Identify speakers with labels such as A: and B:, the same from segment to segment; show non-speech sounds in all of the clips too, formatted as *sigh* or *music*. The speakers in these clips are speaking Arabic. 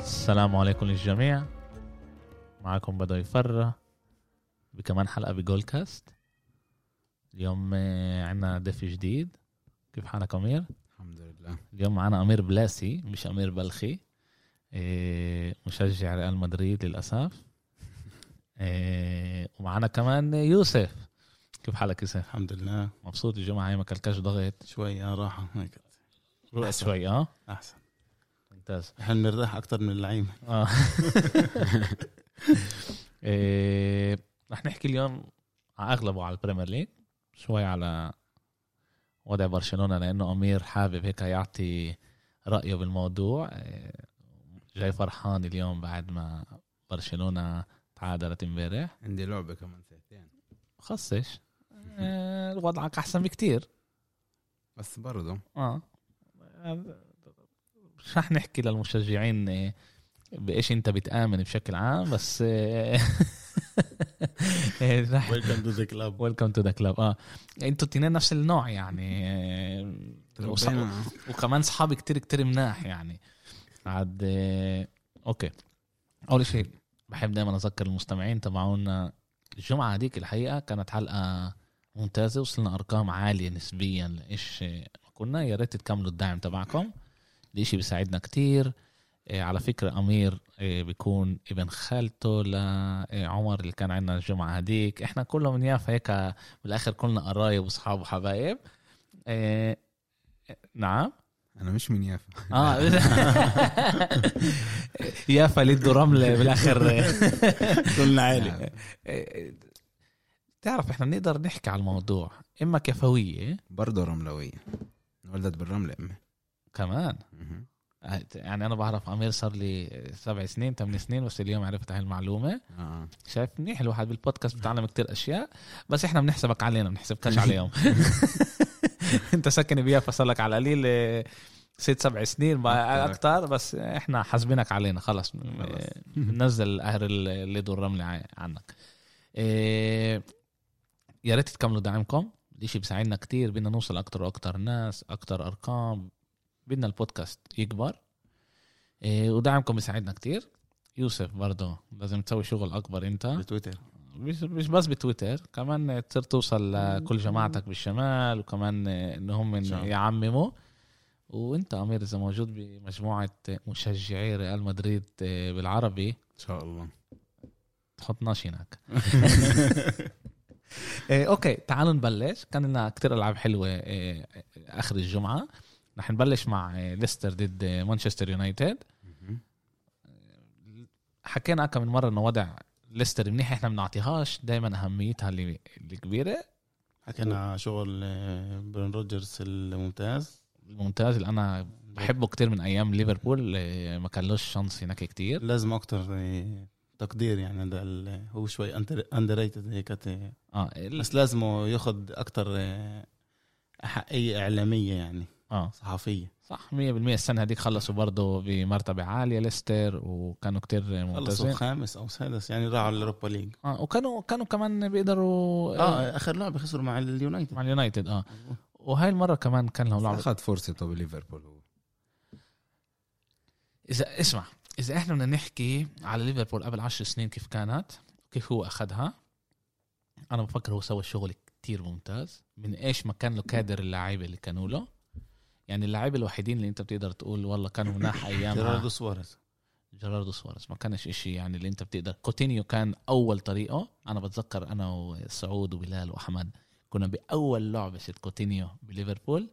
A: السلام عليكم للجميع معكم بدو يفرة بكمان حلقة بجول كاست اليوم آه، عنا ضيف جديد كيف حالك أمير؟
B: الحمد لله
A: اليوم معنا أمير بلاسي مش أمير بلخي آه، مشجع ريال مدريد للأسف آه، ومعنا كمان يوسف كيف حالك يوسف؟
B: الحمد لله
A: مبسوط الجمعة هي ما كلكش ضغط
B: شوية راحة هيك أحسن.
A: شوي اه
B: أحسن
A: ممتاز
B: احنا بنرتاح أكتر من اللعيبة
A: اه إيه، رح نحكي اليوم على اغلبه على البريمير ليج شوي على وضع برشلونه لانه امير حابب هيك يعطي رايه بالموضوع إيه، جاي فرحان اليوم بعد ما برشلونه تعادلت امبارح
C: عندي لعبة كمان ساعتين
A: خصش إيه، وضعك احسن بكتير
C: بس برضه
A: اه مش رح نحكي للمشجعين إيه، بايش انت بتامن بشكل عام بس *laughs* إيه، إيه، رح
B: ويلكم تو ذا
C: *laughs*
B: كلاب
A: ويلكم تو ذا كلاب اه انتوا التنين نفس النوع يعني إيه، وص-
B: ربنا.
A: وكمان صحابي كتير كتير مناح يعني عاد إيه، اوكي اول شيء بحب دائما اذكر المستمعين تبعونا الجمعه هذيك الحقيقه كانت حلقه ممتازه وصلنا ارقام عاليه نسبيا لايش إيه، كنا يا ريت تكملوا الدعم تبعكم الاشي بيساعدنا كتير إيه، على فكرة أمير إيه، بيكون ابن خالته لعمر اللي كان عندنا الجمعة هديك احنا كله من يافا هيك بالآخر كلنا قرايب وصحاب وحبايب إيه، نعم
C: أنا مش من يافا
A: *laughs* اه يافا لده رملة بالآخر آه.
B: كلنا
C: نعم.
B: عالي
A: تعرف احنا بنقدر نحكي على الموضوع اما كفوية
C: برضه رملوية ولدت بالرملة أمي
A: كمان
C: مهم.
A: يعني انا بعرف امير صار لي سبع سنين ثمان سنين بس اليوم عرفت هاي المعلومه
C: آه.
A: شايف منيح الواحد بالبودكاست بتعلم كتير اشياء بس احنا بنحسبك علينا بنحسبكش *laughs* عليهم انت ساكن بيافا صار لك على القليل آه، ست سبع سنين بقى
C: أكتر.
A: اكتر بس احنا حاسبينك علينا خلص
C: خلص.
B: إيه،
A: آه، بننزل قهر ال- الليد والرمل ع- عنك آه، يا ريت تكملوا دعمكم الاشي بيساعدنا كتير بدنا نوصل اكتر واكتر ناس اكتر ارقام بدنا البودكاست يكبر آه، ودعمكم بيساعدنا كتير يوسف برضه لازم تسوي شغل اكبر انت
C: آه.
B: بتويتر
A: مش مش بس بتويتر كمان تصير توصل لكل جماعتك بالشمال وكمان ان هم إن
B: شاء الله.
A: يعمموا وانت امير اذا موجود بمجموعه مشجعي ريال مدريد إيه، بالعربي
B: إن شاء الله
A: تحطناش هناك *laughs* إيه، اوكي تعالوا نبلش كان لنا كتير العاب حلوه إيه، اخر الجمعه رح نبلش مع إيه، ليستر ضد مانشستر يونايتد
C: مهم.
A: حكينا كم من مره انه وضع ليستر منيح احنا بنعطيهاش دائما اهميتها اللي- الكبيره
B: حكينا شغل آه، برين روجرز الممتاز
A: الممتاز اللي انا بحبه كتير من ايام ليفربول آه، ما كان لوش شانس هناك كتير
B: لازم أكتر آه، تقدير يعني ده ال- هو شوي اندر ريتد هيك آه،
A: اه ال-
B: بس لازمه ياخد أكتر آه، أحقية إعلامية يعني
A: اه
B: صحفية
A: صح 100% السنه هذيك خلصوا برضه بمرتبه عاليه ليستر وكانوا كتير
B: خلصوا
A: ممتازين
B: خامس أو سادس يعني راحوا الأوروبا ليج
A: اه وكانوا كانوا كمان بيقدروا آه.
B: اه آخر لعبة خسروا مع اليونايتد
A: مع اليونايتد اه وهاي المره كمان كان لهم لعبه
C: أخذ فرصته بليفربول هو
A: اذا اسمع اذا احنا بدنا نحكي على ليفربول قبل 10 سنين كيف كانت كيف هو اخذها انا بفكر هو سوى شغل كتير ممتاز من ايش ما كان له كادر اللعيبه اللي كانوا له يعني اللعيبه الوحيدين اللي انت بتقدر تقول والله كانوا مناح ايامها
B: جيراردو سواريز
A: جيراردو سواريز ما كانش إشي يعني اللي انت بتقدر كوتينيو كان اول طريقه انا بتذكر انا وسعود وبلال واحمد كنا باول لعبه شت كوتينيو بليفربول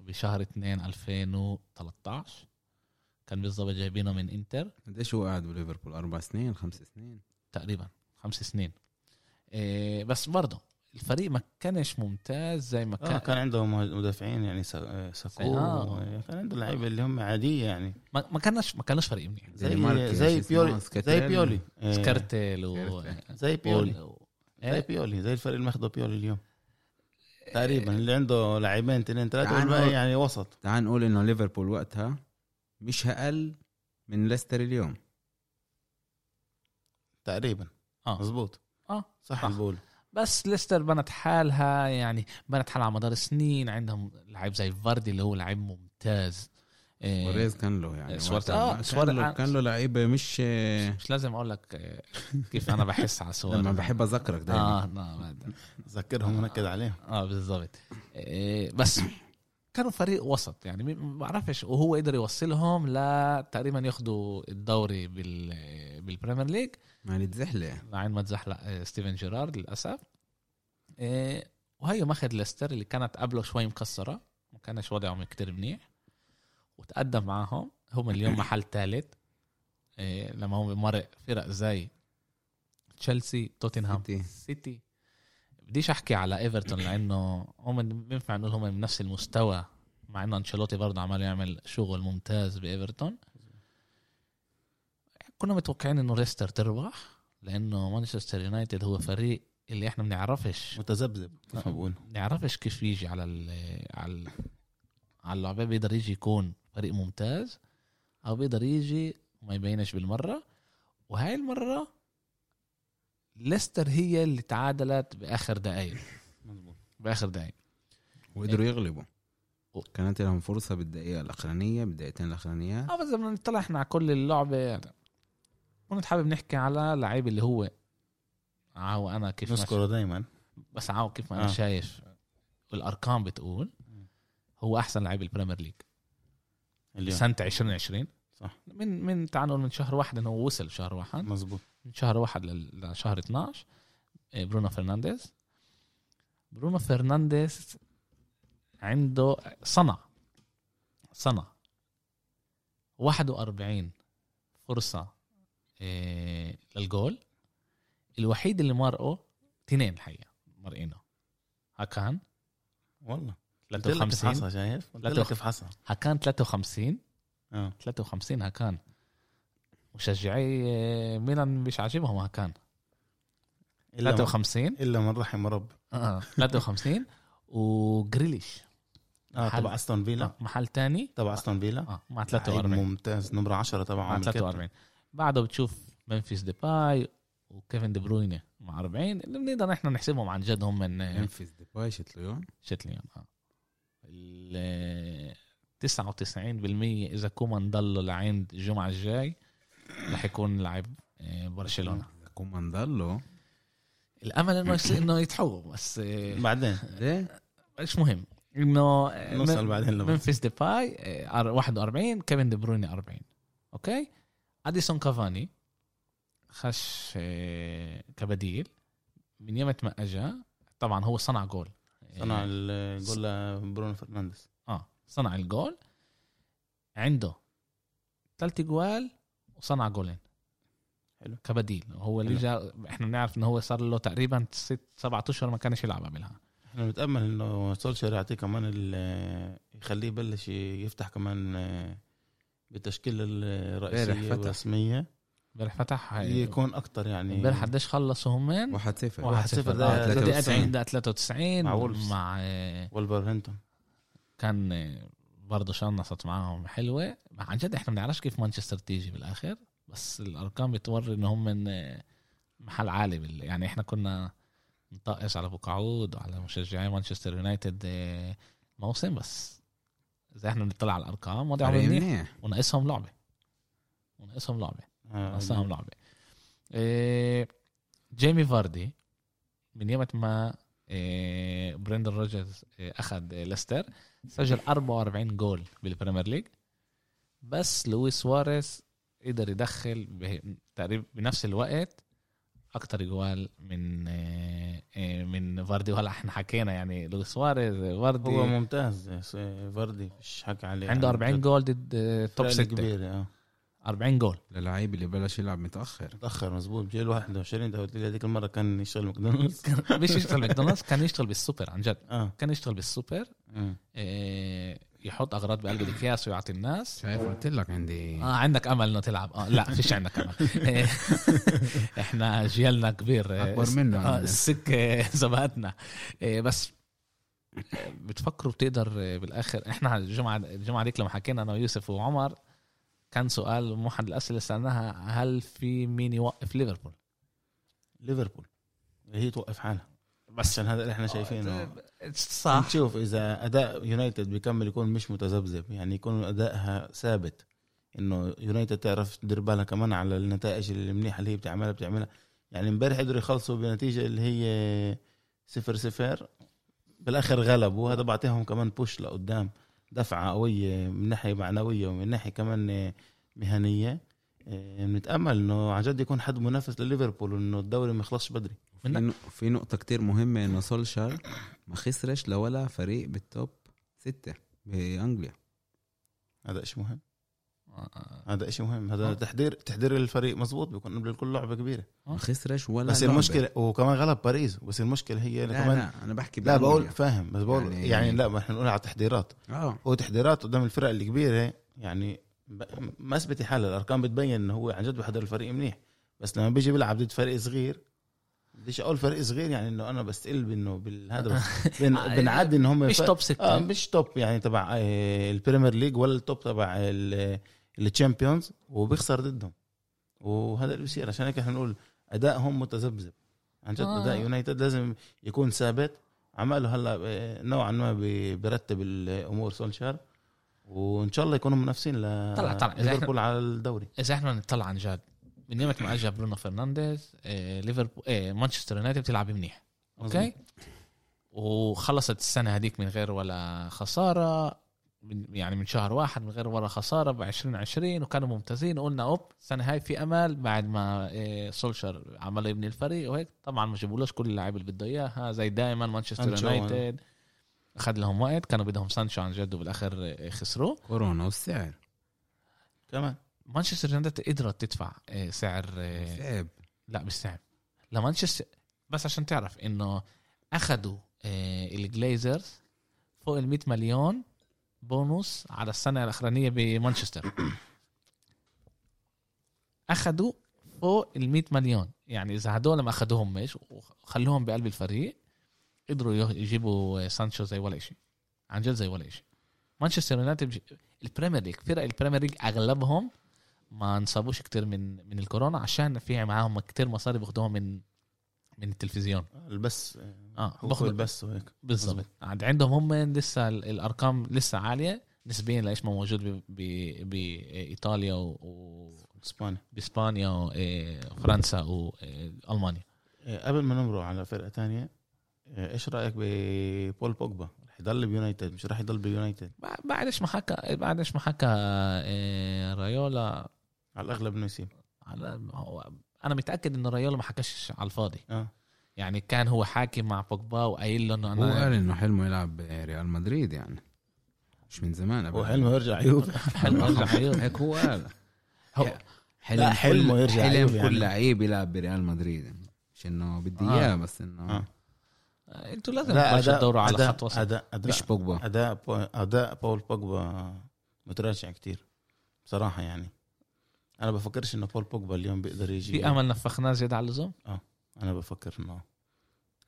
A: بشهر 2 2013 كان بالضبط جايبينه من انتر
C: قديش هو قاعد بليفربول أربع سنين خمس سنين
A: تقريبا خمس سنين إيه بس برضه الفريق ما كانش ممتاز زي ما كان,
B: آه كان عندهم مدافعين يعني سا- ساكو
A: آه.
B: كان عنده لعيبه اللي هم عاديه يعني
A: ما ما كانش ما كانش فريق منيح
B: زي
C: زي ماركيز،
B: زي
C: شو اسمه،
B: بيولي زي
C: سكاتيري.
B: بيولي آه،
A: سكرتل و
C: سكرتل.
B: زي بيولي
A: بول و-
B: زي
A: إيه؟
B: بيولي زي الفريق اللي ماخده بيولي اليوم تقريبا اللي عنده لاعبين اثنين ثلاثه
C: يعني
B: والباقي
C: هو-
B: يعني وسط
C: تعال نقول إنه ليفربول وقتها مش أقل من ليستر اليوم
B: تقريبا
A: اه
B: مظبوط
A: اه
B: صح
A: صح.
B: البول
A: بس ليستر بنت حالها يعني بنت حالها على مدار سنين عندهم لعيب زي فاردي اللي هو لعيب ممتاز إيه،
C: سواريز كان له يعني
A: سواريز-
C: وقتها.
A: آه،
C: كان
A: سواريز-
C: له- كان له لعيب مش
A: مش لازم اقول لك إيه، كيف انا بحس على
C: *laughs*
A: السؤال
C: لما بحب اذكرك دايما
A: اه نعم
B: ذكرهم ونكد عليهم
A: اه بالظبط إيه، بس كانوا فريق وسط يعني مين- ما بعرفش وهو قدر يوصلهم لتقريبا ياخدوا الدوري بال بالبريمير ليج
C: يعني تزحلق
A: مع إن ما تزحلق آه، ستيفن جيرارد للاسف إيه، وهي ماخد ليستر اللي كانت قبله شوي مكسره ما كانش وضعهم كتير منيح وتقدم معاهم هم اليوم محل ثالث لما هو مرق فرق زي تشيلسي توتنهام
C: سيتي.
A: سيتي بديش احكي على ايفرتون لانه هم بينفع نقول هم من نفس المستوى مع انه انشيلوتي برضه عمال يعمل شغل ممتاز بايفرتون كنا متوقعين انه ليستر تربح لانه مانشستر يونايتد هو فريق اللي احنا بنعرفش
B: متذبذب كيف ما بقول
A: بنعرفش كيف يجي على ال على ال على اللعبه بيقدر يجي يكون فريق ممتاز او بيقدر يجي ما يبينش بالمره وهاي المره ليستر هي اللي تعادلت باخر دقائق
B: مظبوط
A: باخر دقائق
C: وقدروا يغلبوا
A: و-
C: كانت لهم فرصه بالدقيقه الاخرانيه بالدقيقتين الاخرانيات
A: اه بس بدنا نطلع احنا على كل اللعبه كنت حابب نحكي على لعيب اللي هو عاو انا كيف ما
B: نذكره دائما
A: بس عاو كيف ما انا
B: آه.
A: شايف والارقام بتقول هو احسن لعيب البريمير ليج
B: اليوم
A: سنه 2020
B: صح.
A: من من تعال نقول من شهر واحد انه هو وصل شهر واحد
B: مظبوط
A: من شهر واحد لل- لشهر 12 إيه، برونو فرنانديز برونو فرنانديز عنده صنع صنع 41 فرصة إيه، للجول الوحيد اللي مرقه اثنين الحقيقة مرقينه ها كان
B: والله قلت لك
A: 53
B: افحصها شايف قلت
A: لا تخ-
B: لك افحصها
A: ها كان 53
B: اه
A: 53 هكان مشجعي آه، ميلان مش عاجبهم هكان
B: إلا من-
A: 53
B: الا من رحم رب
A: اه 53 وجريليش
B: اه
A: حلو.
B: تبع استون فيلا
A: لا آه، محل تاني
B: تبع استون فيلا
A: اه مع
B: لعيب
A: 43
B: ممتاز نمرة 10 تبعهم
A: مع
B: الكابتن.
A: 43 بعده بتشوف منفيس ديباي وكيفن دي بروينه مع 40 اللي بنقدر احنا نحسبهم عن جد هم من آه،
C: منفس ديباي شتليون
A: شتليون اه ال آه، 99% اذا كومان ضل لعند الجمعه الجاي رح يكون لاعب آه، برشلونه
C: كومان ضلوا
A: الامل انه يصير انه يتحولوا بس آه،
B: بعدين إيه؟
C: ده
A: مش مهم انه آه،
B: نوصل
A: من-
B: بعدين لما
A: منفيس ديباي آه، 41 كيفن دي برويني 40 اوكي اديسون كافاني خش آه، كبديل من يمة ما اجى طبعا هو صنع جول
B: صنع الجول لبرونو فرنانديز
A: اه صنع الجول عنده ثلاث جوال وصنع جولين
B: حلو.
A: كبديل هو اللي
B: حلو.
A: جا احنا بنعرف ان هو صار له تقريبا ست سبعة اشهر ما كانش يلعب قبلها
B: احنا بنتامل انه سولشير يعطيه كمان ال- يخليه يبلش يفتح كمان آه، بالتشكيله الرئيسيه
C: امبارح فتح.
B: والرسميه
A: امبارح فتح
B: يكون اكتر يعني
A: امبارح قديش خلصوا هم
C: 1 0
B: واحد
A: 1 0
B: صفر
A: ده
B: ده
A: 93
C: 93.
A: ده 93
B: مع
A: مع
B: وولفز.
A: مع آه،
B: ولفرهمبتون
A: كان آه، برضه شنصت معاهم حلوه عن جد احنا ما بنعرفش كيف مانشستر تيجي بالاخر بس الارقام بتوري ان هم من آه، محل عالي بال... يعني احنا كنا نطقس على ابو قعود وعلى مشجعي مانشستر يونايتد آه، موسم بس اذا احنا بنطلع على الارقام وضعهم منيح
C: منيح
A: وناقصهم لعبه وناقصهم لعبه
B: آه،
A: ناقصهم لعبه إيه، جيمي فاردي من يمة ما إيه، برندن روجرز إيه، اخذ إيه، ليستر سجل 44 جول بالبريمير ليج بس لويس سواريز قدر يدخل به- تقريبا بنفس الوقت اكتر جوال من إيه، إيه، من فاردي وهلا احنا حكينا يعني لويس سواريز فاردي
B: هو ممتاز آه، فاردي مش حكى عليه
A: عنده 40 جول ضد إيه، توب
B: فرق
A: 6
B: كبير اه
A: 40 جول
C: للعيب اللي بلش يلعب متاخر
B: تاخر مظبوط جيل 21 ده قلت لي هذيك المره كان يشتغل
A: *laughs*
B: ماكدونالدز
A: مش يشتغل ماكدونالدز كان يشتغل بالسوبر عن جد
B: اه
A: كان يشتغل بالسوبر
B: آه.
A: آه، يحط اغراض بقلب الاكياس ويعطي الناس
C: شايف قلت لك عندي
A: اه عندك امل انه تلعب اه لا فيش عندك *laughs* امل احنا جيلنا كبير آه،
C: اكبر منه يعني.
A: آه،
C: عندنا.
A: السكه *laughs* زبقتنا آه، بس آه، بتفكروا بتقدر آه، بالاخر احنا على الجمعه الجمعه ديك لما حكينا انا ويوسف وعمر كان سؤال من احد الاسئله اللي سالناها هل في مين يوقف ليفربول؟
B: ليفربول هي توقف حالها
A: بس
B: عشان هذا اللي احنا شايفينه
A: آه، صح
B: نشوف اذا اداء يونايتد بيكمل يكون مش متذبذب يعني يكون ادائها ثابت انه يونايتد تعرف تدير بالها كمان على النتائج المنيحه اللي هي بتعملها بتعملها يعني امبارح قدروا يخلصوا بنتيجه اللي هي صفر صفر بالاخر غلبوا وهذا بعطيهم كمان بوش لقدام دفعه قويه من ناحيه معنويه ومن ناحيه كمان مهنيه إيه، بنتامل انه عن جد يكون حد منافس لليفربول وانه الدوري ما يخلصش بدري
C: في, نق- في نقطة كتير مهمة انه سولشار ما خسرش لولا فريق بالتوب ستة بانجليا
B: هذا شيء مهم
A: آه.
B: هذا إشي مهم هذا
A: آه.
B: تحضير تحضير الفريق مزبوط بيكون قبل كل لعبه كبيره
C: ما خسرش ولا
B: بس
C: لعبة.
B: المشكله وكمان غلب باريس بس المشكله هي
C: لا,
B: لا كمان لا,
C: لا انا بحكي
B: لا
C: بأنجليا.
B: بقول فاهم بس بقول
C: يعني-
B: يعني, يعني لا ما احنا بنقول على التحضيرات
C: اه
B: هو تحضيرات قدام الفرق الكبيره يعني ب- ما اثبت حاله الارقام بتبين انه هو عن جد بحضر الفريق منيح بس لما بيجي بيلعب ضد فريق صغير بديش اقول فريق صغير يعني انه انا بستقل بانه بالهذا *laughs* بس بن- بنعدي ان هم
A: مش
B: فرق-
A: توب
B: اه
A: ستة
B: مش توب يعني تبع آه، البريمير ليج ولا التوب تبع ال- التشامبيونز وبيخسر ضدهم وهذا اللي بيصير عشان هيك احنا نقول ادائهم متذبذب عن جد
A: آه.
B: اداء يونايتد لازم يكون ثابت عماله هلا آه، نوعا ما بي- بيرتب الامور سولشار وان شاء الله يكونوا منافسين ل
A: طلع- طلع. إذا إحنا-
B: ليفربول على الدوري
A: اذا احنا نطلع عن جد من يوم ما اجى برونو فرنانديز آه، ليفربول آه، مانشستر يونايتد بتلعب منيح اوكي وخلصت السنه هذيك من غير ولا خساره من يعني من شهر واحد من غير ولا خساره ب 2020 وكانوا ممتازين وقلنا اوب السنه هاي في امل بعد ما إيه، سولشر عمل يبني الفريق وهيك طبعا ما جابولوش كل اللاعب اللي بده اياها زي دائما مانشستر
B: سانشو.
A: يونايتد اخذ لهم وقت كانوا بدهم سانشو عن جد وبالاخر إيه، خسروه
C: كورونا والسعر
B: كمان
A: مانشستر يونايتد قدرت تدفع إيه، سعر إيه،
C: صعب
A: لا مش صعب لمانشستر بس عشان تعرف انه اخذوا آه، الجليزرز فوق ال 100 مليون بونص على السنه الاخرانيه بمانشستر اخذوا فوق ال 100 مليون يعني اذا هدول ما اخذوهم مش وخلوهم بقلب الفريق قدروا يه- يجيبوا سانشو زي ولا شيء عن جد زي ولا شيء مانشستر يونايتد بج- البريمير ليج فرق البريمير ليج اغلبهم ما انصابوش كتير من من الكورونا عشان في معاهم كتير مصاري بياخدوهم من من التلفزيون
B: البس
A: اه
B: باخذ
A: باخدوا
B: البس وهيك
A: بالظبط عند عندهم هم لسه ال- الارقام لسه عاليه نسبيا لايش ما موجود ب- ب- بايطاليا و- إيه،
B: اسباني
A: وباسبانيا وفرنسا إيه، والمانيا
B: آه، قبل ما نمرق على فرقه تانية آه، ايش رايك ببول بوجبا رح يضل بيونايتد مش رح يضل بيونايتد
A: بع- بعد ايش ما حكى بعد ايش ما حكى إيه، رايولا
B: على الاغلب انه يسيب
A: على هو انا متاكد انه رايولا ما حكاش على الفاضي
B: اه
A: يعني كان هو حاكي مع بوجبا وقايل له انه
C: هو
A: انا
C: قال انه حلمه يلعب ريال مدريد يعني مش من زمان قبل.
B: هو حلمه
C: *laughs*
B: يرجع يوفي
A: *laughs* حلو أرجع أيوه.
C: هيك *laughs* هو قال
A: هو-
C: حلم
B: لا، حلمه
C: كل-
B: يرجع
C: حلم
B: يوفي
C: كل
B: يعني.
C: لعيب يلعب بريال مدريد مش انه بدي
B: آه.
C: اياه بس انه
B: آه.
A: انتوا لازم تبلشوا تدوروا على خط وسط
B: اداء اداء
C: مش بوجبا
B: اداء بو- اداء بول بوجبا متراجع كتير بصراحه يعني انا بفكرش انه بول بوجبا اليوم بيقدر يجي
A: في امل نفخناه زياده على اللزوم
B: انا بفكر انه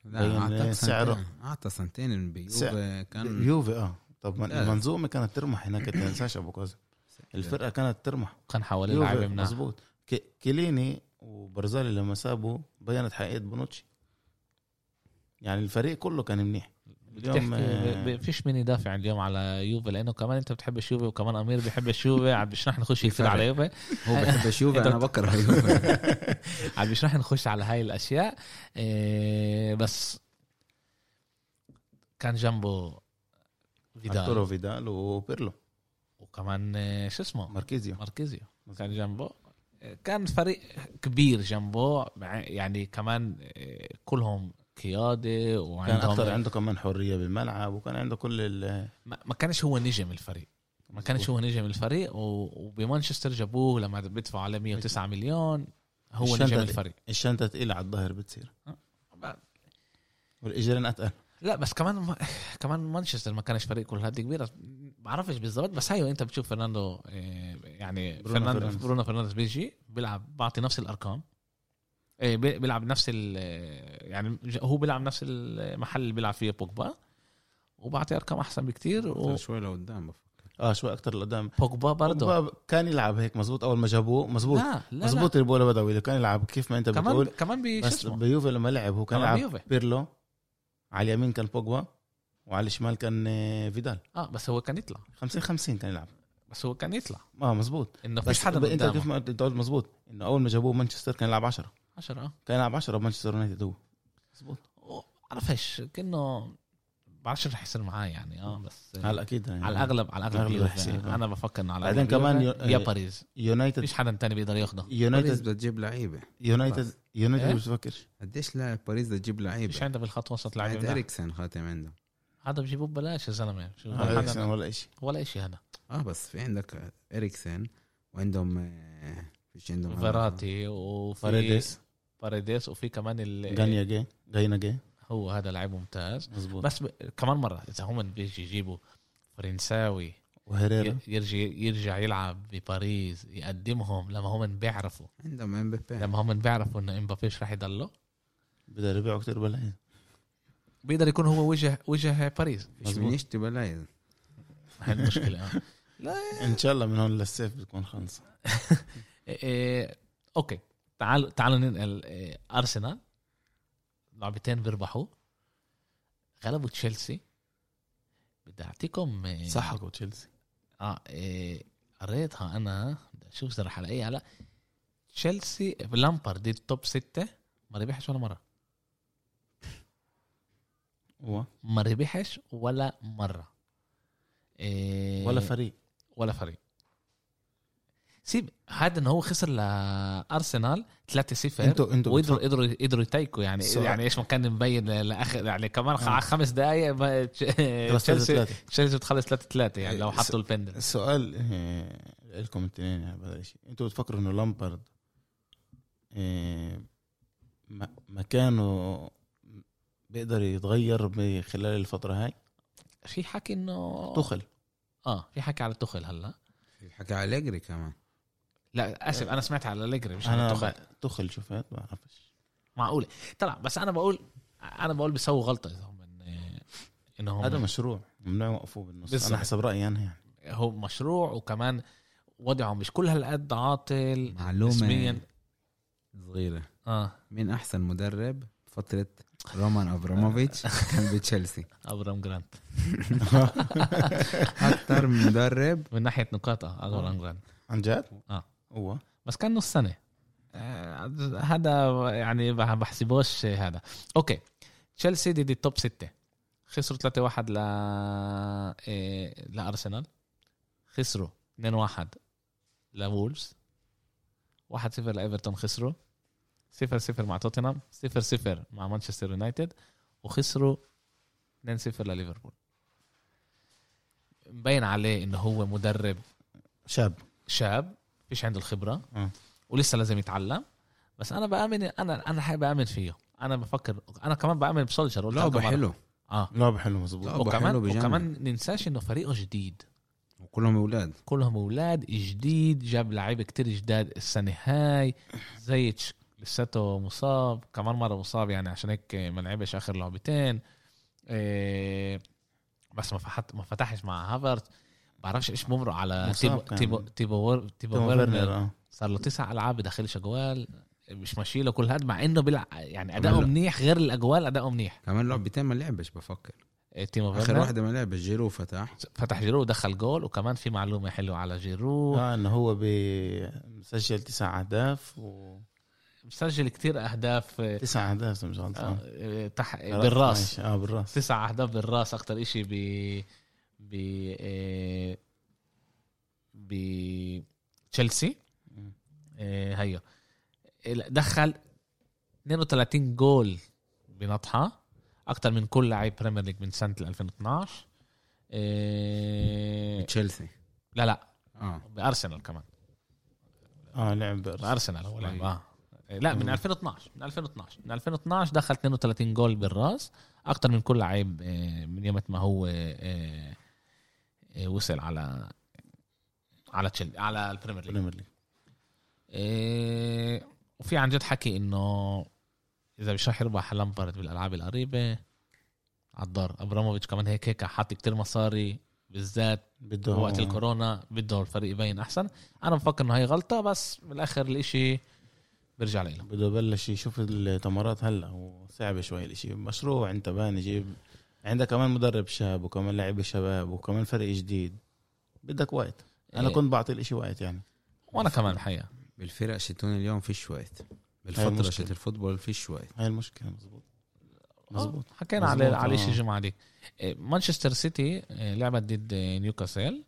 C: لا
B: بين
C: اعطاك
B: سعره.
C: سنتين اعطى سنتين بيوفا
B: سعر.
C: كان
B: يوفي اه طب ما
C: لا.
B: المنظومه كانت ترمح هناك تنساش ابو كاظم الفرقه كانت ترمح
A: كان حواليه
B: يوفي
A: لاعب منها
B: مظبوط ك- كيليني وبرزالي لما سابوا بينت حقيقه بونوتشي يعني الفريق كله كان منيح اليوم آه،
A: بتحكي فيش مين يدافع اليوم على يوفي لانه كمان انت بتحبش يوفي وكمان امير بيحبش يوفي عم مش رح نخش كثير على يوفي
C: هو بحبش يوفا انا
A: *laughs*
C: بكره يوفا
A: عم مش رح نخش على هاي الاشياء إيه، بس كان جنبه فيدال
B: ارتورو فيدال وبيرلو
A: وكمان إيه، شو اسمه
B: ماركيزيو
A: ماركيزيو كان جنبه كان فريق كبير جنبه مع- يعني كمان إيه، كلهم قياده
B: كان
A: وعندهم
B: اكثر عنده كمان حريه بالملعب وكان عنده كل ال
A: ما ما كانش هو نجم الفريق ما كانش هو نجم الفريق و- وبمانشستر جابوه لما بيدفعوا عليه 109 مليون هو
B: الشنطة
A: نجم
B: دي.
A: الفريق
B: الشنطه ثقيله على الظهر بتصير والاجرين اتقل
A: لا بس كمان ما *laughs* كمان مانشستر ما كانش فريق كل هاد كبير بعرفش بالظبط بس هيو انت بتشوف فرناندو إيه، يعني
B: برونو
A: فرناندو
B: فرنانديز.
A: برونو فرنانديز بيجي بيلعب بعطي نفس الارقام إيه، بي- بيلعب نفس ال يعني ج- هو بيلعب نفس المحل اللي بيلعب فيه بوجبا وبعطي ارقام احسن بكتير
C: شوي لقدام بفكر
B: اه شوي اكثر لقدام
A: وبوجبا برضه
B: هو كان يلعب هيك مزبوط اول ما جابوه مزبوط
A: لا لا لا
B: مزبوط البولا بدوي كان يلعب كيف ما انت
A: كمان
B: بتقول
A: كمان بشو
B: بس
A: اسمه
B: بيوفي لما لعب هو كان
A: كمان
B: يلعب
A: بيوفي.
B: بيرلو على اليمين كان بوجبا وعلى الشمال كان آه، فيدال
A: اه بس هو كان يطلع
B: 50 50 كان يلعب
A: بس هو كان يطلع
B: اه مزبوط
A: انه
B: بس
A: مفيش حدا
B: انت كيف
A: قدامه
B: ما انت قلت مزبوط انه اول ما جابوه مانشستر كان يلعب 10
A: 10 اه
B: كان يلعب 10 بمانشستر يونايتد هو مزبوط
A: بعرفش كأنه بعرفش رح يصير معاه يعني اه بس
B: هلا اكيد يعني
A: على الاغلب على
B: على
A: الاغلب
B: الأغلب رح
A: يوفي.
B: يصير، آه.
A: انا بفكر انه على
B: بعدين
A: الأغلب
B: كمان
A: يوفي
B: يو-
A: يا
B: آه،
A: باريس
B: يونايتد
A: مفيش حدا تاني بيقدر ياخده
C: باريس
B: يونايتد
C: بدها تجيب لعيبه
B: يونايتد يونايتد
A: إيه؟
B: مش بفكر
C: قديش لاعب باريس بدها تجيب لعيبه
A: مش عندنا بالخط وسط
C: لعيبه
A: لاعبين بنلعب.
C: اريكسن خاتم عنده
A: هذا بجيبوه ببلاش يا زلمه شو
B: آه،
A: ولا حدا-
B: إريكسن ولا شيء
A: ولا شيء هذا
C: اه بس في عندك اريكسن وعندهم آه، فيش عندهم
A: فيراتي وفي
B: فاريديس
A: باريديس وفي كمان ال...
B: غانيا جي غاينا جي
A: هو هذا لاعب ممتاز
B: مزبوط
A: بس ب... كمان مره اذا هم بيجي يجيبوا فرنساوي
B: وهيريرا
A: ي- يرجع يرجع يلعب بباريس يقدمهم لما هم بيعرفوا
C: عندهم امبابي
A: لما هم بيعرفوا انه امبابيش راح يضله
B: بده يبيعوا كثير بلايين
A: بيقدر يكون هو وجه وجه باريس
C: مش
B: مزبوط.
C: من يشتي بلايز
A: هاي المشكله آه.
B: ان شاء الله من هون للصيف بتكون خلص
A: إيه، إيه، اوكي تعالوا تعالوا ننقل إيه، ارسنال لعبتين بيربحوا غلبوا تشيلسي بدي اعطيكم إيه،
B: سحقوا تشيلسي
A: اه إيه، قريتها انا بدي اشوف اذا رح الاقيها لا تشيلسي لامبر دي التوب ستة ما ربحش ولا مره إيه.
B: هو
A: ما ربحش ولا مره إيه،
B: ولا فريق
A: ولا فريق سيب هذا انه هو خسر لارسنال 3-0
B: انتوا انتوا
A: وقدروا
B: بتفكروا
A: قدروا قدروا يتيكوا يعني
B: سؤال.
A: يعني ايش ما كان مبين لاخر يعني كمان خ-
B: آه.
A: خمس دقائق ما- تشيلسي
B: ثلاثة.
A: تشيلسي بتخلص 3 3 يعني لو
B: إيه،
A: حطوا البندل
B: السؤال آه، لكم الاثنين يعني بهذا الشيء انتوا بتفكروا انه لامبارد آه، م- مكانه بيقدر يتغير خلال الفترة هاي
A: في حكي انه
B: تخل
A: اه في حكي على تخل هلا
C: حكى أليجري كمان
A: لا اسف انا سمعت على الجري مش على
B: انا
A: تخل
B: ب- تخل شفت ما بعرفش
A: معقوله طلع بس انا بقول انا بقول بيسووا غلطه اذا هم إن- انهم
B: هذا مشروع ممنوع يوقفوه بالنص
A: بالظبط.
B: انا حسب رايي انا يعني
A: هو مشروع وكمان وضعه مش كل هالقد عاطل
C: معلومه
A: اسميا
C: صغيره
A: اه
C: مين احسن مدرب فتره رومان
A: *laughs*
C: ابراموفيتش كان بتشيلسي
A: ابرام جرانت
C: اكثر من مدرب
A: من ناحيه نقاط آه، ابرام جرانت
B: عن جد؟
A: آه.
B: هو
A: بس كان نص سنه آه، هذا يعني ما بحسبوش هذا اوكي تشيلسي دي, دي التوب ستة خسروا 3 1 ل إيه، لارسنال خسروا 2 1 لولفز 1 0 لايفرتون خسروا 0 0 مع توتنهام 0 0 مع مانشستر يونايتد وخسروا 2 0 لليفربول مبين عليه انه هو مدرب
B: شاب
A: شاب فيش عنده الخبره
B: آه.
A: ولسه لازم يتعلم بس انا بامن انا انا حي- بامن فيه انا بفكر انا كمان بامن بسولجر قلت
C: لعبه
A: هذا مرة.
C: حلو
A: اه
B: لعبة حلو مزبوط
C: لعبة
A: وكمان
C: حلو بجنن.
A: وكمان ننساش انه فريقه جديد
C: وكلهم اولاد
A: كلهم اولاد جديد جاب لعيبه كتير جداد السنه هاي زيتش لساته مصاب كمان مره مصاب يعني عشان هيك ما لعبش اخر لعبتين إيه، بس ما فحت ما فتحش مع هافرت بعرفش ايش بمرق على
B: مصاب
A: تيبو
B: كان.
A: تيبو تيبو, ور- تيبو
B: تيمو
A: ورنر
B: فيرنر اه
A: صار له تسع العاب بدخلش اجوال مش ماشي له كل هاد مع انه بيلعب يعني اداؤه
C: عمله.
A: منيح غير الاجوال اداؤه منيح
C: كمان لعبتين ما لعبش بفكر
A: إيه، تيمو
C: اخر
A: فيرنر
C: واحده ما لعبش جيرو فتح
A: فتح جيرو ودخل جول وكمان في معلومه حلوه على جيرو
B: اه انه هو بي- مسجل تسع اهداف و
A: مسجل كتير اهداف آه،
B: تسع اهداف إذا مش غلطان
A: آه، تح...
B: خلاص،
A: بالراس
B: ماشي. اه بالراس
A: تسع اهداف بالراس اكتر اشي ب ب آه، ب تشيلسي آه، هيو ال- دخل 32 جول بنطحه اكتر من كل لعيب بريمير ليج من سنه 2012 آه،
C: تشيلسي
A: لا لا
C: اه
A: بارسنال كمان
B: اه لعب بالراس
A: ارسنال هو لعب آه. لا من 2012 من 2012 من 2012 دخل 32 جول بالراس اكتر من كل لعيب آه، من يوم ما هو آه، آه، وصل على على تشيل على البريمير ليج
B: بريمير ليج
A: آه، وفي عن جد حكي انه اذا مش رح يربح لامبارد بالالعاب القريبه على الدار ابراموفيتش كمان هيك هيك حاطط كتير مصاري بالذات
B: بده
A: وقت الكورونا بده الفريق يبين احسن انا بفكر انه هي غلطه بس بالاخر الاشي بيرجع لإله
B: بده يبلش يشوف الثمرات هلا وصعب شوي الاشي مشروع انت بان جيب عندك كمان مدرب شاب وكمان لعيبه شباب وكمان فريق جديد بدك وقت انا
A: إيه.
B: كنت بعطي الاشي وقت يعني
A: وانا كمان الحقيقه
C: بالفرق شتون اليوم فيش وقت بالفترة
B: المشكلة.
C: شت الفوتبول فيش وقت
B: هاي المشكله مزبوط مزبوط
A: آه، حكينا على
B: مظبوط،
A: على
B: آه.
A: شيء الجمعه دي إيه، مانشستر سيتي إيه، لعبت ضد إيه، نيوكاسل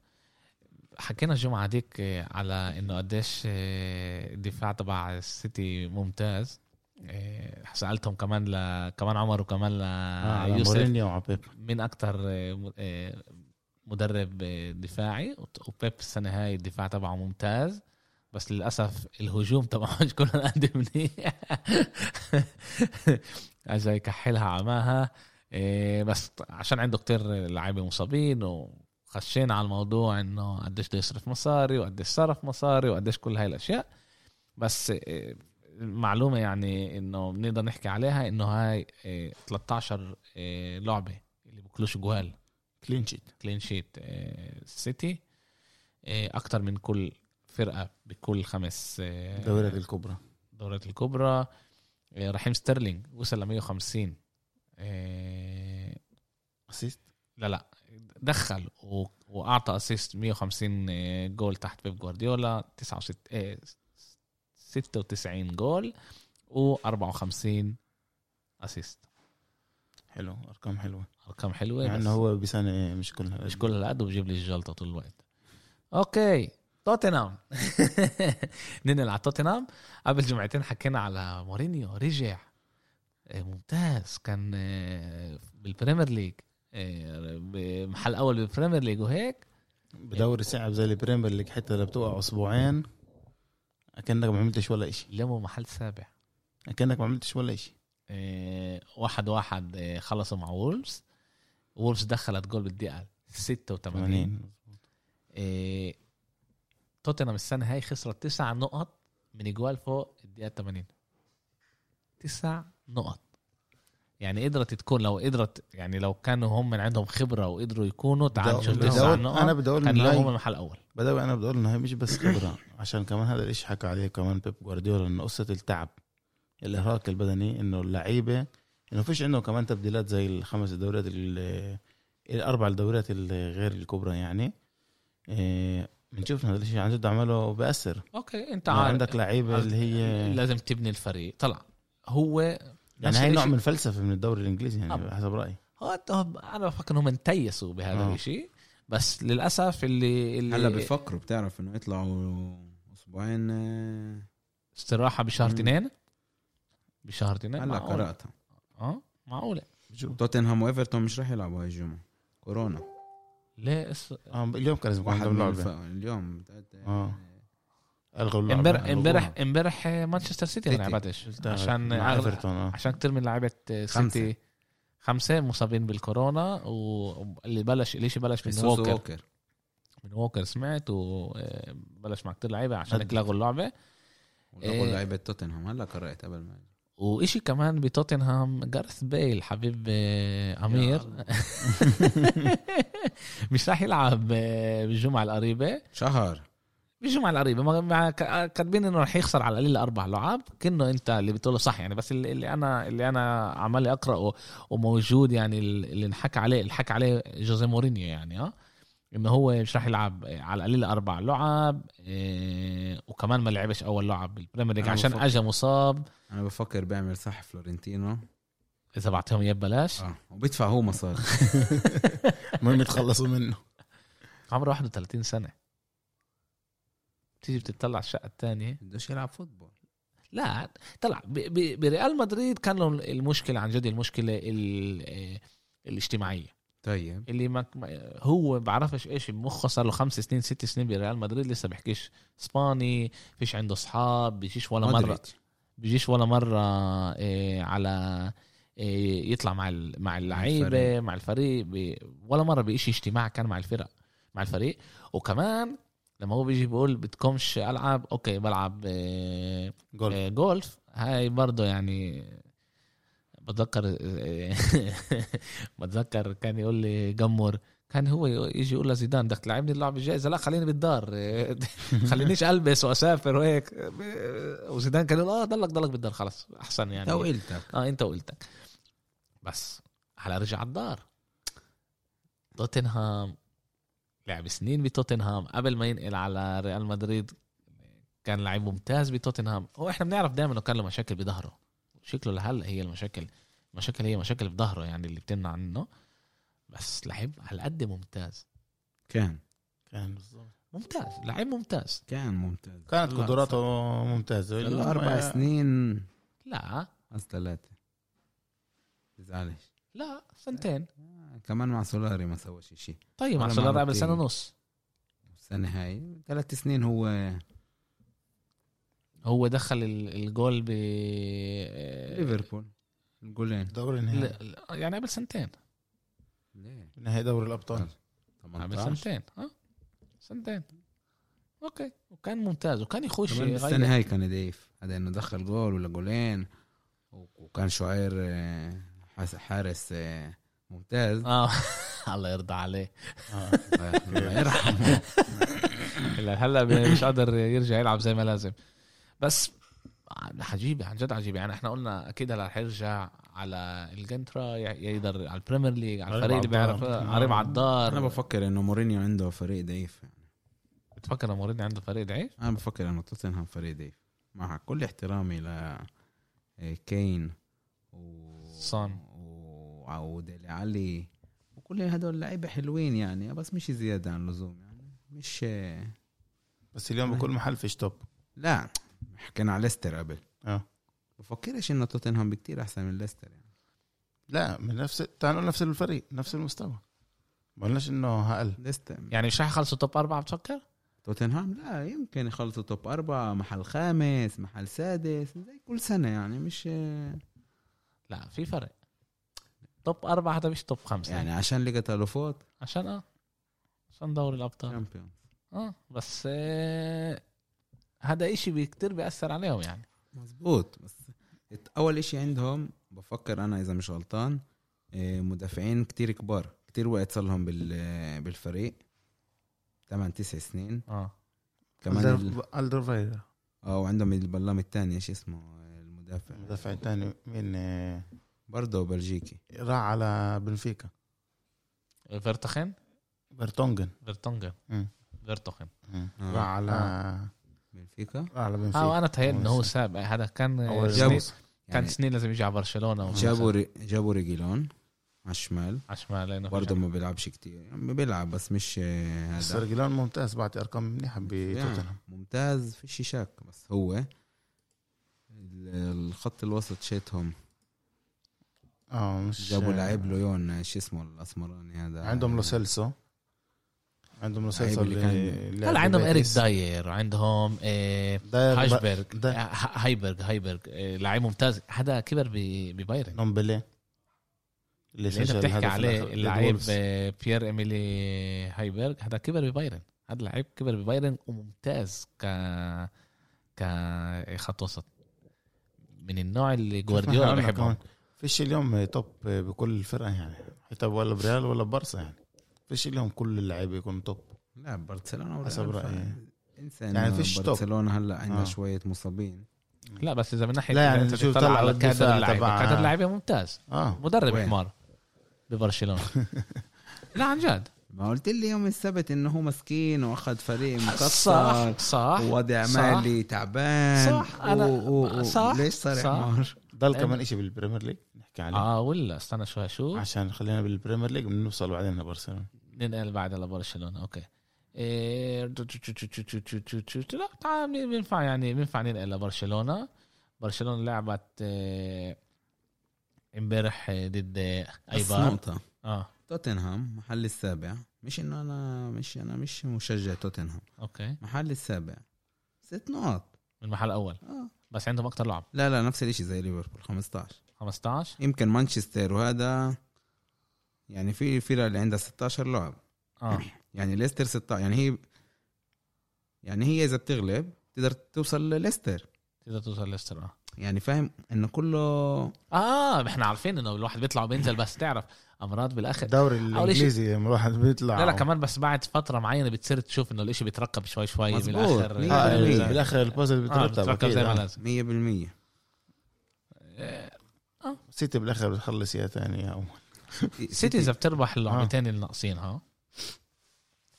A: حكينا الجمعه ديك إيه، على انه قديش إيه، الدفاع تبع السيتي ممتاز إيه، سالتهم كمان ل كمان عمر وكمان
B: آه، على
A: ليوسف
B: مورينيو وعلى بيب
A: مين اكتر آه، م- آه، مدرب آه، دفاعي وت- وبيب السنه هاي الدفاع تبعه ممتاز بس للاسف الهجوم تبعه مش كل *laughs* قد منيح اجى يكحلها عماها آه، بس ط- عشان عنده كتير لعيبه مصابين وخشينا على الموضوع انه قديش بده يصرف مصاري وقديش صرف مصاري وقديش كل هاي الاشياء بس آه، المعلومه يعني انه بنقدر نحكي عليها انه هاي آه، 13 آه، لعبه اللي بكلوش جوال آه،
B: كلين شيت
A: كلين شيت سيتي اكتر آه، من كل فرقه بكل خمس آه،
B: الدوريات الكبرى
A: دورات الكبرى آه، رحيم ستيرلينج وصل ل 150 آه،
B: اسيست
A: لا لا دخل و- واعطى اسيست 150 آه، جول تحت بيب جوارديولا آه، 69 96 جول و54 اسيست
B: حلو ارقام حلوه
A: ارقام حلوه
B: مع
A: بس
B: انه هو بسنه مش كلها
A: مش كل القد وبجيب لي الجلطه طول الوقت اوكي توتنهام *laughs* ننقل على توتنهام قبل جمعتين حكينا على مورينيو رجع آه، ممتاز كان آه، بالبريمير ليج آه، محل اول بالبريمير ليج وهيك
B: بدوري صعب زي البريمير ليج حتى لو بتوقع اسبوعين اكنك ما عملتش ولا اشي
A: لموا محل سابع
B: اكنك ما عملتش ولا اشي
A: آه، واحد واحد آه، خلصوا مع وولفز وولفز دخلت جول بالدقيقه 86
B: 80
A: آه، توتنهام السنه هاي خسرت تسع نقط من جوال فوق الدقيقه 80 تسع نقط يعني قدرت تكون لو قدرت يعني لو كانوا هم من عندهم خبره وقدروا يكونوا تعادلوا
B: بدور-
A: تسع
B: بدور- انا
A: نقط
B: بدي اقول
A: كان
B: إنه هاي-
A: لهم هم المحل الاول
B: بدوي انا بدي اقول انه هي مش بس خبره *laughs* عشان كمان هذا الشيء حكى عليه كمان بيب جوارديولا انه قصه التعب الارهاق البدني انه اللعيبه انه فيش عندهم كمان تبديلات زي الخمس دوريات ال- الاربع الدوريات الغير الكبرى يعني إيه، بنشوف إنه هذا الشيء عن جد عمله بأثر
A: اوكي انت
B: إنه
A: عارف
B: عندك
A: أه،
B: لعيبه اللي هي
A: آه، لازم تبني الفريق طلع هو
B: يعني
A: نفس
B: هاي نوع
A: الإشي.
B: من فلسفه من الدوري الانجليزي يعني
A: آه.
B: حسب رايي
A: هو أنت- انا بفكر انهم انتيسوا بهذا
B: آه.
A: الشيء بس للاسف اللي اللي
C: هلا بفكروا بتعرف انه يطلعوا اسبوعين آه،
A: استراحه بشهر
C: مم.
A: اثنين بشهر اثنين
C: هلا
A: معقولة.
C: قراتها
A: اه معقوله
B: بشوف
C: توتنهام وايفرتون مش رح يلعبوا هاي الجمعه كورونا
A: ليه اس-
B: آه، اليوم كان لازم يكون
C: واحد
B: عندهم
C: من
B: لعبه
C: الف- اليوم
B: اه الغوا اللعبة.
A: امبارح
B: ألغوها.
A: امبارح امبارح مانشستر سيتي ما
C: سيتي.
A: لعبتش عشان
B: مع
A: أغلب-
B: ايفرتون آه.
A: عشان كتير من لعيبه سيتي
C: خمسة.
A: خمسه مصابين بالكورونا واللي بلش الاشي بلش من
C: خصوص
A: ووكر
C: ووكر
A: من ووكر سمعت وبلش مع كتير لعيبه عشان هيك
B: ندت.
A: لغوا اللعبه
C: ولغوا لعيبه توتنهام هلا قرأت قبل ما أجي.
A: وإشي كمان بتوتنهام جارث بيل حبيب آه، امير *laughs* مش راح يلعب آه، بالجمعه القريبه
C: شهر
A: بالجمعه القريبه ما- ما- ك- كاتبين انه رح يخسر على القليل اربع لعاب كأنه انت اللي بتقوله صح يعني بس اللي اللي انا اللي انا عمال اقراه وموجود يعني ال- اللي انحكى عليه اللي حكى عليه جوزيه مورينيو يعني اه انه هو مش راح يلعب آه، على القليل اربع لعب آه، وكمان ما لعبش اول لعب بالبريمير ليج
C: أنا
A: عشان
C: بفكر.
A: اجى مصاب
C: انا بفكر بيعمل صح فلورنتينو
A: اذا بعتهم اياه ببلاش
C: اه وبيدفع هو مصاري
B: المهم يتخلصوا منه
A: عمره 31 سنه بتيجي بتطلع الشقه الثانيه
C: بدوش يلعب فوتبول
A: لا طلع ب- ب- بريال مدريد كان لهم المشكله عن جد المشكله ال- آه، الاجتماعيه
C: طيب
A: اللي ما ما- هو بعرفش ايش بمخه صار له خمس سنين ست سنين بريال مدريد لسه بحكيش اسباني فيش عنده اصحاب بيجيش ولا مره
C: مودريتش.
A: بيجيش ولا مره آه، على آه، يطلع مع ال- مع اللعيبه
C: الفريق.
A: مع الفريق بي- ولا مره بيجي اجتماع كان مع الفرق مع الفريق وكمان لما هو بيجي بيقول بدكمش العب اوكي بلعب آه،
C: إيه.
B: جول
A: آه، جولف هاي برضه يعني *laughs* بتذكر بتذكر كان يقول لي جمر كان هو يجي يقول لزيدان بدك تلعبني اللعبه الجايه لا خليني بالدار *laughs* خلينيش البس واسافر وهيك وزيدان كان يقول اه ضلك ضلك بالدار خلص احسن يعني
C: توقيلتك
A: اه انت وقلتك بس على رجع الدار توتنهام لعب سنين بتوتنهام قبل ما ينقل على ريال مدريد كان لعيب ممتاز بتوتنهام هو احنا بنعرف دائما انه كان له مشاكل بظهره شكله لهلا هي المشاكل المشاكل هي مشاكل بظهره يعني اللي بتمنع عنه بس لعيب على قد ممتاز
C: كان
B: كان بالظبط
A: ممتاز لعيب ممتاز
C: كان ممتاز
B: كانت
C: لا،
B: قدراته آه، ممتازه
C: صار له اربع سنين
A: لا
C: بس ثلاثة تزعلش
A: لا سنتين
C: آه، كمان مع سولاري ما سواش شيء
A: طيب
C: ولا
A: عشان
C: مرة
A: قبل سنه
C: بتيجي.
A: ونص
C: السنة هاي ثلاث سنين هو
A: هو دخل ال- الجول ب
C: ليفربول إيه؟ الجولين
B: دوري نهائي
A: لا- لا، يعني قبل سنتين
C: ليه؟
B: نهائي دوري الابطال
A: قبل
C: 18
A: سنتين ها سنتين اوكي وكان ممتاز وكان يخش
C: كمان
A: يغير.
C: السنة هاي كان ضعيف هذا انه دخل جول ولا جولين و- وكان شعير آه، حس- حارس آه، *laughs* ممتاز
A: اه *laughs* الله يرضى عليه
B: آه.
C: الله يرحمه
A: إلا هلا مش قادر يرجع يلعب زي ما لازم بس عجيبة عن جد عجيبة يعني احنا قلنا اكيد هلا حيرجع على الجنترا ي- يقدر على البريمير ليج على
B: قريب
A: الفريق
B: على
A: اللي بيعرف
B: الدار.
A: قريب على
C: انا
A: الدار
C: بفكر انه مورينيو عنده فريق ضعيف
A: بتفكر إنه مورينيو عنده فريق ضعيف
C: انا بفكر انه توتنهام فريق ضعيف مع كل احترامي ل آه، كين و
A: سون.
C: و- وديلي علي وكل هدول لعيبه حلوين يعني بس مش زياده عن اللزوم يعني مش
B: بس اليوم
C: إيه.
B: بكل محل فيش توب
C: لا حكينا على ليستر قبل
B: اه
C: بفكرش انه توتنهام بكتير احسن من ليستر يعني
B: لا من نفس تعال نقول نفس الفريق نفس المستوى ما قلناش انه اقل
C: ليستر
A: يعني مش حيخلصوا توب اربعة بتفكر؟
C: توتنهام لا يمكن يخلصوا توب أربعة محل خامس محل سادس زي كل سنة يعني مش
A: لا في فرق توب اربعة هذا مش توب خمسة
C: يعني عشان لقى تلفوت
A: عشان اه عشان دوري الابطال
C: شامبيون
A: اه بس آه، هذا اشي بي- كتير بيأثر عليهم يعني
C: مزبوط بس الت- اول اشي عندهم بفكر انا اذا مش غلطان آه، مدافعين كتير كبار كتير وقت صار لهم بال- بالفريق 8 9 سنين
A: اه
C: كمان ال-
B: الدرفايرا
C: اه وعندهم البلام الثاني ايش اسمه آه، المدافع
B: المدافع الثاني مين آه،
C: برضه بلجيكي
B: راح على بنفيكا
A: فيرتخن
B: برتونجن
A: فيرتونجن
B: مم.
A: فيرتخن
C: آه.
B: راح على
C: بنفيكا
B: راح على
A: اه
B: بنفيكا
A: انا تهيألي انه هو
B: ماشي.
A: سابق هذا كان
B: أول
A: سنين-
C: جابوا-
A: كان
C: يعني
A: سنين لازم يجي على برشلونه ومش-
C: جابوا ري- جابوا ريجيلون على الشمال
A: على الشمال لانه
C: برضه ما بيلعبش كتير يعني بيلعب بس مش آه،
B: بس
C: هذا
B: رجلان ممتاز بعطي ارقام منيحه
C: يعني
B: بتوتنهام
C: ممتاز فيش شك بس هو ال- الخط الوسط شيتهم
B: اه مش
C: جابوا
A: آه.
C: لعيب ليون شو اسمه الاسمراني هذا
B: عندهم لوسيلسو عندهم لوسيلسو
C: اللي كان-
A: هلا عندهم اريك داير وعندهم آه،
B: داير
A: هايبرغ آه، ه- هايبرغ هايبرغ آه، لعيب ممتاز هذا كبر ب- ببايرن
B: نومبلي اللي
A: اللي انت
B: سجل
A: بتحكي
B: هدف
A: عليه
B: الأخ- ضد
A: اللعيب
B: وولفز.
A: آه، بيير ايميلي هايبرغ هذا كبر ببايرن هذا لعيب كبر ببايرن وممتاز ك ك خط وسط من النوع اللي
B: *laughs*
A: جوارديولا
B: إحنا قلنا
A: بحبه
B: آه، كمان فيش اليوم توب بكل الفرقه يعني حتى ولا بريال ولا بارسا يعني فيش اليوم كل اللعيبه يكون توب
C: لا برشلونه ولا
B: حسب
C: عارف.
B: رأيي.
C: انسى يعني
B: يعني
C: فيش
B: فيش توب.
C: برشلونه هلا عندها
B: آه.
C: شويه مصابين
A: لا بس اذا من ناحيه
B: لا يعني
A: إذا أنت
B: شوف
A: بتطلع
B: طلع
A: على كادر
B: الدفاع
A: اللعيبه
B: تبع-
A: كادر اللعيبه ممتاز
B: اه
A: مدرب
C: وين؟
A: حمار
B: *laughs*
A: ببرشلونه لا عن جد
C: ما قلت لي يوم السبت انه هو مسكين واخذ فريق مكسر
A: صح صح
C: ووضع
A: صح.
C: مالي تعبان
A: صح، أنا-
C: أو- أو- أو.
A: صح،
C: ليش صار
A: صح.
C: حمار
B: ضل
A: لأن-
B: كمان شيء بالبريمير ليج نحكي عليه
A: اه ولا استنى شوي اشوف
B: عشان خلينا بالبريمير ليج بنوصل بعدين لبرشلونه
A: ننقل بعد لبرشلونه اوكي إيه، تو- تو- تو- تو- تو- تو- تو- تو- تو- تو- لا تعال بن- بينفع يعني بينفع ننقل لبرشلونه برشلونه لعبت إيه، امبارح إيه، ضد إيه،
C: بس
A: ايبار
C: نقطه
A: اه
C: توتنهام محل السابع مش انه انا مش انا مش مشجع توتنهام
A: اوكي
C: محل السابع ست نقط
A: من محل اول
C: آه.
A: بس عندهم اكثر لعب
C: لا لا نفس الاشي زي ليفربول 15
A: 15
C: يمكن مانشستر وهذا يعني في فرق اللي عندها 16 لعب
A: اه
C: يعني ليستر 16 يعني هي يعني هي اذا بتغلب تقدر توصل لليستر
A: تقدر توصل ليستر اه
C: يعني فاهم انه كله
A: اه احنا عارفين انه الواحد بيطلع وبينزل بس تعرف امراض بالاخر
B: الدوري
A: أول إشي-
B: الانجليزي لما الواحد بيطلع
A: لا لا كمان بس بعد فتره معينه بتصير تشوف انه الاشي بيتركب شوي شوي
C: مظبوط.
A: بالاخر
C: مية
B: آه،
C: بالمية.
A: آه،
B: بالاخر البازل بترتب
A: بتركب
B: أكيد،
A: زي ما
B: آه.
A: لازم
C: مية بالمية
B: سيتي بالاخر بتخلص يا ثاني يا اول
A: سيتي اذا بتربح
B: آه.
A: اللعبتين اللي ناقصينها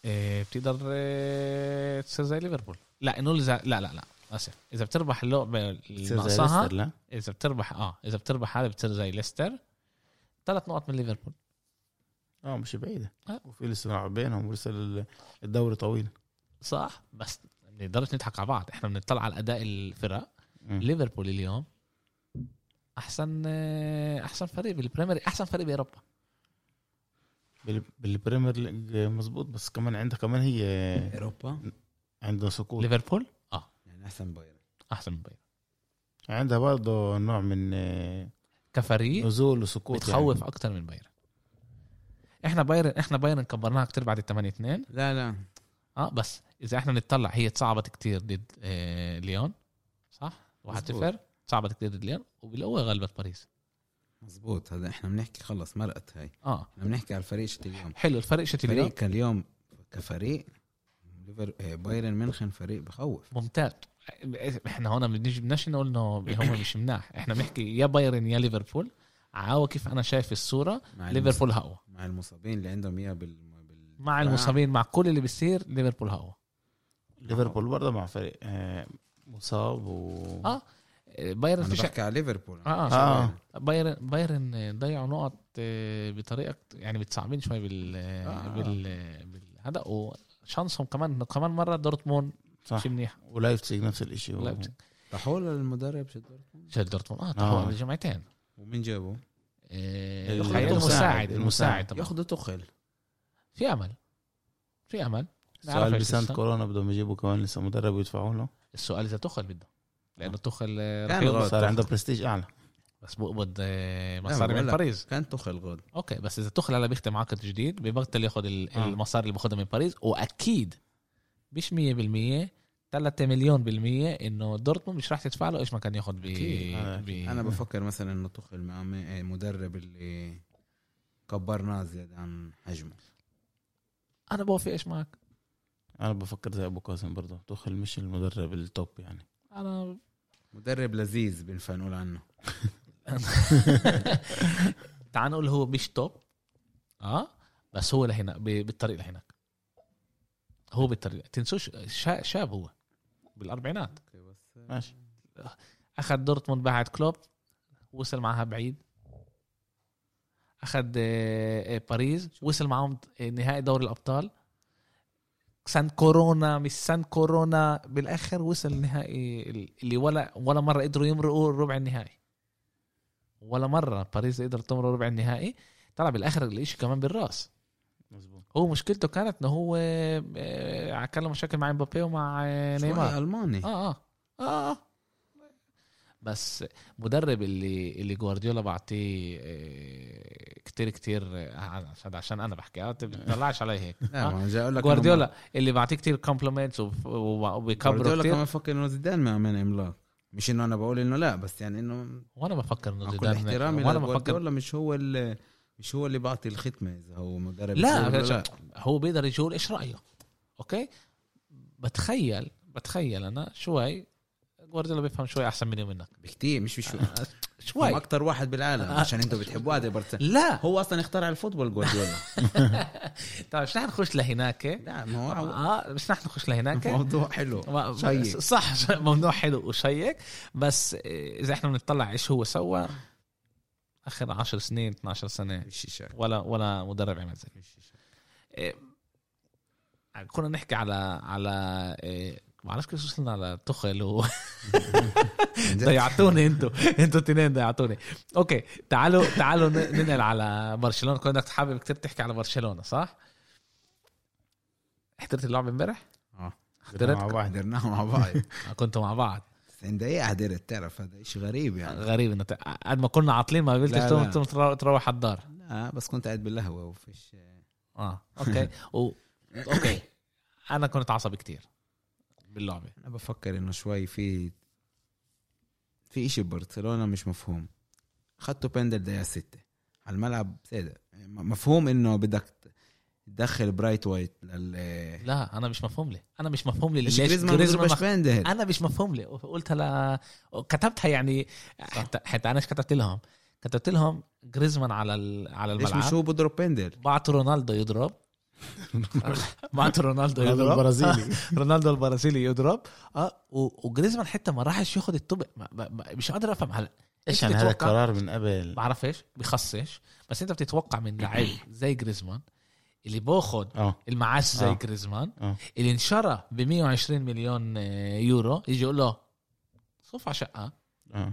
A: إيه، بتقدر إيه، تصير زي ليفربول لا انه اذا لا لا لا اسف اذا بتربح اللعبه اللي
B: بتصير زي
A: ناقصاها
B: ليستر، لا
A: اذا بتربح اه اذا بتربح هذا بتصير زي ليستر ثلاث نقط من ليفربول
B: اه مش بعيده
A: آه.
B: وفي لسه لعب بينهم ولسه ال- الدوري طويل
A: صح بس بنقدرش نضحك على بعض احنا بنطلع على اداء الفرق
B: مم.
A: ليفربول اليوم احسن آه، احسن فريق بالبريمير احسن فريق باوروبا
B: بال- بالبريمير ليج مزبوط بس كمان عندها كمان هي
C: اوروبا
B: عندها سقوط
A: ليفربول اه
C: يعني احسن بايرن
A: احسن من بايرن
B: يعني عندها برضه نوع من آه،
A: كفريق
B: نزول يعني. وسقوط
A: إيه؟ بتخوف اكثر من بايرن احنا بايرن احنا بايرن كبرناها كتير بعد ال 8 2
C: لا لا
A: اه بس اذا احنا نتطلع هي تصعبت كتير ضد آه ليون صح؟ 1
B: مظبوط.
A: 0 تصعبت كتير ضد ليون وبالقوه غلبت باريس
C: مزبوط هذا احنا بنحكي خلص مرقت هاي
A: اه
C: احنا بنحكي على الفريق شت اليوم
A: حلو الفريق شت اليوم
C: فريق كان اليوم كفريق ليفر آه، بايرن ميونخن فريق بخوف
A: ممتاز احنا هون بنيجي بدناش نقول انه هم مش مناح احنا بنحكي يا بايرن يا ليفربول عاوا كيف انا شايف الصوره
C: مع
A: ليفربول هقوى
C: المص- مع المصابين اللي عندهم اياه بال... بال...
A: مع المصابين مع كل اللي بيصير ليفربول هقوى
B: ليفربول برضه مع فريق آه، مصاب و
A: آه. بايرن
C: انا
A: في شك
C: بحكي على ليفربول
A: آه.
B: آه.
A: بايرن بايرن ضيعوا نقط آه، بطريقه يعني متصعبين شوي بال
B: آه.
A: بال بالهذا وشانسهم كمان إنه كمان مره دورتموند
B: صح
A: شيء منيح
B: ولايبتسيج نفس الشيء و...
A: لايبزيج.
C: طحول المدرب شت دورتموند
A: شال دورتموند اه
B: آه.
A: طبعا جمعتين
C: ومين جابه؟
A: آه،
B: ال-
A: المساعد
B: المساعد.
A: المساعد المساعد طبعا
C: ياخذوا تخل
A: في امل في امل نعرف
B: سؤال
A: إيش
B: بسنة
A: السنة.
B: كورونا بدهم يجيبوا كمان لسه مدرب ويدفعوا له
A: السؤال اذا تخل بده لانه تخل آه،
C: كان
A: رح يقبض.
C: غلط.
B: صار
C: طبعاً.
B: عنده برستيج اعلى
A: بس بقبض آه،
C: ما
A: مصاري
C: بقول
A: من
C: لك.
A: باريس
C: كان تخل غاد
A: اوكي بس اذا تخل هلا بيختم عقد جديد ببطل ياخذ ال-
B: آه.
A: المصاري اللي باخذها من باريس واكيد مش 100% 3 مليون بالمية انه دورتموند مش راح تدفع له ايش ما كان ياخذ ب
B: أكيد. آه،
A: ب-
C: انا بفكر مثلا انه تخل مع م- آه، مدرب اللي كبرناه زيادة عن حجمه
A: انا بوافقش معك
B: انا بفكر زي ابو قاسم برضه تخل مش المدرب التوب يعني *laughs*
A: انا
C: مدرب لذيذ بنفع نقول عنه
A: تعال نقول هو مش توب اه بس هو لهنا ب- بالطريق لهناك هو بالطريق تنسوش شا- شاب هو بالاربعينات
C: اوكي بس
B: ماشي
A: اخذ دورتموند بعد كلوب وصل معها بعيد اخذ آه، آه، باريس وصل معهم آه، نهائي دوري الابطال سان كورونا مش سان كورونا بالاخر وصل نهائي اللي ولا ولا مره قدروا يمرقوا ربع النهائي ولا مره باريس قدرت تمرق ربع النهائي طلع بالاخر الاشي كمان بالراس
B: مزبوط
A: هو مشكلته كانت انه هو آه، آه، كان له مشاكل مع مبابي ومع آه، نيمار
C: شوي الماني
A: اه اه اه آه. بس مدرب اللي اللي جوارديولا بعطيه آه، كتير كتير آه، عشان عشان انا بحكي آه، انت بتطلعش علي هيك آه.
C: لا ما أنا جاي اقول لك إنه
A: جوارديولا اللي بعطيه كتير كومبلمنتس وبيكبره
C: جوارديولا
A: كتير
C: كمان فكر انه زيدان ما عمل عملاق مش انه انا بقول انه لا بس يعني انه
A: وانا بفكر انه
C: مع كل
A: زيدان-
C: احترامي
A: وانا بفكر
C: لجوارديولا مش هو اللي مش هو اللي بعطي الختمه اذا هو مدرب
A: لا,
C: ولا
A: لا هو بيقدر يقول ايش رايه اوكي بتخيل بتخيل انا شوي جوارديولا بيفهم شوي احسن مني ومنك
C: بكتير مش بشو
A: شوي
C: هم اكتر واحد بالعالم عشان انتم بتحبوه هذا برشلونه
A: لا
C: هو اصلا اخترع الفوتبول جوارديولا
A: طيب مش رح نخش لهناك
C: لا ما هو
A: اه مش رح نخش لهناك
C: *laughs* موضوع حلو
A: ما-
C: شيق.
A: صح ش- موضوع حلو وشيق بس اذا احنا بنطلع ايش هو سوى اخر 10 سنين 12 سنه
C: مش شك
A: ولا ولا مدرب عمل زي إيه، كنا نحكي على على إيه، ما بعرفش كيف وصلنا على تخل
C: *laughs*
A: و- ضيعتوني انتوا انتوا تنين ضيعتوني اوكي تعالوا تعالوا ن- ننقل على برشلونه كنت حابب كثير تحكي على برشلونه صح؟ حضرت اللعبه امبارح؟
C: آه.
A: حضرت
B: مع بعض
C: حضرناه مع بعض
A: كنتوا مع بعض
C: 90 دقيقة حضرت تعرف هذا شيء غريب يعني
A: غريب انه ت- قد ما كنا عاطلين ما قبلتش
C: لا،
A: تقوم-
C: لا.
A: تقوم ترو- تروح على الدار
C: لا بس كنت قاعد بالقهوة وفيش
B: آه.
A: *laughs* اه اوكي و... اوكي انا كنت عصبي كتير باللعبه
C: انا بفكر انه شوي في في اشي ببرشلونه مش مفهوم خدتوا بندل دقيقه ستة على الملعب سادة م- مفهوم انه بدك تدخل برايت وايت لل
A: لا انا مش مفهوم لي انا مش مفهوم لي
C: ليش
A: ليش
C: جريزمان
A: جريزمان
C: بيضربش
A: مخ-
C: بندل
A: انا مش مفهوم لي قلت لا كتبتها يعني حتى حتى انا إيش كتبت لهم كتبت لهم جريزمان على ال- على
C: ليش مش
A: الملعب
C: هو بضرب بندل
A: بعت رونالدو
B: *laughs*
A: يضرب بعت رونالدو
B: طيب
D: هذا
A: يضرب
B: *laughs*
D: البرازيلي
A: *laughs* رونالدو البرازيلي يضرب اه و- وجريزمان حتى ما راحش ياخد الطبق ما- ما- ما- مش قادر افهم هلا
B: ايش يعني هذا
A: بتتوقع؟
B: قرار من قبل
A: بعرفش بخصش بس انت بتتوقع من
B: *coughs*
A: لعيب زي جريزمان اللي باخد
B: اه
A: المعاش زي
B: آه.
A: جريزمان
B: آه.
A: اللي انشرى ب 120 مليون آه، يورو يجي يقول له صف على شقه
B: اه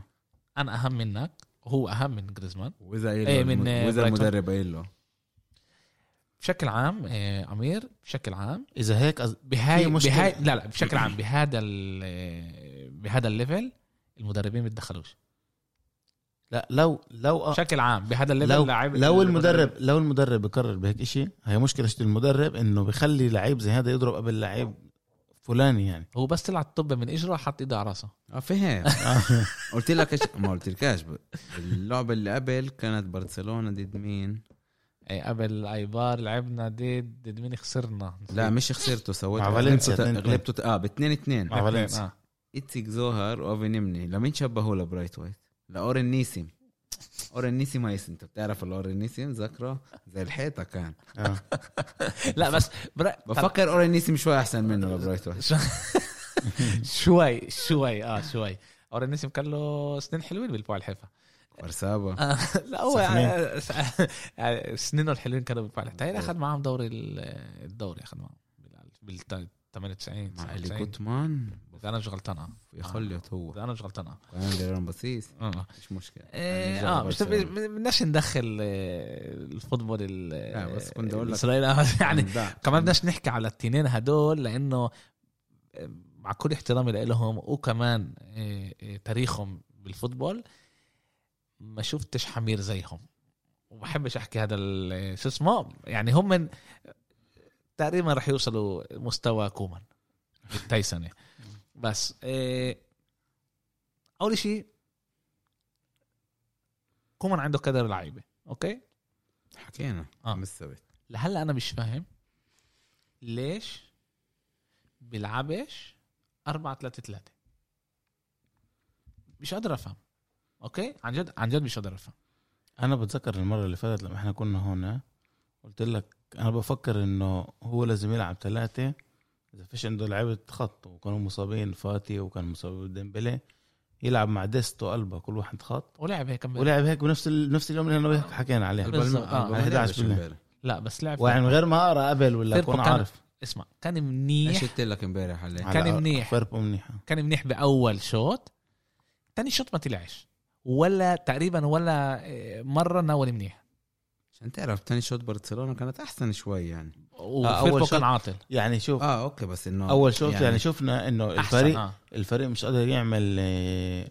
A: انا اهم منك وهو اهم من جريزمان
C: واذا قايل
A: إيه،
C: له
A: من-
C: الم- واذا
A: برايت
C: المدرب قايل له
A: بشكل عام آه، عمير بشكل عام
B: اذا هيك أز-
A: بهاي
B: في مشكلة.
A: بهاي لا لا بشكل
B: *coughs*
A: عام بهذا ال- آه، بهذا الليفل المدربين ما بيتدخلوش
B: لا لو لو آه
A: بشكل عام بهذا الليفل
B: لو
A: لاعب-
B: لو المدرب لو المدرب بقرر بهيك إشي هي مشكله المدرب انه بخلي لعيب زي هذا يضرب قبل لعيب فلاني يعني *laughs*
A: هو بس طلع الطب من اجره حط ايده على راسه
C: اه فهم
A: *laughs*
C: قلت لك إيش- ما قلتلكاش ب- اللعبه اللي قبل كانت برشلونه ضد مين
A: إيه، قبل ايبار لعبنا ضد ضد مين خسرنا
C: لا مش خسرته سويته
B: مع فالنسيا، اتنين اتنين.
C: غلبته اه ب 2 2
B: مع فالنسيا.
A: آه.
C: اتسك زوهر واوفي نمني لمين شبهوا لبرايت وايت؟ لاورن نيسم اورن نيسم هيس انت بتعرف الاورن نيسم ذكره زي الحيطه كان
B: آه.
A: لا بس برا...
C: *laughs* بفكر اورن نيسم شوي احسن منه
A: *laughs*
C: لبرايت وايت
A: شوي شوي اه شوي اورين نسم كان له سنين حلوين بالبوع الحيفا *laughs*
C: برسابا
A: آه، *laughs* لا هو
B: سخنين.
A: *laughs* آه، سنينه الحلوين كانوا بالبوع الحيفا تهيألي اخذ معاهم دوري ال- الدوري اخذ معاهم بال 98
C: مع الي
A: 99
C: كوتمان
A: اذا انا مش غلطان اه
C: يخلط هو
A: اذا انا مش غلطان اه
C: كمان ديران بسيس
A: آه.
C: مش يعني مشكله
A: إيه، اه مش بدناش ندخل آه، الفوتبول ال-
C: لا، بس كنت أقول لك-
A: الاسرائيلي آه، *laughs* يعني
C: يعني
A: كمان بدناش نحكي على التنين هدول لانه مع كل احترامي لهم وكمان إيه، إيه، تاريخهم بالفوتبول ما شفتش حمير زيهم وبحبش احكي هذا ال- شو اسمه يعني هم من تقريبا رح يوصلوا مستوى كومان التايسنة بس إيه، اول شيء كومان عنده كذا لعيبه اوكي
C: حكينا
A: آه.
C: بالسبت
A: لهلا انا مش فاهم ليش بيلعبش 4 3 3 مش قادر افهم اوكي عن جد عن جد مش قادر افهم
B: انا بتذكر المره اللي فاتت لما احنا كنا هنا قلت لك انا بفكر انه هو لازم يلعب ثلاثه اذا فيش عنده لعيبه خط وكانوا مصابين فاتي وكان مصاب ديمبلي يلعب مع ديستو البا كل واحد خط
A: ولعب هيك كم
B: ولعب هيك بنفس ال... نفس اليوم اللي انا حكينا عليه
A: بالظبط. آه،
C: بالم-
B: 11 بالله.
C: امبارح
A: لا بس لعب
B: ويعني من غير ما اقرا قبل ولا
A: فيربو
B: اكون
A: كان-
B: عارف
A: اسمع كان
C: ايش
A: منيح
C: قلت لك امبارح عليه
A: كان
B: على-
A: منيح.
B: فيربو منيحه
A: كان منيح باول شوط تاني شوط ما طلعش ولا تقريبا ولا آه، مره ناول منيح
C: عشان تعرف تاني شوط برشلونه كانت احسن شوي يعني
B: آه، أول
A: وفيربو
B: شوط
A: كان عاطل
B: يعني شوف
C: اه اوكي بس انه
B: اول شوط يعني, يعني شفنا انه الفريق
A: احسن آه.
B: الفريق مش قادر يعمل آه،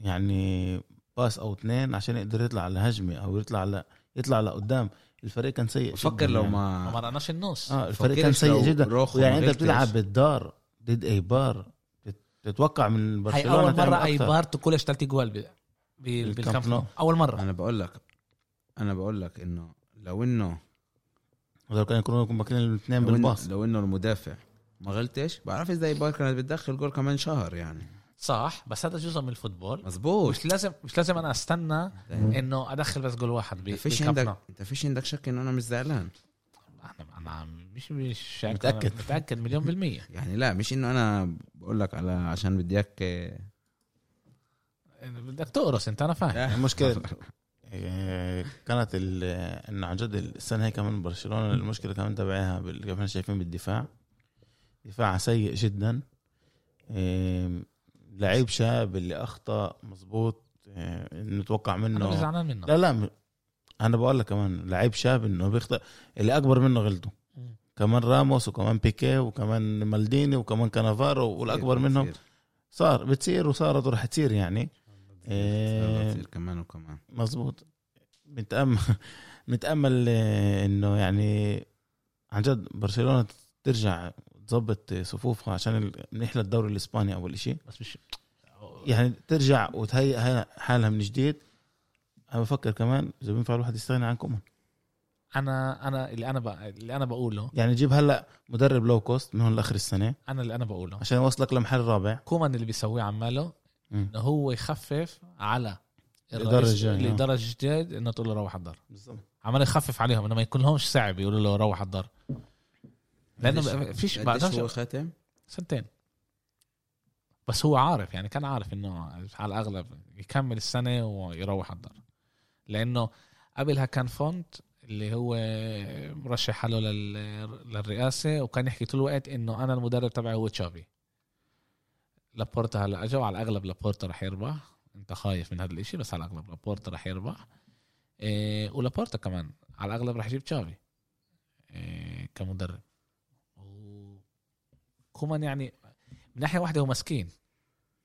B: يعني باس او اثنين عشان يقدر يطلع على هجمه او يطلع على يطلع لقدام الفريق كان سيء
C: بفكر
B: جداً
C: لو
B: يعني.
A: ما
C: ما
A: مرقناش النص
B: اه الفريق
C: فكرش
B: كان
C: لو
B: سيء جدا
C: روخو ما
B: يعني انت
C: غلطش.
B: بتلعب بالدار ضد ايبار بت- تتوقع من
A: هي
B: برشلونه
A: اول
B: تعمل
A: مره
B: أكتر.
A: ايبار تكولش ثلاث جوال ب- ب- بالكامب نو اول مره
C: انا بقول لك انا بقول لك انه لو انه
B: لو كان يكونوا يكونوا ماكلين الاثنين
C: لو إنه,
B: بالباص
C: لو انه المدافع ما غلطش بعرف ازاي باير كانت بتدخل جول كمان شهر يعني
A: صح بس هذا جزء من الفوتبول
C: مزبوط
A: مش لازم مش لازم انا استنى انه ادخل بس جول واحد ب-
C: انت فيش
A: بالكامب
C: عندك
A: نو.
C: انت فيش عندك شك انه انا مش زعلان
A: انا انا مش مش عارف،
B: متأكد.
A: أنا متاكد مليون بالميه
C: يعني لا مش انه انا بقول لك على عشان بدي اياك آه،
A: بدك تقرص انت انا فاهم
C: *laughs*
B: *laughs* المشكله آه، كانت ال- انه عن جد السنه هي كمان برشلونه المشكله كمان تبعها بال- كيف احنا شايفين بالدفاع دفاع سيء جدا آم، لعيب شاب اللي اخطا مزبوط آه، نتوقع
A: انا مش
B: منه
A: زعلان منه
B: لا لا م- انا بقول لك كمان لعيب شاب انه بيخطا اللي اكبر منه غلطه
A: مم.
B: كمان راموس وكمان بيكي وكمان مالديني وكمان كانافارو والاكبر منهم
C: بتصير-
B: صار بتصير وصارت ورح تصير يعني
A: إيه.
B: آه،
C: بتصير كمان وكمان
B: مزبوط متأمل *laughs* متأمل آه، انه يعني عن جد برشلونة ترجع تظبط صفوفها عشان ال- منيح للدوري الاسباني اول شيء
A: بس مش
B: يعني ترجع وتهيئ هي- حالها من جديد انا بفكر كمان اذا بينفع الواحد يستغني عن كومان
A: انا انا اللي انا بق... اللي انا بقوله
B: يعني جيب هلا مدرب لو كوست من هون لاخر السنه
A: انا اللي انا بقوله
B: عشان يوصلك لمحل رابع
A: كومان اللي بيسويه عماله
B: مم. يعني.
A: انه هو يخفف على
B: الإدارة
A: الرئيس-
B: الجاية.
A: الاداره الجديد انه تقول له روح على الدار
B: بالضبط
A: عمال يخفف عليهم انه ما يكون لهمش صعب يقولوا له روح على الدار لانه ما فيش
C: قديش
A: بعدهاش-
C: هو خاتم
A: سنتين بس هو عارف يعني كان عارف انه على الاغلب يكمل السنه ويروح على الدار لانه قبلها كان فونت اللي هو مرشح حاله لل- للرئاسه وكان يحكي طول الوقت انه انا المدرب تبعي هو تشافي لابورتا هلا اجى وعلى الاغلب لابورتا رح يربح انت خايف من هذا الاشي بس على الاغلب لابورتا رح يربح إيه ولابورتا كمان على الاغلب رح يجيب تشافي إيه كمدرب و- كومان يعني من ناحيه واحده هو مسكين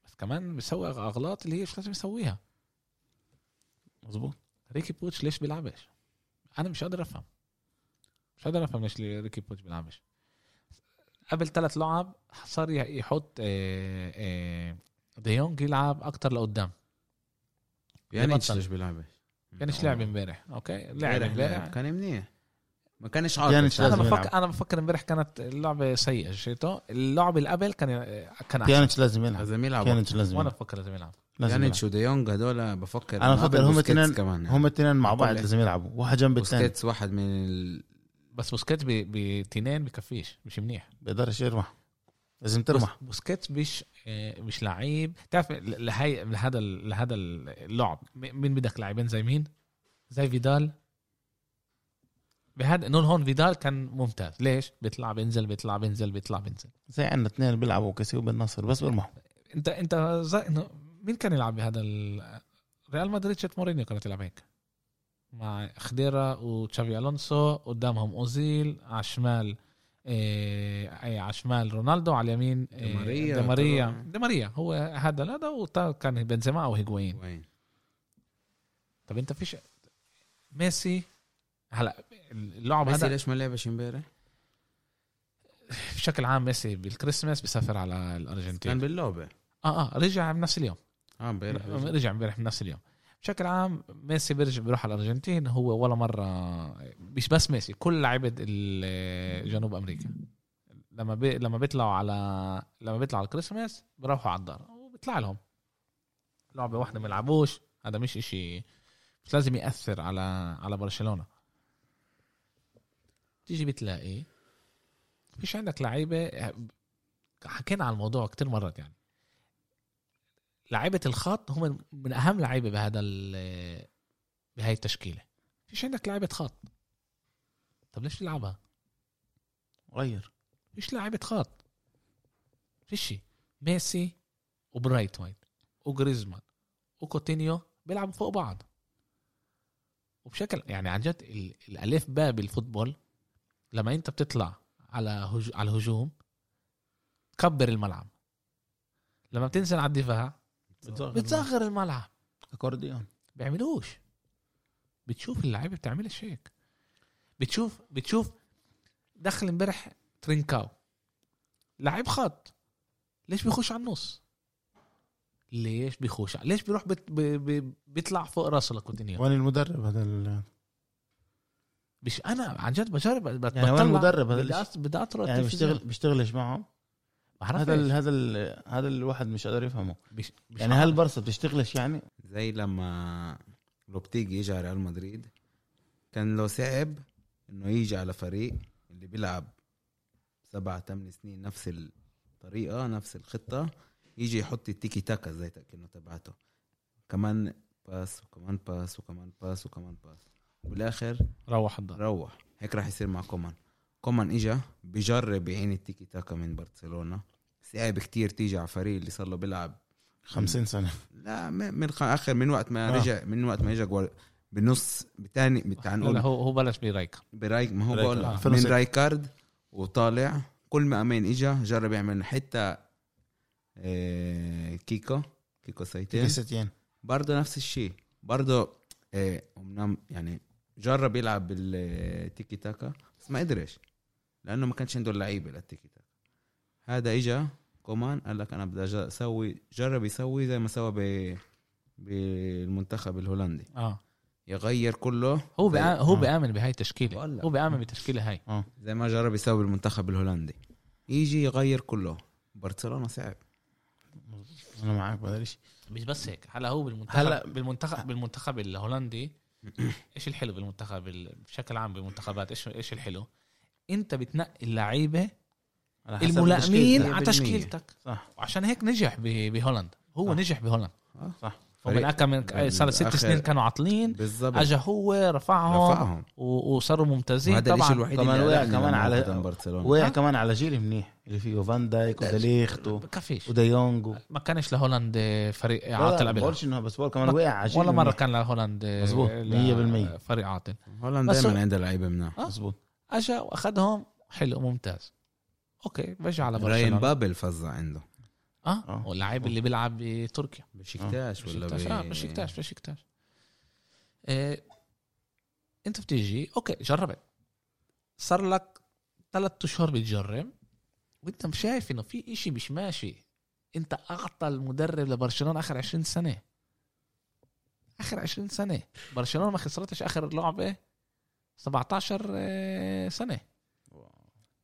A: بس كمان بيسوي اغلاط اللي هي مش لازم يسويها
B: مزبوط
A: ريكي بوتش ليش بيلعبش انا مش قادر افهم مش قادر افهم ليش ريكي بوتش بيلعبش قبل ثلاث لعب صار يحط آه، آه، ديونج يلعب اكتر لقدام
C: يعني
A: بطل.
C: ليش بيلعبش
A: كانش لعب امبارح اوكي لعب
C: امبارح
A: امبارح
C: لعب كان منيح ما كانش عارف
B: يعني
C: بس
B: لازم
A: انا
C: عارف.
A: بفكر
B: يلعب.
A: انا بفكر امبارح كانت اللعبه سيئه شيتو اللعبه اللي قبل كان كان احسن
B: كانت لازم يلعب
C: لازم يلعب
B: كانت لازم
A: وانا
B: يلعب
A: بفكر لازم يلعب
B: لازم
C: يعني
B: يلعب.
C: شو ديونج هدول بفكر
B: أنا
C: معاه
B: بفكر هم
C: بوسكيتس
B: اتنين-
C: كمان
B: هم الاثنين مع
C: كل-
B: بعض لازم يلعبوا واحد جنب الثاني
C: بوسكيتس واحد من ال...
A: بس بوسكيت بتنين بكفيش مش منيح
B: بيقدرش يربح لازم تربح
A: بوس- بوسكيتس مش آه، مش لعيب تعرف ل- لهي لهذا ال- لهذا اللعب م- مين بدك لاعبين زي مين؟ زي فيدال بهذا نون هون فيدال كان ممتاز ليش؟ بيطلع بينزل بيطلع بينزل بيطلع بينزل
B: زي عندنا اثنين بيلعبوا كسي وبن نصر بس بيربحوا
A: انت انت زي إنه مين كان يلعب بهذا ال... ريال مدريد شت مورينيو كانت تلعب هيك مع خديرا وتشافي الونسو قدامهم اوزيل على الشمال إيه إيه، على الشمال رونالدو على اليمين إيه،
C: دماريا.
A: دي ماريا دي ماريا هو هذا لا ده وتا- كان بنزيما او هيجوين
C: وين
A: طب انت فيش ميسي هلا اللعب
C: ميسي
A: هذا
C: ليش ما لعبش امبارح؟
A: بشكل عام ميسي بالكريسماس بسافر على
C: كان
A: الارجنتين
C: باللعبه
A: اه اه رجع بنفس اليوم
C: اه امبارح
A: نعم، رجع امبارح من نفس اليوم بشكل عام ميسي بيرجع بيروح على الارجنتين هو ولا مره مش بس ميسي كل لعيبه ال- جنوب امريكا لما بي... لما بيطلعوا على لما بيطلعوا على الكريسماس بيروحوا على الدار وبيطلع لهم لعبه واحده ما يلعبوش هذا مش اشي مش لازم ياثر على على برشلونه تيجي بتلاقي فيش عندك لعيبه حكينا على الموضوع كتير مرات يعني لعيبه الخط هم من اهم لعيبه بهذا ال- بهاي التشكيله فيش عندك لعيبه خط طب ليش تلعبها
B: غير
A: فيش لعيبه خط فيش شي. ميسي وبرايت وايت وجريزمان وكوتينيو بيلعبوا فوق بعض وبشكل يعني عن جد ال- الالف باء بالفوتبول لما انت بتطلع على هج... على الهجوم كبر الملعب لما بتنزل على الدفاع بتصغر الملعب
B: اكورديون
A: بيعملوش بتشوف اللعيبه بتعملش هيك بتشوف بتشوف دخل امبارح ترينكاو لعيب خط ليش بيخش على النص ليش بيخش على- ليش بيروح بت... ب... ب... بيطلع فوق راسه لكوتينيو
B: وين يعني المدرب هذا ال-
A: مش انا عن جد بجرب بت...
B: يعني وين المدرب
A: بدي
B: هذا الاشي؟
A: أس- بدي اطرد
B: يعني
A: التلفزيون.
B: بيشتغل بيشتغلش معه
A: بعرفش.
B: هذا ال هذا ال هذا الواحد مش قادر يفهمه
A: مش... مش
B: يعني
A: عارف.
B: هل برسا بتشتغلش يعني
C: زي لما لوبتيجي يجي على ريال مدريد كان لو صعب انه يجي على فريق اللي بيلعب سبعة ثمان سنين نفس الطريقة نفس الخطة يجي يحط التيكي تاكا زي كأنه تبعته كمان باس وكمان باس وكمان باس وكمان باس وبالاخر
A: روح الدار
C: روح هيك راح يصير مع كومان كومان اجا بجرب يعين التيكي تاكا من برشلونة صعب كتير تيجي على فريق اللي صار له بيلعب
B: 50 سنه
C: لا م- من خ- اخر من وقت ما
B: آه.
C: رجع من وقت ما اجى جوار بنص بتاني
A: لا
C: بتاع
B: يعني
A: لا،
C: نقول
A: هو هو بلش برايكا
C: برايك ما هو
B: رايكارد.
C: بقول
A: آه.
C: لك، من
B: 2006.
C: رايكارد وطالع كل ما امين اجى جرب يعمل حتى آه، كيكو كيكو سايتين
B: ستين
C: برضه نفس الشيء برضه آه، امنام يعني جرب يلعب بالتيكي تاكا بس ما قدرش لانه ما كانش عنده اللعيبه للتيكي تاكا هذا اجى كومان قال لك انا بدي أج- اسوي جرب يسوي زي ما سوى ب بالمنتخب الهولندي
A: اه
C: يغير كله
A: هو
C: زي-
A: بقى هو
B: آه.
A: بيآمن بهاي التشكيله
C: بقول لك.
A: هو بيآمن بالتشكيله هاي
C: زي ما جرب يسوي بالمنتخب الهولندي يجي يغير كله برشلونه صعب
B: انا معك بهذا الشيء
A: مش بس هيك هلا هو بالمنتخب هلا
B: هلا-
A: بالمنتخب بالمنتخب الهولندي ايش الحلو بالمنتخب ال- بشكل عام بالمنتخبات ايش ايش الحلو انت بتنقي اللعيبه
B: على حسب
A: الملائمين
B: تشكيلتك.
A: على
C: 100%.
A: تشكيلتك
B: صح
A: وعشان هيك نجح ب- بهولندا هو
B: صح. آه.
A: نجح بهولندا
B: صح
A: ومن أكم من
C: بال-
A: صار ست
C: آخر-
A: سنين كانوا عاطلين
C: بالظبط
A: اجى هو رفعهم
C: رفعهم
A: و- وصاروا ممتازين
C: وهذا الشيء
A: طبعا
C: الوحيد
B: كمان
C: اللي
B: وقع
C: قلقني
B: كمان
C: لما
B: على-
C: قدام برشلونه
B: وقع
A: ها؟
B: كمان على جيل منيح اللي فيه فان دايك وديليخت و-
A: كفيش
B: وديونج و-
A: ما كانش لهولند فريق
B: لا،
A: عاطل
B: لا،
A: قبلها
B: بقولش انه بس بقول كمان وقع على جيل
A: ولا مره
B: منيح.
A: كان لهولند
B: مظبوط، مية بالمية.
A: فريق عاطل
C: هولندا
A: بس
C: دائما
A: هو-
C: عندها لعيبه منها
A: آه.
B: مظبوط
A: اجى واخذهم حلو ممتاز اوكي رجع على
C: راين
A: برشلونه
C: بابل فزع عنده
A: اه
B: آه.
A: واللاعب اللي بيلعب بتركيا
C: بشكتاش ولا
A: بشكتاش اه بشكتاش بشكتاش إيه. انت بتيجي اوكي جربت صار لك ثلاث اشهر بتجرب وانت مش شايف انه في اشي مش ماشي انت اعطى المدرب لبرشلونه اخر 20 سنه اخر 20 سنه برشلونه ما خسرتش اخر لعبه 17 آه، سنه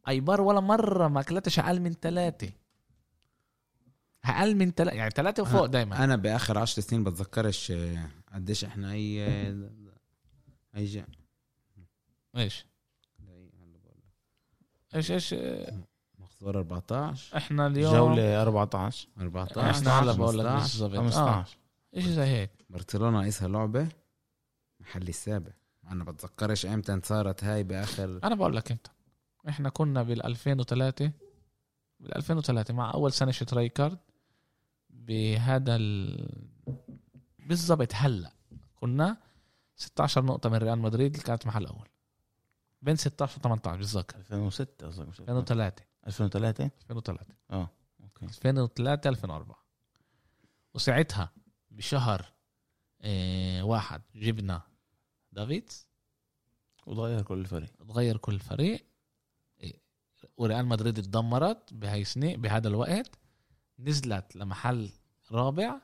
A: ايبار ولا مره ما اكلتش اقل من ثلاثه اقل من ثلاثه يعني ثلاثه وفوق دائما
C: انا باخر عشر سنين بتذكرش آه، قديش احنا اي اي جا
A: ايش ايش ايش آه،
C: مخزور 14
A: احنا اليوم
B: جولة 14
C: 14
A: احنا هلا بقول لك
C: 15.
A: بالظبط آه.
B: 15
A: ايش زي هيك
C: برشلونه ناقصها لعبه محل السابع انا بتذكرش امتى صارت هاي باخر
A: انا بقول لك امتى احنا كنا بال 2003 بال 2003 مع اول سنه شت رايكارد بهذا ال... بالضبط هلا كنا 16 نقطه من ريال مدريد اللي كانت محل اول بين 16 و 18 بتذكر
B: 2006 اصلا مش
A: 2003
B: 2003
A: 2003
B: اه اوكي
A: 2003 2004 وساعتها بشهر آه واحد جبنا دافيدز
B: وتغير كل الفريق
A: تغير كل الفريق إيه، وريال مدريد اتدمرت بهاي السنة بهذا الوقت نزلت لمحل رابع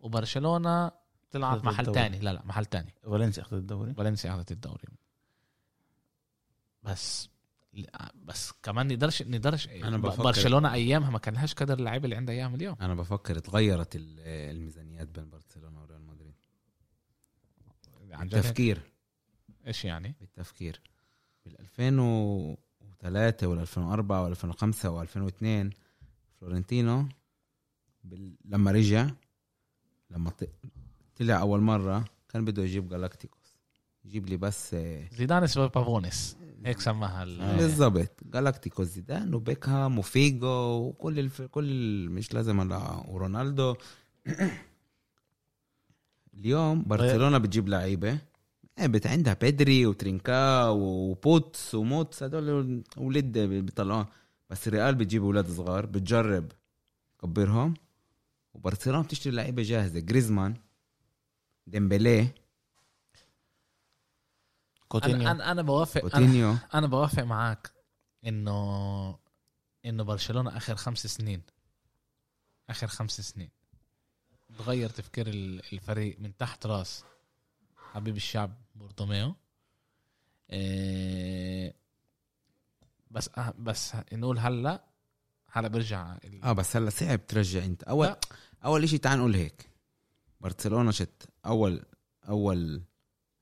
A: وبرشلونة طلعت
B: أخذت
A: محل
B: الدوري.
A: تاني لا لا محل تاني
B: فالنسيا اخذت الدوري
A: فالنسيا اخذت الدوري بس بس كمان نقدرش نقدرش
C: أنا
A: ب-
C: بفكر-
A: برشلونة ايامها ما كان لهاش قدر اللعيبة اللي عندها اياهم اليوم
C: انا بفكر تغيرت ال- الميزانيات بين برشلونه وريال مدريد
A: عن جد
C: التفكير
A: ايش يعني؟
C: بالتفكير بال 2003 وال 2004 وال 2005 وال 2002 فلورنتينو بال... لما رجع لما ط... طلع اول مره كان بده يجيب جالاكتيكوس يجيب لي بس آه،
A: زيدان اسمه بافونس هيك سماها ال-
C: بالظبط جالاكتيكوس زيدان وبيكهام وفيجو وكل الف... كل ال- مش لازم هلا ورونالدو *clears throat* اليوم برشلونه بتجيب لعيبه إيه، بت عندها بيدري وترينكا وبوتس وموتس هدول اولاد بيطلعوهم بس ريال بتجيب اولاد صغار بتجرب تكبرهم وبرشلونه بتشتري لعيبه جاهزه جريزمان ديمبلي
A: انا
B: كوتينيو
A: انا انا بوافق انا
C: اوتينيو
A: انا بوافق معاك انه انه برشلونه اخر خمس سنين اخر خمس سنين تغير تفكير ال- الفريق من تحت راس حبيب الشعب بورتوميو إيه بس أه- بس نقول هلا هلا برجع ال-
C: اه بس هلا صعب ترجع انت اول
A: لا.
C: لا. اول شيء تعال نقول هيك برشلونه شت اول اول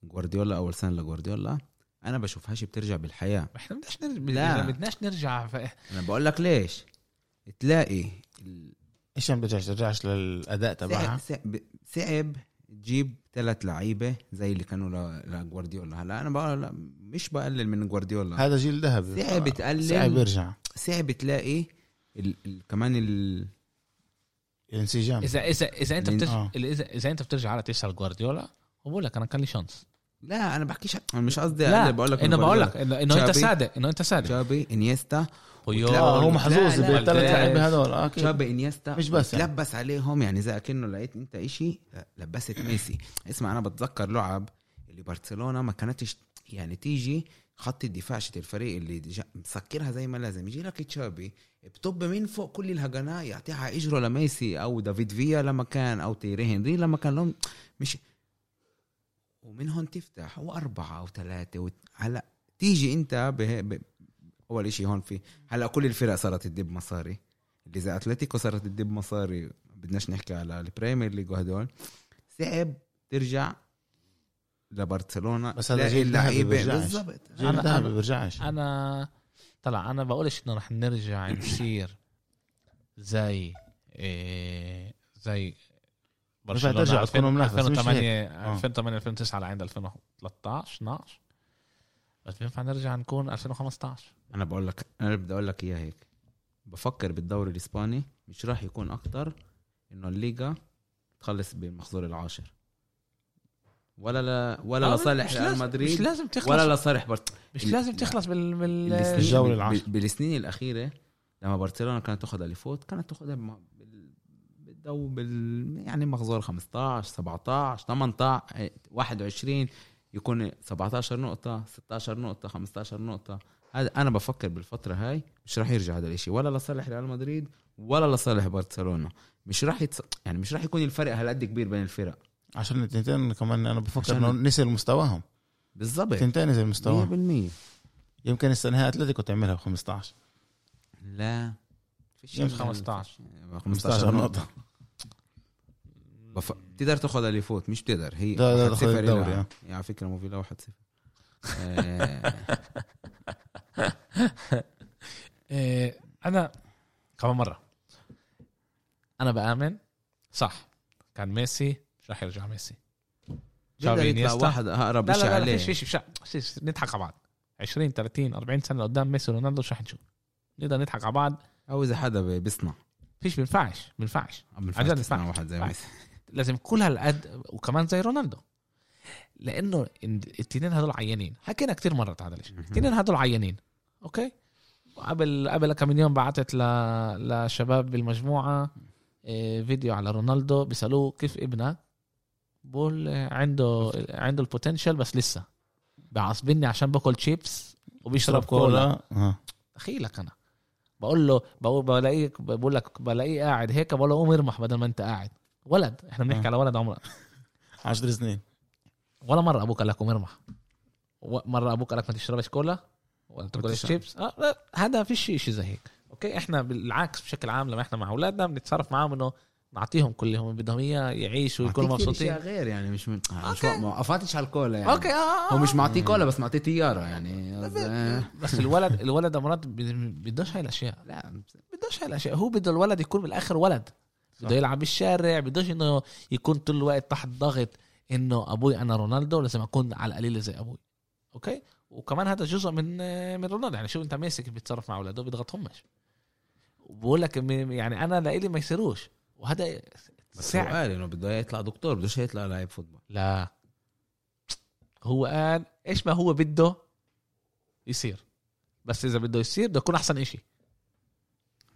C: جوارديولا اول سنه لجوارديولا انا بشوفهاش بترجع بالحياه
A: احنا بدناش نرجع
C: لا.
A: بدناش نرجع ف...
C: انا بقول لك ليش تلاقي ال-
B: ايش ما بترجعش ترجعش للاداء
C: صعب,
B: تبعها
C: صعب, صعب تجيب ثلاث لعيبه زي اللي كانوا ل- لجوارديولا هلا انا بقول لا، مش بقلل من جوارديولا
B: هذا جيل ذهبي
C: صعب تقلل
B: صعب يرجع
C: صعب تلاقي ال... ال... كمان ال...
B: الانسجام
A: اذا اذا اذا انت
C: من-
A: بترجع
B: آه.
A: اذا اذا انت بترجع على تسال جوارديولا هو بقول لك انا كان لي شانس
C: لا انا بحكيش انا مش قصدي
A: لا
C: أقلل، بقول لك
A: انه
C: من
A: بقول
C: جوارديولا.
A: لك انه إنه انت
C: تشابي.
A: صادق انه انت صادق
C: تشابي انيستا
A: بويول.
B: لا آه، هو
C: لا،
B: محظوظ
C: لا،
B: بالثلاث
A: لا.
B: لعيبه هذول آه، أكيد.
C: تشابي انيستا
B: مش بس يعني.
C: لبس عليهم يعني زي كأنه لقيت آه، انت اشي لبست ميسي اسمع انا بتذكر لعب اللي برشلونه ما كانتش يعني تيجي خط الدفاع شت الفريق اللي جا- مسكرها زي ما لازم يجي لك تشابي بطب من فوق كل الهجناء يعطيها اجره لميسي او دافيد فيا لما كان او تيري هنري لما كان لهم مش ومن هون تفتح واربعه او ثلاثه وت... هلا تيجي انت به... ب... اول إشي هون في هلا كل الفرق صارت تدب مصاري اللي زي اتلتيكو صارت تدب مصاري بدناش نحكي على البريمير ليج وهدول صعب ترجع لبرشلونه
B: بس هذا
C: تلاقي
B: جيل ذهبي بيرجعش.
C: بالضبط
B: جيل
A: أنا-
B: ذهبي
A: أنا-
B: بيرجعش
A: انا طلع انا بقولش انه رح نرجع نصير زي إيه زي برشلونه
B: ترجع
A: 2000
B: تكونوا منافس، مش
A: 2008
B: آه.
A: 2008 2009 لعند 2013 12 بس بينفع نرجع نكون 2015
C: انا بقول لك انا بدي اقول لك اياها هيك بفكر بالدوري الاسباني مش راح يكون اكتر انه الليغا تخلص بالمحظور العاشر ولا لا ولا
A: آه،
C: لصالح
A: مش
C: ريال
A: لازم- مش
C: مدريد
A: لازم تخلص
C: ولا لصالح برت...
A: مش
C: ال-
A: لازم تخلص بال
C: السنين-
A: بال
B: الجو- الجولة العاشرة.
C: بال- بالسنين الاخيره لما برشلونه كانت تاخذ اليفوت كانت تاخذها بم- بال- بالدو بال يعني مخزور 15 17 18 إيه، 21 يكون 17 نقطة 16 نقطة 15 نقطة هذا أنا بفكر بالفترة هاي مش راح يرجع هذا الإشي ولا لصالح ريال مدريد ولا لصالح برشلونة مش راح يتص... يعني مش راح يكون الفرق هالقد كبير بين الفرق
B: عشان التنتين كمان انا بفكر
C: عشان-
B: انه نزل مستواهم
C: بالضبط 100%
B: التنتين نزل مستواهم يمكن السنه هاي اتلتيكو تعملها ب 15
C: لا فيش
A: يوم 15.
B: 15 نقطة
C: بف... بتقدر تاخذ اللي يفوت مش بتقدر هي
B: ده- ده
C: 1-0
B: تاخد الدوري،
C: إلها.
B: آه.
C: يعني على فكره موفي
A: *laughs*
C: لو 1-0 آه،
A: إيه، انا كمان مره انا بامن صح كان ميسي مش راح يرجع ميسي
C: بقدر يطلع
A: إنيستا.
C: واحد اقرب
A: لا
C: شيء
A: لا لا
C: عليه
A: فيش فيش فيش- فيش نضحك على بعض 20 30 40 سنه قدام ميسي ورونالدو شو حنشوف نقدر نضحك على بعض
C: او اذا حدا ب- بيصنع
A: فيش بينفعش بينفعش
C: أما ما
A: عن جد
C: ينفعش تصنع
A: ينفع.
C: واحد زي
A: ينفع.
C: ميسي
A: لازم كل هالقد وكمان زي رونالدو لانه التنين هذول عيانين حكينا كتير مرات هذا الشيء
C: مهم.
A: التنين هذول عيانين اوكي قبل قبل كم من يوم بعتت ل... لشباب بالمجموعه إيه، فيديو على رونالدو بيسالوه كيف ابنك بقول إيه، عنده عنده البوتنشال بس لسه بعصبني عشان باكل شيبس وبيشرب كولا
B: آه.
A: دخيلك انا بقول له بقول بلاقيك بقول لك بلاقيه قاعد هيك بقول له قوم ارمح بدل ما انت قاعد ولد احنا بنحكي
B: آه.
A: على ولد عمره
B: 10 سنين
A: ولا مره ابوك قال لك قوم ارمح و- مره ابوك قال لك ما تشربش كولا ولا تاكلش
B: تشرب.
A: شيبس آه لا، هذا فيش شيء زي هيك اوكي احنا بالعكس بشكل عام لما احنا مع اولادنا بنتصرف معاهم انه نعطيهم كل اللي هم بدهم اياه يعيشوا
C: معطيك
A: يكونوا
C: كل
A: مبسوطين
C: إشي غير يعني مش من... آه، مش
A: أوكي.
C: ما قفاتش على الكولا يعني
A: اوكي اه
C: هو مش معطيه
B: مم.
C: كولا بس معطيه طياره يعني آه،
A: *laughs* بس الولد الولد مرات بدوش هاي الاشياء
C: لا
A: بدوش هالاشياء هو بده الولد يكون بالاخر ولد بده يلعب بالشارع بدوش انه يكون طول الوقت تحت ضغط انه ابوي انا رونالدو لازم اكون على القليله زي ابوي اوكي وكمان هذا جزء من من رونالدو يعني شو انت ميسي كيف بيتصرف مع اولاده بيضغطهمش وبقول لك م- يعني انا لإلي ما يصيروش وهذا
C: بس هو
A: صعب
C: قال انه بده يطلع دكتور بدوش يطلع لاعب فوتبول
A: لا هو قال ايش ما هو بده يصير بس اذا بده يصير بده يكون احسن إشي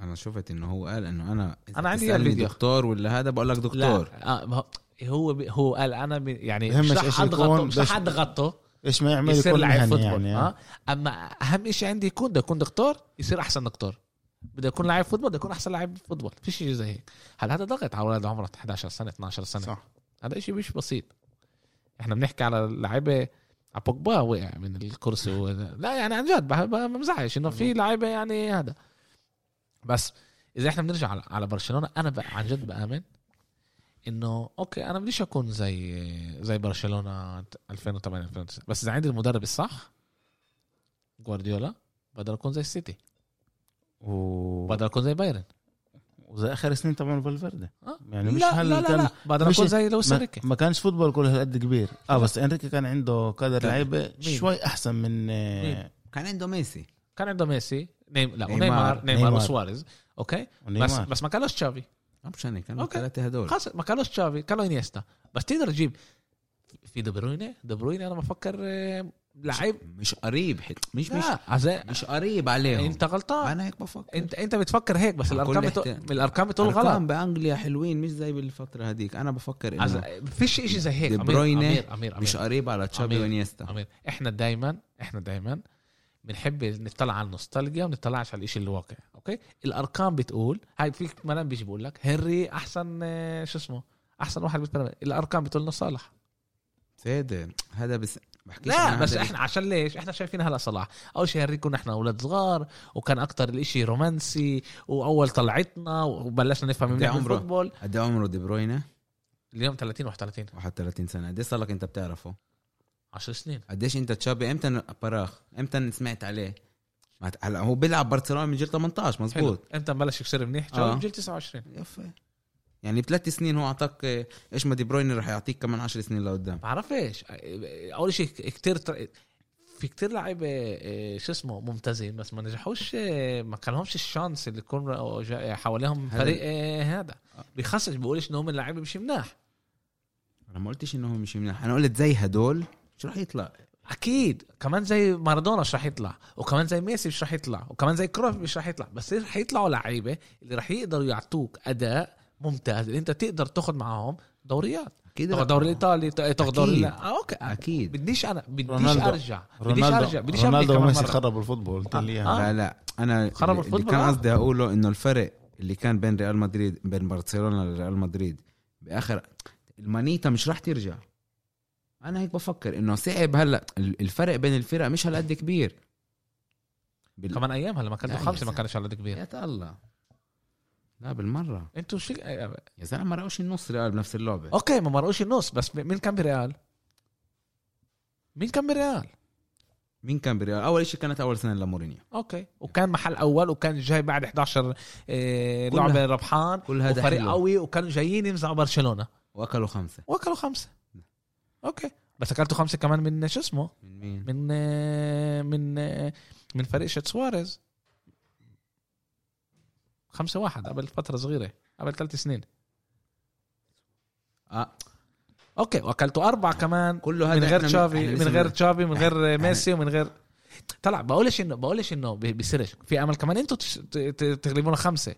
C: انا شفت انه هو قال انه انا إذا
A: أنا عندي
C: بتسألني
A: الفيديو.
C: دكتور ولا هذا بقول لك دكتور
A: لا آه ما هو- هو ب- هو قال انا ب- يعني
B: بهمش
A: مش
B: إيش
A: رح
B: يكون،
A: اضغطه مش
B: بس-
A: رح اضغطه
B: ايش ما يعمل
A: يصير
B: يكون
A: لاعب
B: مهني
A: فوتبول
B: يعني
A: اه اما اهم شيء عندي يكون بده يكون دكتور يصير احسن دكتور بده يكون لاعب فوتبول بده يكون احسن لاعب فوتبول في شيء زي هيك هل هذا ضغط على اولاد عمره 11 سنه 12 سنه
B: صح
A: هذا شيء مش بسيط احنا بنحكي على لعيبه بوجبا وقع من الكرسي و... لا يعني عن جد بح- ب- بمزعش انه في لعيبه يعني هذا بس اذا احنا بنرجع على- على برشلونه انا ب... عن جد بامن انه اوكي انا بديش اكون زي زي برشلونه 2008 2009 بس اذا عندي المدرب الصح جوارديولا بقدر اكون زي السيتي
B: و...
A: بقدر اكون زي بايرن
B: وزي اخر سنين طبعا فالفيردي
A: آه.
B: يعني مش
A: لا,
B: هل
A: لا لا
B: كان-
A: لا بقدر
B: مش-
A: اكون زي لويس
B: ما,
A: انريكي
B: ما كانش فوتبول كل هالقد كبير اه بس انريكي كان عنده كادر
A: طيب.
C: كان-
B: لعيبه شوي احسن من آه،
C: كان عنده ميسي
A: كان عنده ميسي نيم... لا
C: نيمار-
A: نيمار نيمار
B: نيمار.
A: وسواريز اوكي بس
B: ونيمار.
A: بس ما كانوش تشافي
C: اوبشن كانوا
A: أوكي.
C: الثلاثه هدول
A: خلاص ما كانوش تشافي كانوا انيستا بس تقدر تجيب في دي بروينه دي بروينه انا بفكر آه، لعيب
C: مش قريب حت مش مش
A: لا عزي...
C: مش قريب عليهم
A: انت غلطان
C: انا هيك بفكر
A: انت انت بتفكر هيك بس
C: كل
A: الارقام بتقول
C: احتياط.
A: الارقام بتقول غلط
C: أرقام بانجليا حلوين مش زي بالفتره هذيك انا بفكر
A: عز...
C: انه
A: فيش اشي زي هيك
C: دي
A: أمير-
C: بروينة
A: أمير- أمير-
C: مش
A: أمير.
C: قريب على تشابي
A: أمير.
C: وانيستا
A: عمير احنا دايما احنا دايما بنحب نطلع على النوستالجيا وما نطلعش على الشيء الواقع اوكي الارقام بتقول هاي في ملان بيجي بيقول لك هنري احسن آه، شو اسمه احسن واحد بالتنمية. الارقام بتقول انه صالح يعني؟
C: سيد هذا بس بحكيش
A: لا
C: أنا
A: بس
C: هذا
A: احنا عشان ليش احنا شايفين هلا صلاح اول شيء هنري كنا احنا اولاد صغار وكان اكتر الاشي رومانسي واول طلعتنا وبلشنا نفهم
C: قد
A: منيح
C: إيه عمره؟
A: الفوتبول
C: قد إيه عمره دي بروينه
A: اليوم 30 31
C: 31 سنه قد إيه صار لك انت بتعرفه
A: 10 سنين
C: قديش انت تشابي امتى ن- براخ امتى سمعت عليه ما ت- هلا هو بيلعب برشلونه من جيل 18
A: حلو
C: مزبوط
A: امتى بلش يكسر منيح
C: آه.
A: جاب جيل 29
C: يفا يعني بثلاث سنين هو اعطاك آه، ايش ما دي بروين رح يعطيك كمان 10 سنين لقدام
A: بعرفش اول شيء كتير تر... في كتير لعيبه آه، شو اسمه ممتازين بس ما نجحوش آه، ما كان لهمش الشانس اللي يكون آه، جا- حواليهم
C: هذا-
A: فريق آه، هذا
C: آه.
A: بيخسس بقولش ان هم اللعيبه مش مناح
C: انا ما قلتش انه هو مش منيح انا قلت زي هدول شو رح يطلع
A: اكيد كمان زي مارادونا مش رح يطلع وكمان زي ميسي مش رح يطلع وكمان زي كروف مش رح يطلع بس رح يطلعوا لعيبه اللي رح يقدروا يعطوك اداء ممتاز اللي انت تقدر تاخد معاهم دوريات
C: اكيد
A: تاخد
C: رح-
A: دوري الايطالي تاخد دوري
C: أكيد.
A: لا آه، اوكي
C: اكيد
A: بديش انا بديش
B: رونالدو-
A: ارجع بديش ارجع
B: رونالدو
A: بديش ارجع
B: رونالدو
A: كمان
B: وميسي
A: مرة.
B: خربوا الفوتبول قلت لي
A: آه.
C: لا
B: إياها.
C: لا انا
A: خرب
C: اللي-
A: الفوتبول،
C: اللي كان
A: آه.
C: قصدي اقوله انه الفرق اللي كان بين ريال مدريد بين برشلونه لريال مدريد باخر المانيتا مش راح ترجع انا هيك بفكر انه صعب هلا ال- الفرق بين الفرق مش هالقد كبير بال...
A: كمان ايام هلا ما كانت
C: لا، يا
A: خمسه ما
C: سلام.
A: كانش على قد كبير
C: يا الله لا بالمره
A: انتوا شو
C: يا زلمه ما راقوش النص ريال بنفس اللعبه
A: اوكي ما مرقوش النص بس مين كان بريال؟ مين كان بريال؟
C: مين كان بريال اول شيء كانت اول سنه لمورينيو
A: اوكي وكان محل اول وكان جاي بعد 11 إيه
C: كلها-
A: لعبه ربحان
C: كل هذا
A: وفريق
C: حلو.
A: قوي وكانوا جايين يمزعوا برشلونه
C: واكلوا خمسه
A: واكلوا خمسه اوكي بس اكلتوا خمسه كمان من شو اسمه؟
C: من مين
A: من آه، من آه، من فريق شت سواريز خمسة واحد قبل فترة صغيرة قبل ثلاث سنين
C: اه
A: اوكي واكلتوا أربعة كمان
C: كله هذا
A: من غير
C: إحنا-
A: تشافي
C: إحنا
A: من
C: لسه
A: غير تشافي من غير
C: إحنا-
A: ميسي ومن غير طلع بقولش انه بقولش انه بي- بيصيرش في امل كمان انتوا تش- ت- ت- تغلبونا خمسة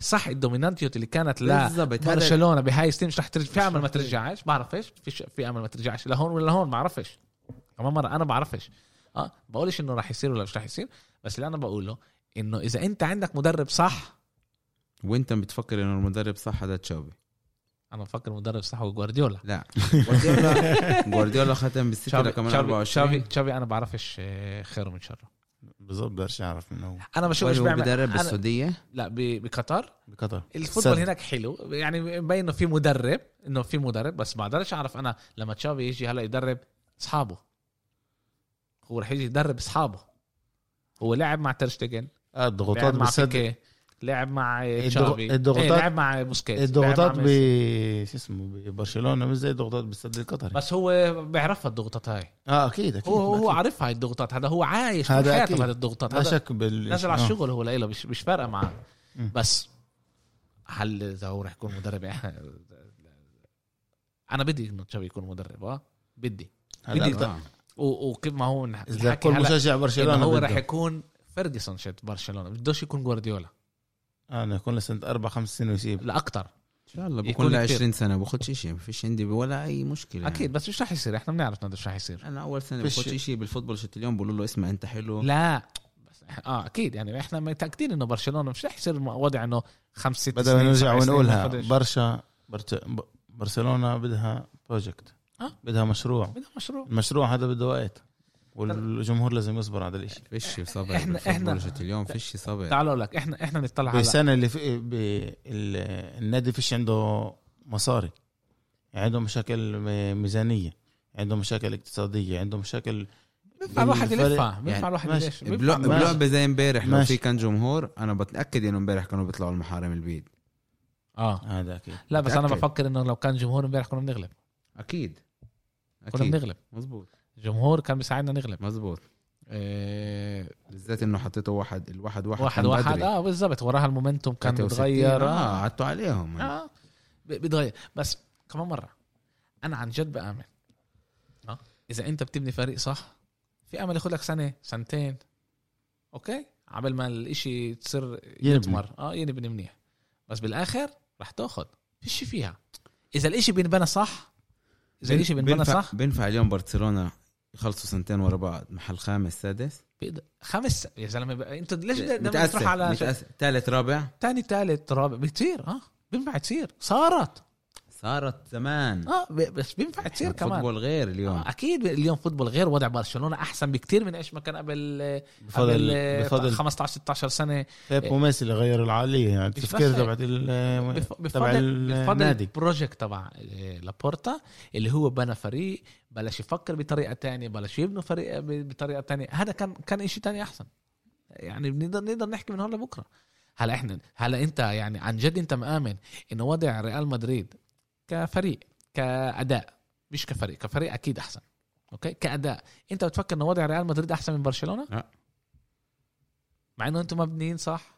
A: صح الدومينانتيوت اللي كانت لا
C: بالظبط هذا
A: برشلونه بهاي السنين مش رح ترجع في
C: مش
A: امل
C: رح
A: ما
C: ترجع.
A: ترجعش بعرفش فيش في امل ما ترجعش لهون ولا لهون بعرفش كمان مره انا بعرفش اه بقولش انه رح يصير ولا مش رح يصير بس اللي انا بقوله انه اذا انت عندك مدرب صح
C: وانت بتفكر انه المدرب صح هذا تشافي
A: انا بفكر مدرب صح هو جوارديولا
C: لا
A: *laughs*
C: جوارديولا جوارديولا ختم بالسيتي
A: تشافي
C: لكمان 24
A: تشافي تشافي انا بعرفش آه، خيره من شره
B: بالظبط بدرش اعرف من هو
A: انا بشوف ايش
C: هو
A: بيعمل
C: بيدرب
A: أنا...
C: بالسعوديه
A: لا ب... بقطر
B: بقطر
A: الفوتبول
B: سد.
A: هناك حلو يعني مبين انه في مدرب انه في مدرب بس ما اقدرش اعرف انا لما تشافي يجي هلا يدرب اصحابه هو رح يجي يدرب اصحابه هو لعب مع ترشتجن
B: آه،
A: لعب
B: الضغوطات
A: مع
B: بتصدق
A: بيكي لعب مع
B: الضغ-
A: تشافي
B: الضغوطات-
A: إيه، لعب مع بوسكيتس
B: الضغوطات
A: لعب مع
B: ب
A: ميسي.
B: شو اسمه ببرشلونه مش زي الضغوطات بالسد القطري
A: بس هو بيعرفها الضغوطات هاي
B: اه اكيد اكيد
A: هو هو, هو
B: أكيد.
A: عارفها هاي الضغوطات هذا هو عايش
B: هذا
A: هذا حياته
B: أكيد.
A: بهذه الضغوطات
B: لا
A: هذا
B: شك بال
A: نزل على
B: آه.
A: الشغل هو لإله مش مش فارقه معاه
B: مم.
A: بس هل اذا هو رح يكون مدرب انا بدي انه تشابي يكون مدرب اه بدي
B: هلا
A: بدي-
B: أنت-
C: آه.
A: و- وكيف ما هو نح-
B: اذا
A: نحكي
B: كل
A: هلا
B: مشجع
A: إنه
B: برشلونه
A: هو
B: بده.
A: رح يكون فيرجسون شت برشلونه بدوش يكون جوارديولا
B: انا آه، يكون لسنه اربع خمس سنين ويسيب
A: لا اكثر
C: ان شاء الله
A: يكون
C: بكون لها
A: كتير.
C: 20 سنه باخدش شيء ما فيش عندي ولا يعني. اي مشكله
A: اكيد بس مش رح يصير احنا بنعرف انه مش رح يصير
C: يعني. انا اول سنه
B: فيش-
C: باخدش شيء بالفوتبول شت اليوم بقولوا له اسمع انت حلو
A: لا بس إح- اه اكيد يعني احنا متاكدين انه برشلونه مش رح يصير وضع انه خمس ست
B: بدنا
A: سنين،
B: نرجع
A: سبع سنين
B: ونقولها
A: ما خدش.
B: برشا برت... ب- برشلونه بدها بروجكت
A: آه.
B: بدها مشروع
A: بدنا مشروع
B: المشروع هذا بده وقت والجمهور لازم يصبر على الاشي
C: فيش صبر
A: إحنا-
C: بالفوتبول
A: إحنا-
C: شت اليوم فيش صبر
A: تعالوا لك احنا احنا نطلع على
B: بالسنه اللي في ب... ال... النادي فيش عنده مصاري عنده مشاكل م- ميزانيه عنده مشاكل اقتصاديه عنده مشاكل
A: بينفع الواحد
B: بالفرق-
A: يلفها بينفع
C: يعني
A: الواحد
B: ماشي.
A: يلف
C: بلع-
B: ماشي.
C: بلعبه زي امبارح لو
B: ماشي.
C: في كان جمهور انا بتاكد انه امبارح كانوا بيطلعوا المحارم البيض آه.
A: اه
B: هذا اكيد
A: لا بس انا
C: متأكد.
A: بفكر انه لو كان جمهور امبارح كنا بنغلب
C: اكيد
A: كنا
C: اكيد
A: بنغلب
C: مزبوط
A: الجمهور كان بيساعدنا نغلب
C: مزبوط
A: إيه
C: آه، بالذات انه حطيته واحد الواحد واحد
A: واحد
C: كان
A: واحد
C: بدري.
A: اه بالضبط وراها المومنتوم كان
C: 63.
A: متغير
C: اه
A: اه,
C: قعدتوا عليهم
A: آه. ب- بيتغير بس كمان مره انا عن جد بامن آه. اذا انت بتبني فريق صح في امل ياخذ لك سنه سنتين اوكي عبال ما الاشي تصير
B: ينبني.
A: يثمر اه ينبني منيح بس بالاخر رح تاخذ فيش فيها اذا الاشي بينبنى صح اذا الاشي بينبنى
C: بينفع,
A: صح
C: بينفع اليوم برشلونه يخلصوا سنتين ورا بعض محل خامس سادس
A: بيقدر- خمس يا زلمه بقى- انت ليش دايما
C: متأسف،
A: تروح على شيء-
C: متأسف. تالت رابع
A: تاني تالت رابع بتصير اه بينفع تصير صارت
C: صارت زمان
A: اه ب- بس بينفع تصير كمان
C: فوتبول غير اليوم
A: آه اكيد اليوم فوتبول غير وضع برشلونه احسن بكتير من ايش ما كان قبل
B: بفضل
A: قبل
B: بفضل
A: 15 16 سنه
B: بيب وميسي اللي غير العالية يعني
A: بيفخر.
B: التفكير تبعت ال-
A: بف-
B: تبع
A: بفضل بفضل
B: النادي
A: البروجكت تبع آه، لابورتا اللي هو بنى فريق بلش يفكر بطريقه تانية بلش يبنوا فريق ب- بطريقه تانية هذا كان كان شيء تاني احسن يعني بنقدر نقدر نحكي من هون لبكره هلا احنا هلا انت يعني عن جد انت مآمن انه وضع ريال مدريد كفريق كاداء مش كفريق كفريق اكيد احسن اوكي كاداء انت بتفكر انه وضع ريال مدريد احسن من برشلونه
C: لا.
A: مع انه انتم مبنيين صح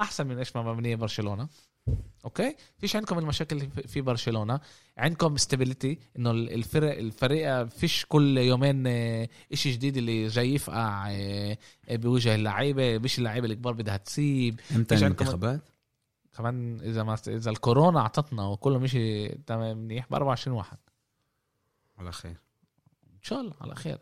A: احسن من ايش ما مبنيه برشلونه اوكي فيش عندكم المشاكل اللي في- في برشلونه عندكم استابيليتي انه ال- الفرق الفريق فيش كل يومين آه، اشي جديد اللي جاي يفقع آه، آه، بوجه اللعيبه مش اللعيبه الكبار بدها تسيب
C: امتى
A: إيش عندكم-
C: الانتخابات؟
A: كمان اذا ما اذا الكورونا اعطتنا وكله مشي تمام منيح ب 24 واحد
C: على خير
A: ان شاء الله على خير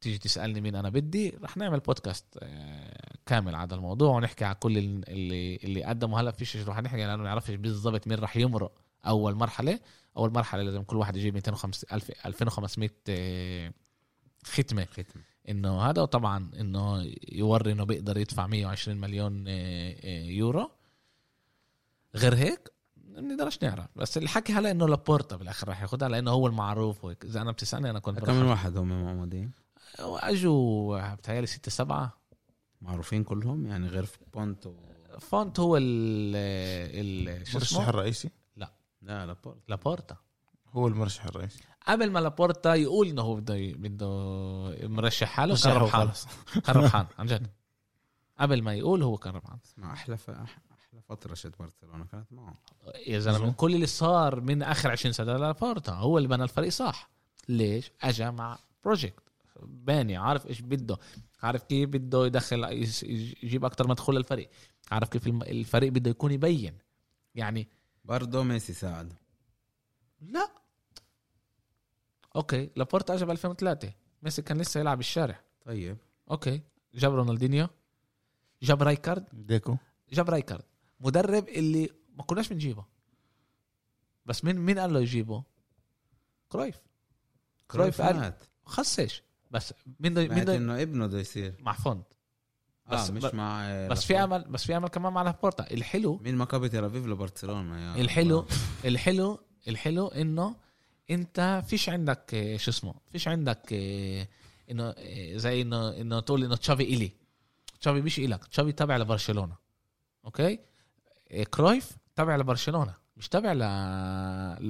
A: بتيجي تسالني مين انا بدي رح نعمل بودكاست آه، كامل على هذا الموضوع ونحكي على كل ال- اللي اللي قدموا هلا فيش رح نحكي لانه ما نعرفش بالضبط مين رح يمرق اول مرحله اول مرحله لازم كل واحد يجيب 250 ألف- 2500 آه، ختمه
C: ختم
A: انه هذا وطبعا انه يوري انه بيقدر يدفع 120 مليون آه، آه، يورو غير هيك ما بنقدرش نعرف بس الحكي هلا انه لابورتا بالاخر رح ياخذها لانه هو المعروف وهيك اذا انا بتسالني انا كنت
C: كم
A: برحب.
C: واحد هم معمودين؟
A: اجوا بتهيألي ستة سبعة
C: معروفين كلهم يعني غير بونت و...
A: فونت هو ال ال شو
B: المرشح
A: اسمه
B: الرئيسي
C: لا لابورت
A: لابورتا
B: هو المرشح الرئيسي
A: قبل ما لابورتا يقول انه هو بده بده مرشح حاله كان
B: مرشحه
A: ربحان
B: وخلص.
A: كان ربحان عن جد قبل ما يقول هو كان ربحان
C: اسمع احلى ف... أح- احلى فتره شت برشلونه كانت معه
A: يا زلمه من كل اللي صار من اخر 20 سنه لابورتا هو اللي بنى الفريق صح ليش؟ اجى مع بروجكت باني عارف ايش بده عارف كيف بده يدخل يس- يجيب اكتر مدخول للفريق عارف كيف الم- الفريق بده يكون يبين يعني
C: برضه ميسي ساعده
A: لا اوكي لابورتا اجى ب 2003 ميسي كان لسه يلعب بالشارع
C: طيب
A: اوكي جاب رونالدينيو جاب رايكارد
B: ديكو
A: جاب رايكارد مدرب اللي ما كناش بنجيبه بس مين مين قال له يجيبه؟ كرويف كرويف قال-
C: مات
A: خسش بس مين ده مين
C: مات
A: ده
C: انه ابنه بده يصير
A: مع فونت بس-
C: اه مش
A: ب-
C: مع آه،
A: بس في
C: لابورت.
A: امل بس في امل كمان مع لابورتا الحلو
C: مين مكابي تل ابيب لبرشلونه يا
A: الحلو
C: الله.
A: الحلو الحلو انه انت فيش عندك آه، شو اسمه فيش عندك آه، انه آه، زي انه انه تقول انه تشافي الي تشافي مش الك تشافي تابع لبرشلونه اوكي آه، كرويف تابع لبرشلونه مش تابع ل...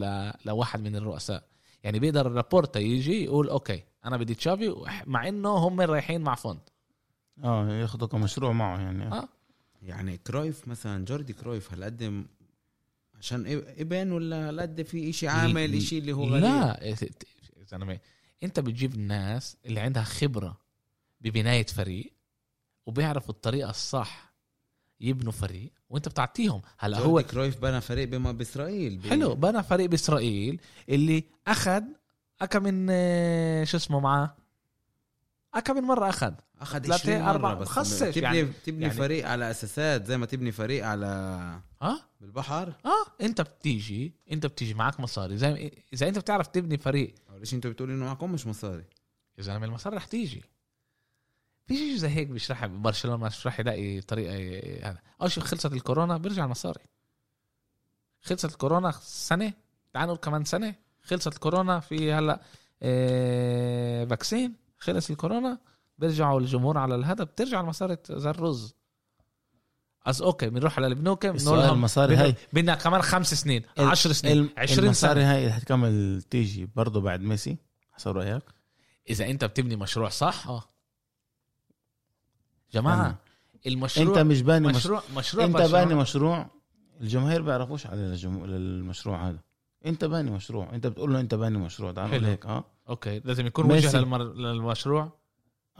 A: ل... لواحد من الرؤساء يعني بيقدر لابورتا يجي يقول اوكي انا بدي تشافي وح- مع انه هم رايحين مع فونت
B: اه ياخده كمشروع معه يعني
A: آه.
C: يعني كرويف مثلا جوردي كرويف هل قدم عشان إب- ابن ولا هل قد في اشي عامل اشي اللي هو غريب؟
A: لا إيه، يا زلمه انت بتجيب الناس اللي عندها خبره ببنايه فريق وبيعرفوا الطريقه الصح يبنوا فريق وانت بتعطيهم هلا
C: جوردي
A: هو
C: كرويف بنى فريق بما باسرائيل ب-
A: حلو بنى فريق باسرائيل اللي اخذ اكا من آه، شو اسمه معاه اكا من مره اخذ
C: اخذ
A: ثلاثة،
C: 20
A: أربعة،
C: مره بس
A: مخصص
C: تبني
A: يعني-
C: تبني
A: يعني-
C: فريق على اساسات زي ما تبني فريق على
A: ها
C: بالبحر
A: اه انت بتيجي انت بتيجي معك مصاري زي اذا انت بتعرف تبني فريق
C: اول شيء انتوا بتقولوا انه معكم مش مصاري
A: يا زلمه المصاري رح تيجي في شيء زي هيك مش رح برشلونه مش رح يلاقي طريقه ي- هذا اول شيء خلصت الكورونا بيرجع المصاري خلصت الكورونا سنه تعال نقول كمان سنه خلصت الكورونا في هلا آه فاكسين خلص الكورونا بيرجعوا الجمهور على الهدف بترجع المصاري ت- زي الرز از اوكي بنروح على البنوك بنقول
B: السؤال
A: لهم
B: المصاري
A: بدنا-
B: هاي
A: بدنا كمان خمس سنين
B: ال-
A: عشر سنين
B: الم-
A: عشرين
B: المصاري
A: سنه
B: هاي اللي حتكمل تيجي برضه بعد ميسي حسب رايك
A: اذا انت بتبني مشروع صح
B: آه.
A: اه جماعه المشروع
B: انت مش باني مشروع
A: مشروع مشروع
B: انت
A: برشلونة.
B: باني مشروع الجماهير بيعرفوش على الجم... المشروع هذا انت باني مشروع انت بتقول له انت باني مشروع تعال نقول
A: حلو.
B: هيك اه
A: اوكي لازم يكون
B: ميسي.
A: وجه للمر... للمشروع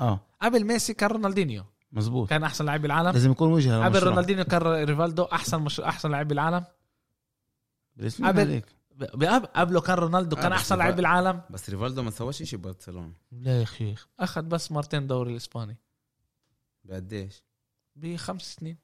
B: اه
A: قبل ميسي كان رونالدينيو
B: مزبوط
A: كان احسن لاعب بالعالم
B: لازم يكون وجهه
A: قبل
B: للمشروع.
A: رونالدينيو كان ريفالدو احسن مش... احسن لاعب بالعالم
B: بالاسم
A: قبل-
B: عليك
A: ب- بقب- قبله كان رونالدو
C: آه،
A: كان
C: بس
A: احسن
C: ريفال-
A: لاعب بالعالم
C: بس ريفالدو ما سواش شيء ببرشلونه
A: لا يا شيخ اخذ بس مرتين دوري الاسباني
C: بقديش؟
A: بخمس سنين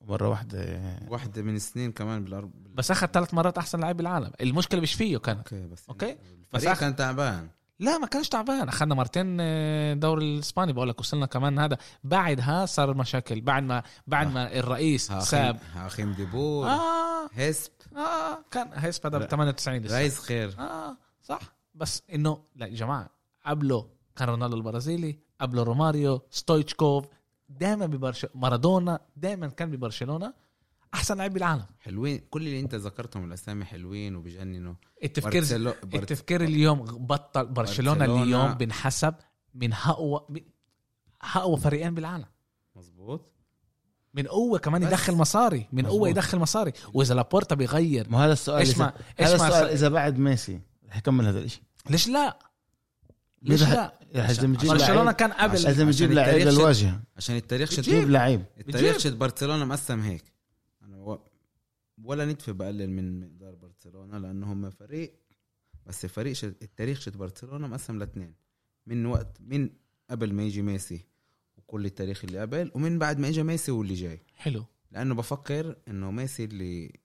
B: مره واحده
C: واحده من السنين كمان بالارب
A: بس اخذ ثلاث مرات احسن لاعب بالعالم المشكله مش فيه كانت
C: اوكي بس يعني
A: أوكي.
C: الفريق
A: أخ-
C: كان تعبان
A: لا ما كانش تعبان اخذنا مرتين آه، دوري الاسباني بقول لك وصلنا كمان هذا بعدها صار مشاكل بعد ما بعد ما
C: آه،
A: الرئيس ساب
C: هاخيم ديبور
A: اه
C: هسب
A: اه كان هيسبا ده ب
B: لا.
A: 98 لسه
C: رايز خير
A: اه صح بس انه لا يا جماعه قبله كان رونالدو البرازيلي قبله روماريو ستويتشكوف دائما ببرشلونه مارادونا دائما كان ببرشلونه احسن لاعب بالعالم
C: حلوين كل اللي انت ذكرتهم الاسامي حلوين وبيجننوا
A: التفكير
C: برتلو- برت-
A: التفكير اليوم بطل برشلونه
C: برشلونة.
A: اليوم بنحسب من اقوى من اقوى فريقين بالعالم
C: مظبوط
A: من قوه كمان
C: بس.
A: يدخل مصاري من قوه
B: مظبوط.
A: يدخل مصاري واذا لابورتا بيغير
B: ما هذا السؤال
A: ايش ما
B: إذا-
A: ايش
B: هذا
A: ما
B: السؤال اذا بعد ميسي رح يكمل هذا الشيء
A: ليش لا ليش
B: ليه
A: لا
B: رح لازم يجيب
A: برشلونه
B: لعيب
A: كان قبل
B: لازم
C: عشان
B: يجيب لعيب
C: التاريخ شد-
B: للواجهه
C: عشان التاريخ شد
B: يجيب لعيب
C: التاريخ
A: بتجيب.
C: شد برشلونه مقسم هيك انا و... ولا نتفه بقلل من مقدار برشلونه لانه هم فريق بس فريق شد... التاريخ شد برشلونه مقسم لاثنين من وقت من قبل ما يجي ميسي وكل التاريخ اللي قبل ومن بعد ما اجى ميسي واللي جاي
A: حلو
C: لانه بفكر انه ميسي اللي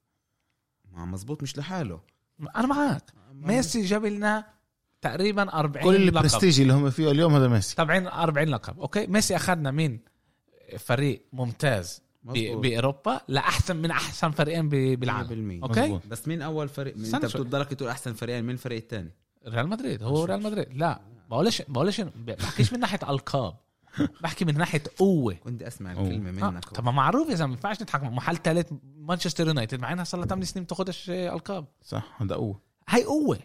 C: مع مزبوط مش لحاله
A: انا معك ميسي جاب لنا تقريبا 40
B: كل
A: لقب
B: البرستيج اللي هم فيه اليوم هذا ميسي
A: طبعا 40 لقب اوكي ميسي اخذنا من فريق ممتاز ب-
C: مظبوط.
A: باوروبا لاحسن من احسن فريقين ب- بالعالم
C: 100%.
A: اوكي
B: مظبوط.
C: بس مين اول فريق مين انت
A: استنى شوي.
C: بتضلك تقول احسن فريقين مين الفريق الثاني
A: ريال مدريد هو ريال مدريد لا بقولش بقولش بحكيش من ناحيه القاب بحكي من ناحيه قوه
C: كنت اسمع
B: أوه.
C: الكلمه
A: آه،
C: منك
A: طب ما معروف يا زلمه ما ينفعش نضحك محل ثالث مانشستر يونايتد مع انها صار لها 8 سنين ما بتاخدش آه، القاب
B: صح هذا قوه
A: هاي قوة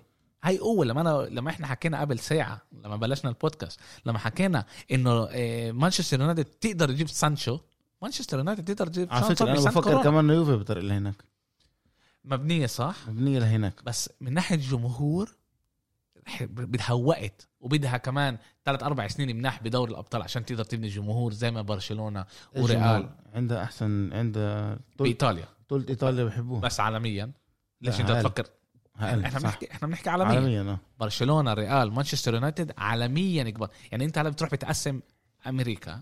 A: هاي قوة لما انا لما احنا حكينا قبل ساعة لما بلشنا البودكاست لما حكينا انه آه، مانشستر يونايتد تقدر تجيب سانشو مانشستر يونايتد تقدر تجيب
B: على
A: سانشو
B: فكره انا
A: بسنة
B: بفكر
A: كورونا.
B: كمان انه يوفي بطريق لهناك
A: مبنية صح
B: مبنيه لهناك
A: بس من ناحية الجمهور ح- بدها وقت وبدها كمان ثلاث اربع سنين مناح بدور الابطال عشان تقدر تبني جمهور زي ما برشلونة
B: طيب.
A: وريال
B: الجمهور عندها احسن عندها طول
A: بايطاليا
B: طول ايطاليا بحبوه
A: بس عالميا ليش
B: لا،
A: انت
B: عالم.
A: تفكر احنا
B: هقل صح
A: بنحكي احنا بنحكي عالميا
B: عالميا اه
A: برشلونه ريال مانشستر يونايتد عالميا كبار يعني انت هلا بتروح بتقسم امريكا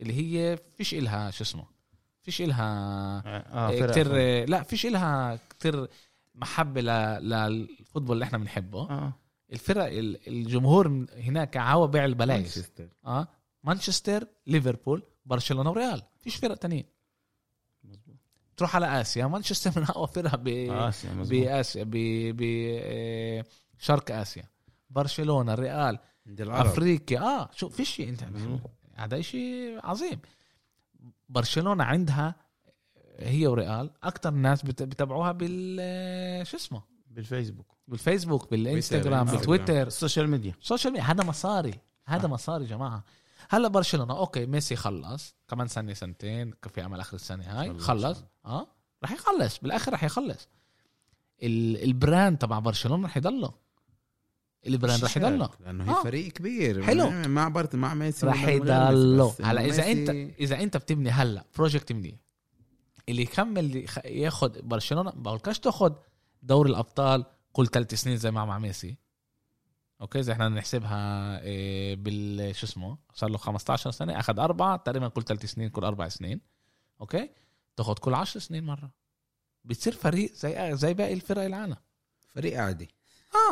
A: اللي هي فيش إلها شو اسمه فيش إلها
B: اه
A: آه
B: فرق.
A: كتير لا فيش إلها كتير محبه ل- للفوتبول اللي احنا بنحبه
B: اه
A: الفرق ال- الجمهور من- هناك عوا بيع البلاش
C: مانشستر.
A: اه مانشستر ليفربول برشلونه وريال فيش فرق تانيين
B: مظبوط.
A: تروح على اسيا مانشستر من اقوى فرق ب...
B: آه، آسيا مظبوط
A: باسيا ب... ب... آه، شرق اسيا برشلونه ريال
C: عند العرب
A: افريقيا اه شو في شيء انت
B: مظبوط.
A: هذا شيء عظيم برشلونه عندها آه، هي وريال اكثر ناس بت- بتابعوها بال آه، شو اسمه
B: بالفيسبوك
A: بالفيسبوك بالانستغرام
C: إنستغرام.
A: بالتويتر
B: السوشيال ميديا
A: سوشيال ميديا هذا مصاري هذا مصاري جماعه هلا برشلونه اوكي ميسي خلص كمان سنه سنتين في امل اخر السنه هاي
C: إن شاء الله.
A: خلص اه رح يخلص بالاخر رح يخلص ال- البراند تبع برشلونه رح يضله البراند رح يضله
C: لانه هي
A: آه.
C: آه. فريق كبير
A: حلو.
C: مع برت مع ميسي
A: رح
C: ولا من غير ميسي.
A: يضله
C: بس إنه
A: هلا اذا انت
C: ميسي-
A: اذا انت بتبني هلا بروجكت منيح اللي يكمل يخ- ياخد برشلونه بقولكش تاخد دوري الابطال كل ثلاث سنين زي ما مع ميسي اوكي اذا احنا نحسبها إيه، بال شو اسمه صار له 15 سنه اخذ اربعه تقريبا كل ثلاث سنين كل اربع سنين اوكي تاخد كل 10 سنين مره بتصير فريق زي زي باقي الفرق العالم
C: فريق عادي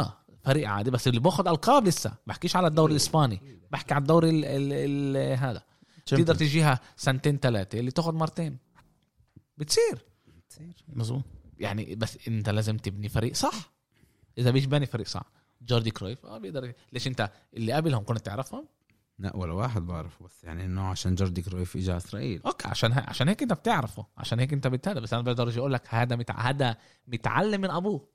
A: اه فريق عادي بس اللي باخد القاب لسه بحكيش على الدوري الاسباني بحكي على الدوري ال- ال- ال- هذا تقدر تجيها سنتين ثلاثه اللي تاخذ مرتين بتصير
B: مظبوط
A: يعني بس انت لازم تبني فريق صح اذا مش باني فريق صح جوردي كرويف اه بيقدر ليش انت اللي قبلهم كنت تعرفهم
C: لا ولا واحد بعرفه بس يعني انه عشان جوردي كرويف اجى على اسرائيل
A: اوكي عشان ه... عشان هيك انت بتعرفه عشان هيك انت بتهدى بس انا بقدر اجي اقول لك هذا متع... هذا متعلم من ابوه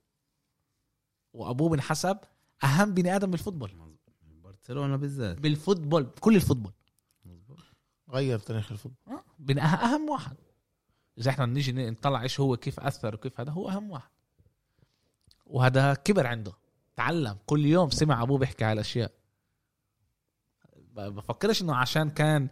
A: وابوه بنحسب اهم بني ادم بالفوتبول
C: برشلونه بالذات
A: بالفوتبول بكل الفوتبول
B: غير تاريخ الفوتبول
A: اه بن- أه- اهم واحد اذا احنا نيجي نطلع ايش هو كيف اثر وكيف هذا هو اهم واحد وهذا كبر عنده تعلم كل يوم سمع ابوه بيحكي على الاشياء بفكرش انه عشان كان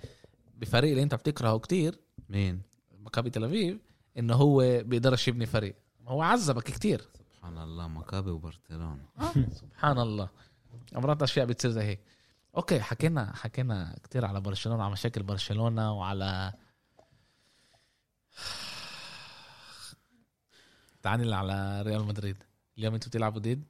A: بفريق اللي انت بتكرهه كتير
C: مين
A: مكابي تل ابيب انه هو بيقدرش يبني فريق هو عذبك كتير
C: سبحان الله مكابي وبرشلونه
A: آه، سبحان الله مرات اشياء بتصير زي هيك اوكي حكينا حكينا كتير على برشلونه على مشاكل برشلونه وعلى تعال نلعب على ريال مدريد اليوم انتوا بتلعبوا ضد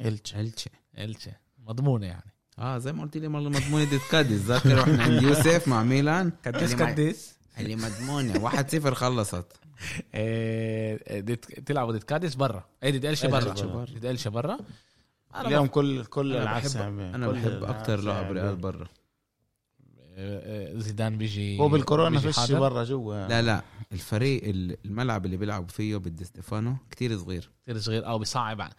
B: إلتش
C: تشيلسي
A: التشي مضمونه يعني
C: اه زي ما قلت لي مره مضمونه دي كاديز ذاكر واحنا
A: *laughs*
C: عند يوسف مع ميلان
A: قديش
C: اللي ما-
A: قديش
C: اللي مضمونه 1-0
A: *laughs*
C: خلصت
A: آه، ضد- تلعبوا ضد كاديس برا ايه ضد الشي برا
B: إيه، إلتش برا.
A: ضد الشي برا
B: اليوم كل كل
C: أنا
B: العاب
C: بحب-
B: صعبة
C: انا
B: كل
C: بحب
B: الألعاب
C: اكتر
B: صعبة.
A: يعني.
C: لعب ريال برا
A: آه، آه، زيدان بيجي
B: هو بالكورونا
A: بيجي
B: فيش
A: حاضر.
B: برا
A: آه.
B: جوا
C: لا لا الفريق ال- الملعب اللي بيلعب فيه بدي ستيفانو كتير صغير
A: كتير صغير او بيصعب ع-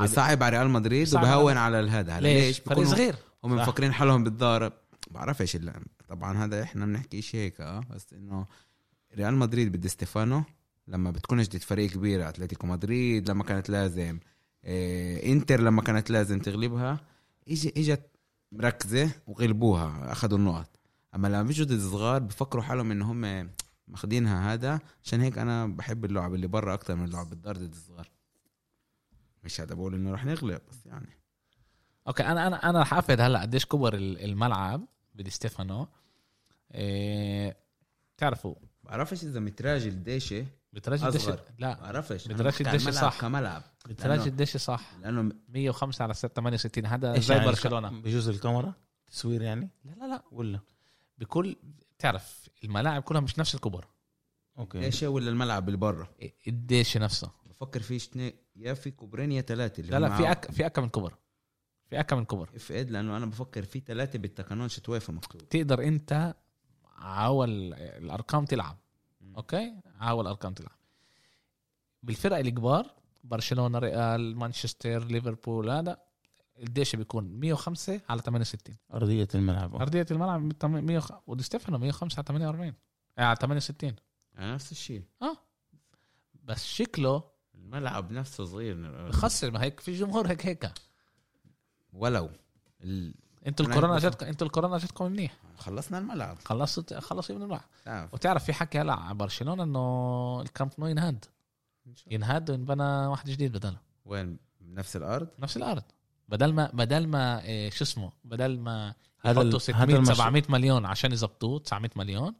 C: بيصعب على ريال مدريد
A: بيصعب
C: وبهون على الهذا هلا
A: ليش؟ فريق
C: بيكونوا
A: صغير
C: هم
B: صح.
C: مفكرين حالهم بالضارب بعرفش اللعب طبعا هذا احنا بنحكي شيء هيك اه بس انه ريال مدريد بدي ستيفانو لما بتكونش ضد فريق كبير اتلتيكو مدريد لما كانت لازم إيه انتر لما كانت لازم تغلبها اجى اجت مركزه وغلبوها اخذوا النقط اما لما بيجوا ضد صغار بفكروا حالهم ان هم ماخدينها هذا عشان هيك انا بحب اللعب اللي برا اكثر من اللعب بالدار ضد الصغار مش هذا بقول انه رح نغلب بس يعني
A: اوكي انا انا انا رح افقد هلا قديش كبر ال- الملعب بدي ستيفانو إيه تعرفوا
C: بعرفش اذا متراجل الدشة
A: بترجي الدشة
C: أصغر.
B: أيوة.
A: لا
C: بعرفش
A: بدراجة الدشة صح.
C: كملعب
A: بترجي
C: لأنه-
A: الدشة صح
C: لانه
A: 105 على 68 هذا
B: إيش
A: زي
B: يعني
A: برشلونه
B: بجوز الكاميرا تصوير يعني
A: لا لا لا
B: ولا
A: بكل تعرف الملاعب كلها مش نفس الكبر إيه،
B: اوكي
C: دشة ولا الملعب اللي برا
A: الدشة نفسه
C: بفكر في اثنين يا في كوبرين يا ثلاثه
A: لا لا في أك... في اكم من كبر في اكم من كبر
C: اف اد لانه انا بفكر في ثلاثه بالتقانون شتويفا مكتوب
A: تقدر انت عاول الارقام تلعب اوكي عاول الارقام تلعب بالفرق الكبار برشلونه ريال مانشستر ليفربول هذا الديش بيكون 105 على 68
B: ارضيه الملعب أه.
A: ارضيه الملعب 105 ودي ستيفانو 105 على 48 آه، على 68
C: يعني نفس الشيء
A: اه بس شكله
C: الملعب نفسه صغير
A: بخسر ما هيك في جمهور هيك هيك
C: ولو ال...
A: انتوا
C: أنا
A: الكورونا
C: عارف.
A: جاتكم انتوا الكورونا جاتكم منيح
C: خلصنا الملعب
A: خلصت خلصوا من الملعب
C: تعرف
A: وتعرف في حكي هلا على برشلونه انه الكامب نو ينهد
C: إن شاء الله.
A: ينهد وينبنى واحد جديد بدله
C: وين نفس الارض
A: نفس الارض بدل ما بدل ما إيه، شو اسمه بدل ما
B: هذا ال-
A: يحطوا
B: هذا
A: 600
B: المشروع.
A: 700 مليون عشان يظبطوه 900 مليون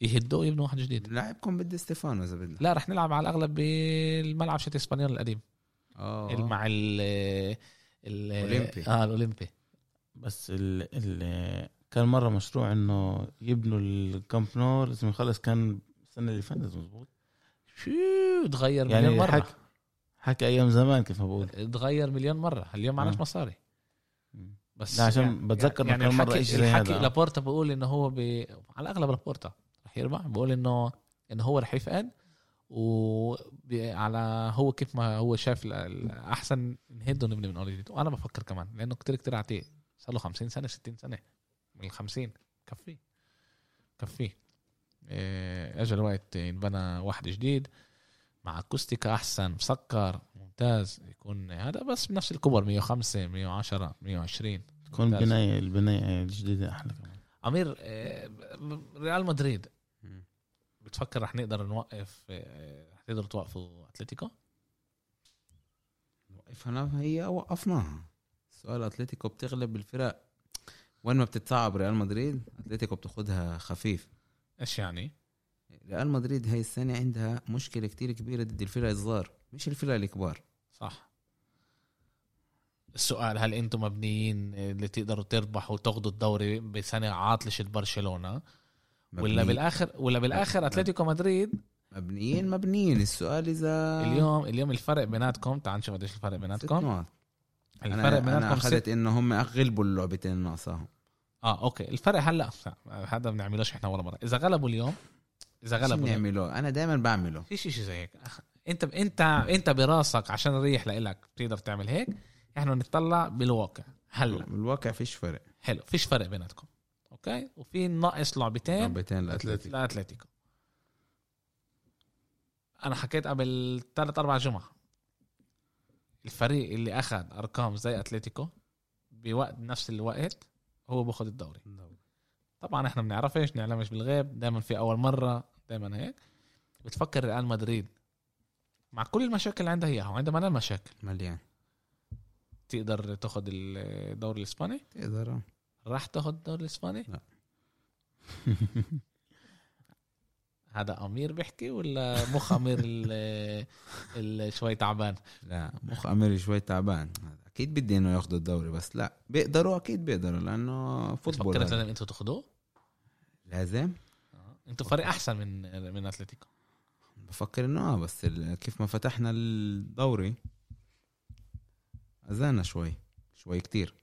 A: يهدوه ويبنوا واحد جديد
C: لاعبكم بدي ستيفانو اذا بدنا
A: لا رح نلعب على الاغلب بالملعب شت اسبانيول القديم
C: اه
A: مع ال ال
C: أولمبي.
A: اه الاولمبي
B: بس ال ال كان مره مشروع انه يبنوا الكامب نو لازم يخلص كان السنه اللي فاتت مزبوط
A: شو تغير
B: يعني
A: مليون مره
B: حكي- حكى ايام زمان كيف ما بقول
A: تغير مليون مره اليوم معناش
B: آه.
A: مصاري بس
B: لا، عشان بتذكر
A: يعني
B: كان مرة
A: الحكي,
B: إشي زي
A: الحكي
B: هذا.
A: لابورتا بقول انه هو ب... على الاغلب لابورتا رح يربح بقول انه انه هو رح يفقد وعلى هو كيف ما هو شاف ال- الاحسن نهد ونبني من اول جديد وانا بفكر كمان لانه كتير كتير عتيق صار له 50 سنه 60 سنه من ال 50 كفيه كفيه إيه، اجى الوقت ينبنى واحد جديد مع اكوستيكا احسن مسكر ممتاز يكون هذا بس بنفس الكبر 105 110 120
B: تكون
A: ممتاز.
B: البنايه البنايه الجديده احلى كمان
A: امير آه، ريال مدريد
C: مم.
A: بتفكر رح نقدر نوقف آه، رح تقدروا توقفوا اتلتيكو
C: وقفنا هي وقفناها سؤال اتلتيكو بتغلب الفرق وين ما بتتصعب ريال مدريد اتلتيكو بتاخدها خفيف
A: ايش يعني؟
C: ريال مدريد هاي السنة عندها مشكلة كتير كبيرة ضد الفرق الصغار مش الفرق الكبار
A: صح السؤال هل انتم مبنيين آه، اللي تقدروا تربحوا وتاخذوا الدوري بسنه عاطله برشلونه ولا
C: مبنيين-
A: بالاخر ولا بالاخر اتلتيكو مدريد
C: مبنيين مبنيين السؤال إذا
A: اليوم اليوم الفرق بيناتكم تعال نشوف قديش الفرق
C: ست
A: بيناتكم
C: نقط
A: الفرق
C: أنا, أنا
A: بيناتكم ست
C: أخذت إنه هم غلبوا اللعبتين ناقصاهم
A: اه اوكي الفرق هلا هذا ما بنعملوش احنا ولا مره اذا غلبوا اليوم اذا
C: شو
A: غلبوا اليوم
C: بنعمله أنا دائما بعمله
A: في شيء شيء زي هيك أخ- انت انت انت براسك عشان الريح لإلك بتقدر تعمل هيك احنا بنطلع بالواقع هلا
C: بالواقع فيش فرق
A: حلو فيش فرق بيناتكم اوكي وفي ناقص لعبتين
C: لعبتين لأتلتيكو
A: لاتلتيكو انا حكيت قبل ثلاث اربع جمعة الفريق اللي اخذ ارقام زي اتلتيكو بوقت نفس الوقت هو باخذ الدوري طبعا احنا بنعرفش نعلمش بالغيب دائما في اول مره دائما هيك بتفكر ريال مدريد مع كل المشاكل اللي عندها هي وعندها ملان مشاكل
C: مليان
A: تقدر تاخذ الدوري الاسباني
C: تقدر آه.
A: راح تاخذ الدوري الاسباني
C: لا.
A: *laughs* هذا امير بيحكي ولا مخ امير
C: *laughs*
A: ال- ال- شوي تعبان
C: لا مخ اميري شوي تعبان اكيد بدي انه ياخذوا الدوري بس لا بيقدروا اكيد بيقدروا لانه فوتبول يعني.
A: فكرت
C: هذا.
A: لازم انتوا تاخذوه
C: لازم
A: انتوا فريق احسن من من اتلتيكو
C: بفكر انه اه بس ال- كيف ما فتحنا الدوري اذانا شوي شوي كتير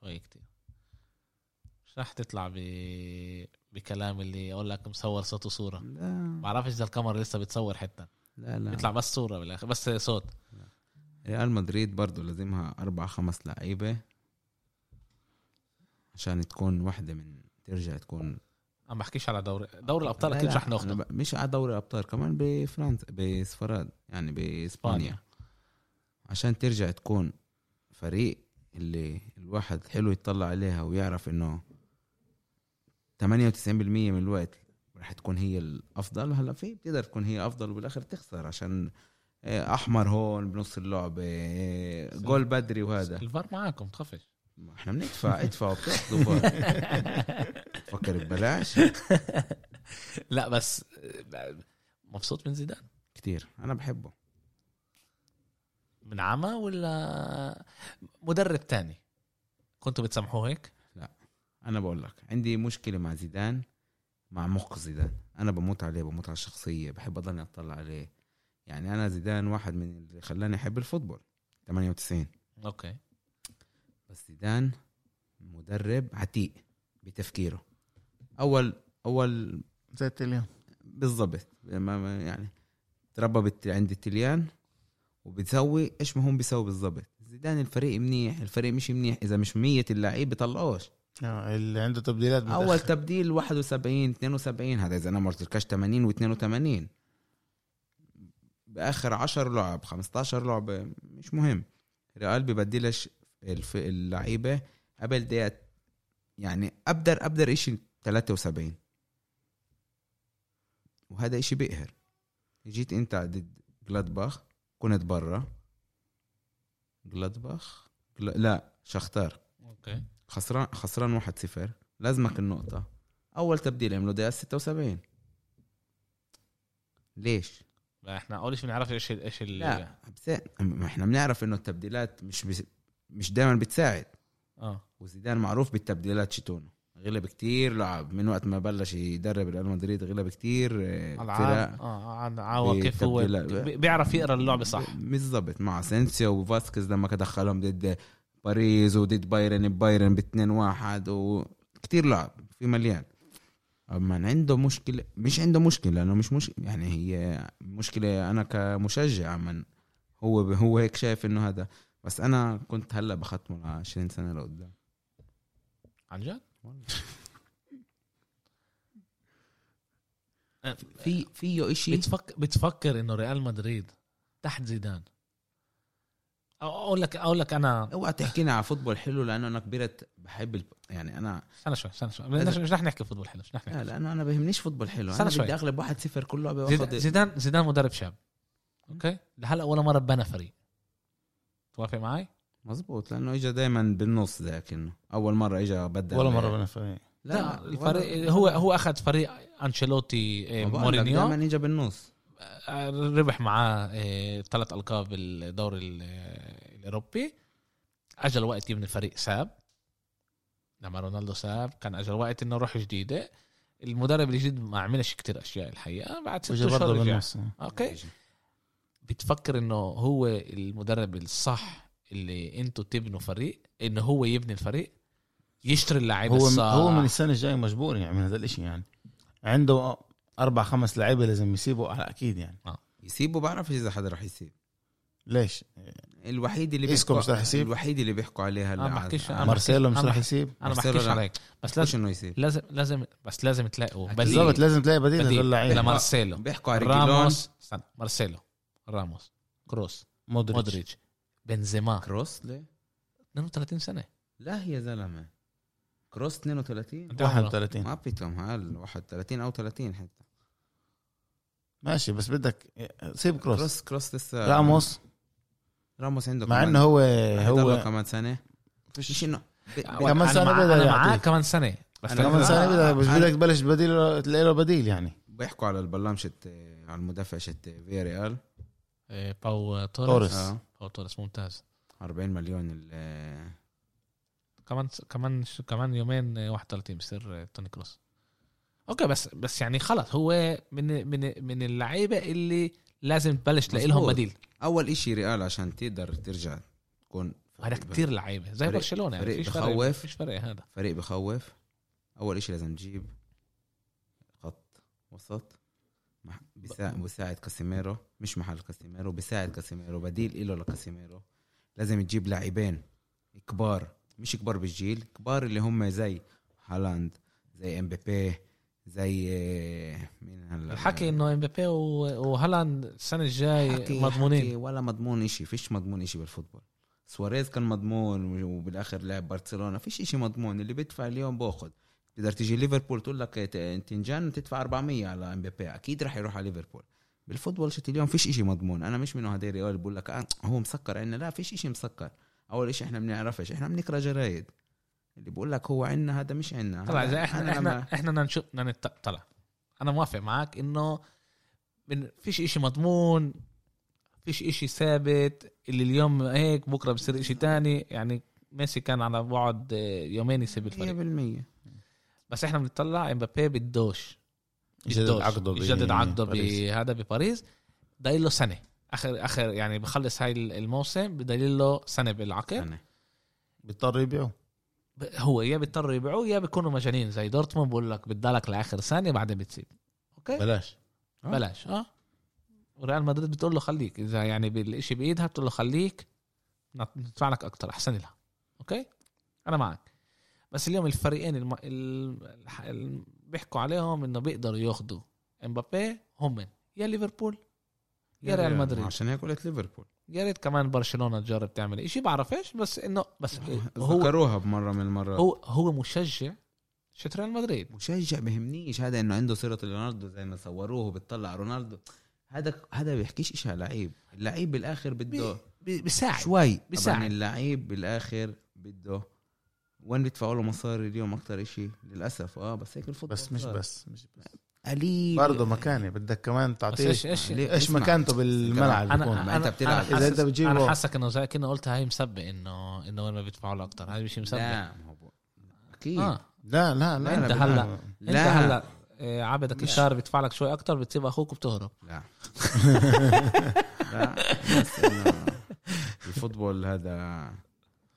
A: شوي كتير مش راح تطلع ب... بكلام اللي اقول لك مصور صوت وصوره
C: لا
A: بعرفش اذا الكاميرا لسه بتصور حتى
C: لا لا
A: بيطلع بس صوره بالاخر بس صوت
C: ريال مدريد برضه لازمها أربع خمس لعيبة عشان تكون واحدة من ترجع تكون
A: انا بحكيش على دوري دوري الابطال
C: لا،
A: اكيد
C: لا،
A: رح
C: أنا
A: ناخده
C: ب- مش على دوري الأبطال كمان بفرنسا بسفراد يعني بإسبانيا
A: إسبانيا.
C: عشان ترجع تكون فريق اللي الواحد حلو يتطلع عليها ويعرف إنه 98% من الوقت رح تكون هي الأفضل هلا في بتقدر تكون هي أفضل وبالآخر تخسر عشان آه، أحمر هون بنص اللعبة آه، جول بدري وهذا
A: الفار معاكم تخافش
C: ما احنا بندفع ادفع
A: *laughs*
C: وبتاخذوا فار فكر ببلاش
A: لا بس مبسوط من زيدان
C: كتير انا بحبه
A: من عمى ولا مدرب تاني كنتوا بتسامحوه هيك
C: انا بقول لك عندي مشكله مع زيدان مع مخ زيدان انا بموت عليه بموت على الشخصيه بحب اضلني اطلع عليه يعني انا زيدان واحد من اللي خلاني احب الفوتبول 98
A: اوكي
C: بس زيدان مدرب عتيق بتفكيره اول اول
B: زي التليون
C: بالضبط ما- ما- يعني تربى بت- عند التليان وبتسوي ايش ما هم بيسوي بالضبط زيدان الفريق منيح الفريق مش منيح اذا مش 100 اللعيب بيطلعوش
B: آه، اللي عنده تبديلات
C: اول تبديل 71 72 هذا اذا انا ما قلتلكش 80 و82 باخر 10 لعب 15 لعبه مش مهم ريال ببدلش الف- اللعيبه قبل دقيقه يعني ابدر ابدر اشي 73 وهذا اشي بيقهر جيت انت ضد جلادباخ كنت برا جلادباخ جلا- لا شختار
A: اوكي
C: خسران خسران 1-0 لازمك النقطة أول تبديل عمله دقيقة 76 ليش؟
A: احنا اول شيء بنعرف ايش ال- ايش ال-
C: لا بس- ما احنا بنعرف انه التبديلات مش بس... مش دائما بتساعد
A: اه
C: وزيدان معروف بالتبديلات شتونه غلب كتير لعب من وقت ما بلش يدرب ريال مدريد غلب كتير آه، فرق
A: العاب اه عن- عواكف هو
C: بالتبديلات.
A: بي- بيعرف يقرا اللعبه صح
C: بالضبط مع سينسيو وفاسكيز لما كان دخلهم ضد باريس وضد بايرن بايرن ب 2 1 وكثير لعب في مليان اما عنده مشكله مش عنده مشكله لانه مش مش يعني هي مشكله انا كمشجع من هو هو هيك شايف انه هذا بس انا كنت هلا بختمه ل 20 سنه لقدام
A: عن جد
C: في فيه شيء
A: بتفكر بتفكر انه ريال مدريد تحت زيدان أو- اقول لك اقول لك انا
C: اوعى تحكينا على فوتبول حلو لانه انا كبرت بحب الب... يعني انا
A: استنى شوي استنى شوي بدناش- مش رح نحكي فوتبول حلو مش رح
C: لا
A: نحكي
C: لانه انا بهمنيش فوتبول حلو
A: استنى
C: انا
A: شوي.
C: بدي اغلب 1-0 كل لعبه
A: زيد-
C: واخد
A: زيدان زيدان مدرب شاب اوكي لهلا ولا مره بنى فريق توافق معي
C: مزبوط لانه اجى دائما بالنص ذاك انه اول مره اجى بدل
B: ولا
A: يعني
B: مره بنفع
A: لا الفريق هو هو اخذ فريق انشيلوتي إيه، مورينيو
C: دائما اجى بالنص
A: آه، ربح معاه آه، ثلاث القاب بالدوري ال- آه، الاوروبي اجى الوقت يبني الفريق ساب لما رونالدو ساب كان اجى الوقت انه روح جديده المدرب الجديد ما عملش كتير اشياء الحقيقه بعد ست
B: وجا
A: اشهر
B: برضه
A: رجع
B: بالنص
A: اوكي بتفكر انه هو المدرب الصح اللي انتوا تبنوا فريق انه هو يبني الفريق يشتري اللعيبه
B: هو
A: الصح
B: هو من السنه الجايه مجبور يعمل هذا الاشي يعني عنده اربع خمس لعيبه لازم يسيبوا على اكيد يعني
C: يسيبه بعرف اذا حدا رح يسيب
B: ليش؟
C: الوحيد اللي
B: إيسكو مش رح يسيب؟
C: الوحيد اللي بيحكوا عليها
A: أنا آه، بحكيش- أنا
C: مش
B: مارسيلو مش
A: أنا-
B: راح يسيب
A: انا ما
C: مارسيلو
A: بحكيش
C: لا.
A: عليك بس لازم
C: انه يسيب
A: لازم لازم بس لازم تلاقوا
C: أكيد.
A: بديل
B: بالضبط لازم تلاقي بديل
A: بديل
B: لهدول اللعيبه
A: لمارسيلو
C: بيحكوا على ريجيلون
A: راموس استنى مارسيلو راموس كروس
B: مودريتش,
A: مودريتش بنزيما
C: كروس ليه
A: 32 سنه
C: لا يا زلمه كروس 32
A: أنت عمره.
B: 31
C: ما بيتهم هال 31 او 30 حتى
B: ماشي بس بدك سيب كروس
C: كروس كروس لسه
B: راموس
C: راموس عنده
B: مع
C: كمان-
B: انه هو
C: هيضله
B: هو
C: كمان سنه فيش انه ب- ب-
B: كمان
A: أنا
B: سنة
A: مع-
B: بدأ
A: انا معاك
B: يعطيك.
A: كمان سنه بس
C: أنا
B: كمان
C: آه،
B: سنه بدك بس
C: أنا-
B: بدك تبلش بديل تلاقي له بديل يعني
C: بيحكوا على البلام شت على المدافع شت فيريال
A: آه، باو
B: توريس.
A: توريس آه.
C: اه
A: باو توريس ممتاز
C: 40 مليون ال-
A: كمان كمان كمان يومين آه، 31 بصير آه، توني كروس اوكي بس بس يعني خلص هو من من من اللعيبه اللي لازم تبلش تلاقي لهم
C: مظبوط.
A: بديل
C: اول إشي ريال عشان تقدر ترجع تكون
A: هذا
C: فريق-
A: كتير لعيبه زي
C: فريق-
A: برشلونه يعني
C: فريق
A: فيش فرق
C: بخوف.
A: فيش فرق هذا
C: فريق بخوف اول إشي لازم تجيب خط وسط مح- بسا- بساعد كاسيميرو مش محل كاسيميرو بساعد كاسيميرو بديل له لكاسيميرو لازم تجيب لاعبين كبار مش كبار بالجيل كبار اللي هم زي هالاند زي امبابي زي آه، مين هلا
A: الحكي انه امبابي و- وهالاند السنه الجاي
C: حكي-
A: مضمونين
C: حكي ولا مضمون إشي فيش مضمون إشي بالفوتبول سواريز كان مضمون وبالاخر لعب برشلونه فيش إشي مضمون اللي بيدفع اليوم باخذ تقدر تيجي ليفربول تقول لك ت- تنجان تدفع 400 على امبابي اكيد راح يروح على ليفربول بالفوتبول شت اليوم فيش إشي مضمون انا مش منه هدي ريال بقول لك آه هو مسكر عندنا لا فيش إشي مسكر اول إشي احنا بنعرفش احنا بنقرا جرايد اللي بقول لك هو عندنا هذا مش عندنا
A: طلع
C: هلا
A: اذا احنا
C: أنا
A: احنا
C: لما-
A: احنا بدنا نشوف بدنا نت- طلع انا موافق معك انه من فيش اشي مضمون فيش اشي ثابت اللي اليوم هيك بكره بصير اشي تاني يعني ميسي كان على بعد آه، يومين يسيب
C: إيه،
A: الفريق
C: 100%
A: بس احنا بنطلع امبابي بدوش
B: يجدد
A: بدوش.
B: عقده ب-
A: يجدد عقده
B: باريس.
A: بهذا بباريس داير له سنه اخر اخر يعني بخلص هاي الموسم بداير له سنه بالعقد
C: أنا.
B: بيضطر يبيعه
A: ب- هو يا بيضطروا يبيعوه يا بيكونوا مجانين زي دورتموند بقول لك بتضلك لاخر سنه بعدين بتسيب اوكي
B: بلاش
C: آه.
A: بلاش اه وريال مدريد بتقول له خليك اذا يعني بالشيء بايدها بتقول له خليك نط- ندفع لك اكثر احسن لها اوكي انا معك بس اليوم الفريقين الم... ال... الح- ال... بيحكوا عليهم انه بيقدروا ياخذوا امبابي هم يا ليفربول يا ريال مدريد
C: عشان هيك قلت ليفربول
A: يا ريت كمان برشلونه تجرب تعمل شيء بعرفش بس انه *laughs* بس هو
C: ذكروها بمره من المرات
A: هو هو مشجع شت ريال مدريد
C: مشجع بهمنيش هذا انه عنده صيره ليوناردو زي ما صوروه بتطلع على رونالدو هذا هذا بيحكيش اشي على لعيب اللعيب بالاخر بده
A: بي- بيساعد
C: شوي
A: بيساعد.
C: طبعا اللعيب بالاخر بده وين بيدفعوا له مصاري اليوم اكثر اشي للاسف اه بس هيك الفوتبول
B: بس مش
C: صار.
B: بس مش بس
C: قليل
B: برضه مكانه بدك كمان
A: بس
B: تعطيه
A: ايش ايش
C: ليه؟
B: ايش
C: اسمع.
B: مكانته بالملعب
A: انا
B: بيكون.
A: انا
C: يعني ما أنت بتلعب.
A: أنا
B: إذا أنت
A: حاسس-
B: بتجيب
A: انا
B: وقت.
A: حاسك انه زي كنا قلتها هي مسبق انه انه وين ما بيدفعوا له اكثر هاي مش مسبق
C: لا ما هو بو- اكيد
A: اه
B: لا لا لا
A: أنت
B: أنا بدي-
A: هلأ. لا. انت
C: لا.
A: هلا آه، عبدك الشهر بيدفع لك شوي اكثر بتسيب اخوك وبتهرب
C: لا لا بس إنه الفوتبول هذا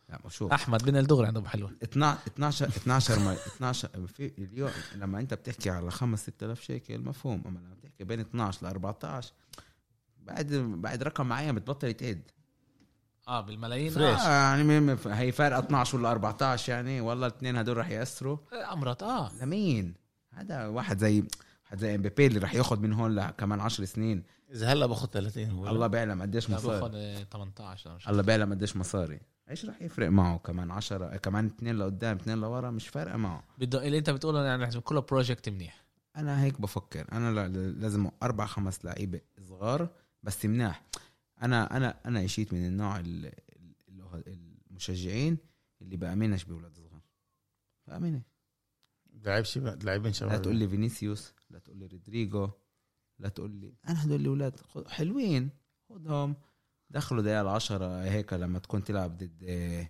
C: لا شوف
A: احمد بن الدغري عنده بحلوه
C: 12 12 12 مي- 12 في اليوم لما انت بتحكي على 5 6000 شيكل مفهوم اما لما بتحكي بين 12 ل 14 بعد بعد رقم معين بتبطل يتعد
A: اه بالملايين
B: فريش.
A: آه.
C: آه يعني مين- هي فارقه 12 ولا 14 يعني والله الاثنين هدول رح ياثروا
A: آه، امرت اه
C: لمين هذا واحد زي واحد زي امبابي اللي رح ياخذ من هون لكمان 10 سنين
B: اذا هلا باخذ 30 هو
C: الله بيعلم قديش
A: لا
C: مصاري
A: باخذ آه، 18 أو شي.
C: الله بيعلم قديش مصاري ايش رح يفرق معه كمان 10 كمان اثنين لقدام اثنين لورا مش فارقه معه
A: بده اللي انت بتقوله يعني لازم كله بروجكت منيح
C: انا هيك بفكر انا لا- لا- لازم اربع خمس لعيبه صغار بس مناح انا انا انا اشيت من النوع ال- ال- ال- المشجعين اللي بامنش باولاد صغار بامنش
B: لعيب شباب لاعبين شباب
C: لا تقول لي فينيسيوس لا تقول لي رودريجو لا تقول لي انا هدول الاولاد خ- حلوين خدهم دخلوا دقيقه العشرة هيك لما تكون تلعب ضد آه،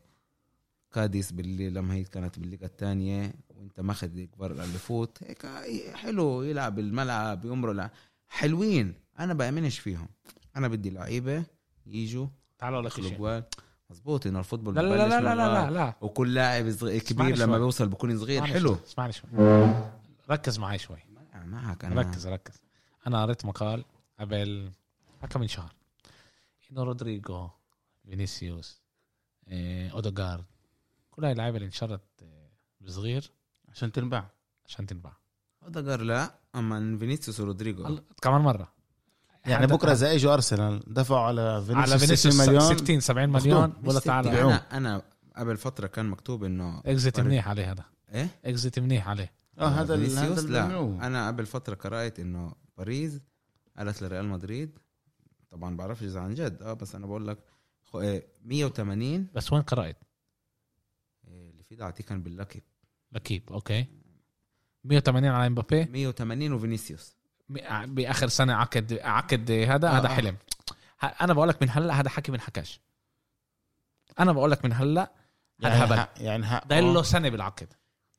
C: كاديس باللي لما هي كانت بالليغا الثانيه وانت ماخذ كبار الفوت هيك آه، حلو يلعب الملعب يمروا لع- حلوين انا بامنش فيهم انا بدي لعيبه يجوا
A: تعالوا اقول لك
C: يدخلوا
A: شيء
C: جوال مظبوط انه الفوتبول
A: لا لا لا
C: ببلش
A: لا
C: من
A: لا لا
C: الغار.
A: لا
C: وكل لاعب صغ- كبير لما
A: شوي.
C: بيوصل بكون صغير
A: اسمعني
C: حلو
A: شوي، اسمعني شوي ركز معي شوي
C: معك انا
A: ركز ركز انا قريت مقال قبل كم من شهر انه رودريجو فينيسيوس إيه، اودوغارد كل هاي اللعيبه اللي انشرت إيه، بصغير
B: عشان تنباع
A: عشان تنباع
C: اوديجار لا اما فينيسيوس ورودريجو
A: هلا- كمان مره
B: يعني
A: حد-
B: بكره اذا اجوا ارسنال دفعوا على
A: على
B: فينيسيوس 60
A: فينيسيوس
B: مليون
A: 60 70
B: مخدوم.
A: مليون ولا
C: مش ستين،
A: تعالى
B: تبيعوه.
C: انا انا قبل فتره كان مكتوب انه
B: طيب.
A: اكزيت منيح عليه هذا
C: ايه
A: اكزيت منيح عليه
B: اه هذا ال- هذا
C: فينيسيوس
B: اللي
C: لا يعني
B: بيعملوه.
C: انا قبل فتره قرات انه باريس قالت لريال مدريد طبعا بعرفش اذا عن جد اه بس انا بقول لك خ- آه، 180
A: بس وين قرأت؟
C: آه، اللي في دعتي كان باللاكي
A: لكيب اوكي 180 على امبابي
C: 180 وفينيسيوس
A: م- باخر سنه عقد عقد هذا
C: آه،
A: هذا
C: آه.
A: حلم ه- انا بقول لك من هلا هذا حكي من حكاش انا بقول لك من هلا هذا
B: يعني
A: هبل.
B: حق- يعني حقه
A: داير
C: آه.
A: له سنه بالعقد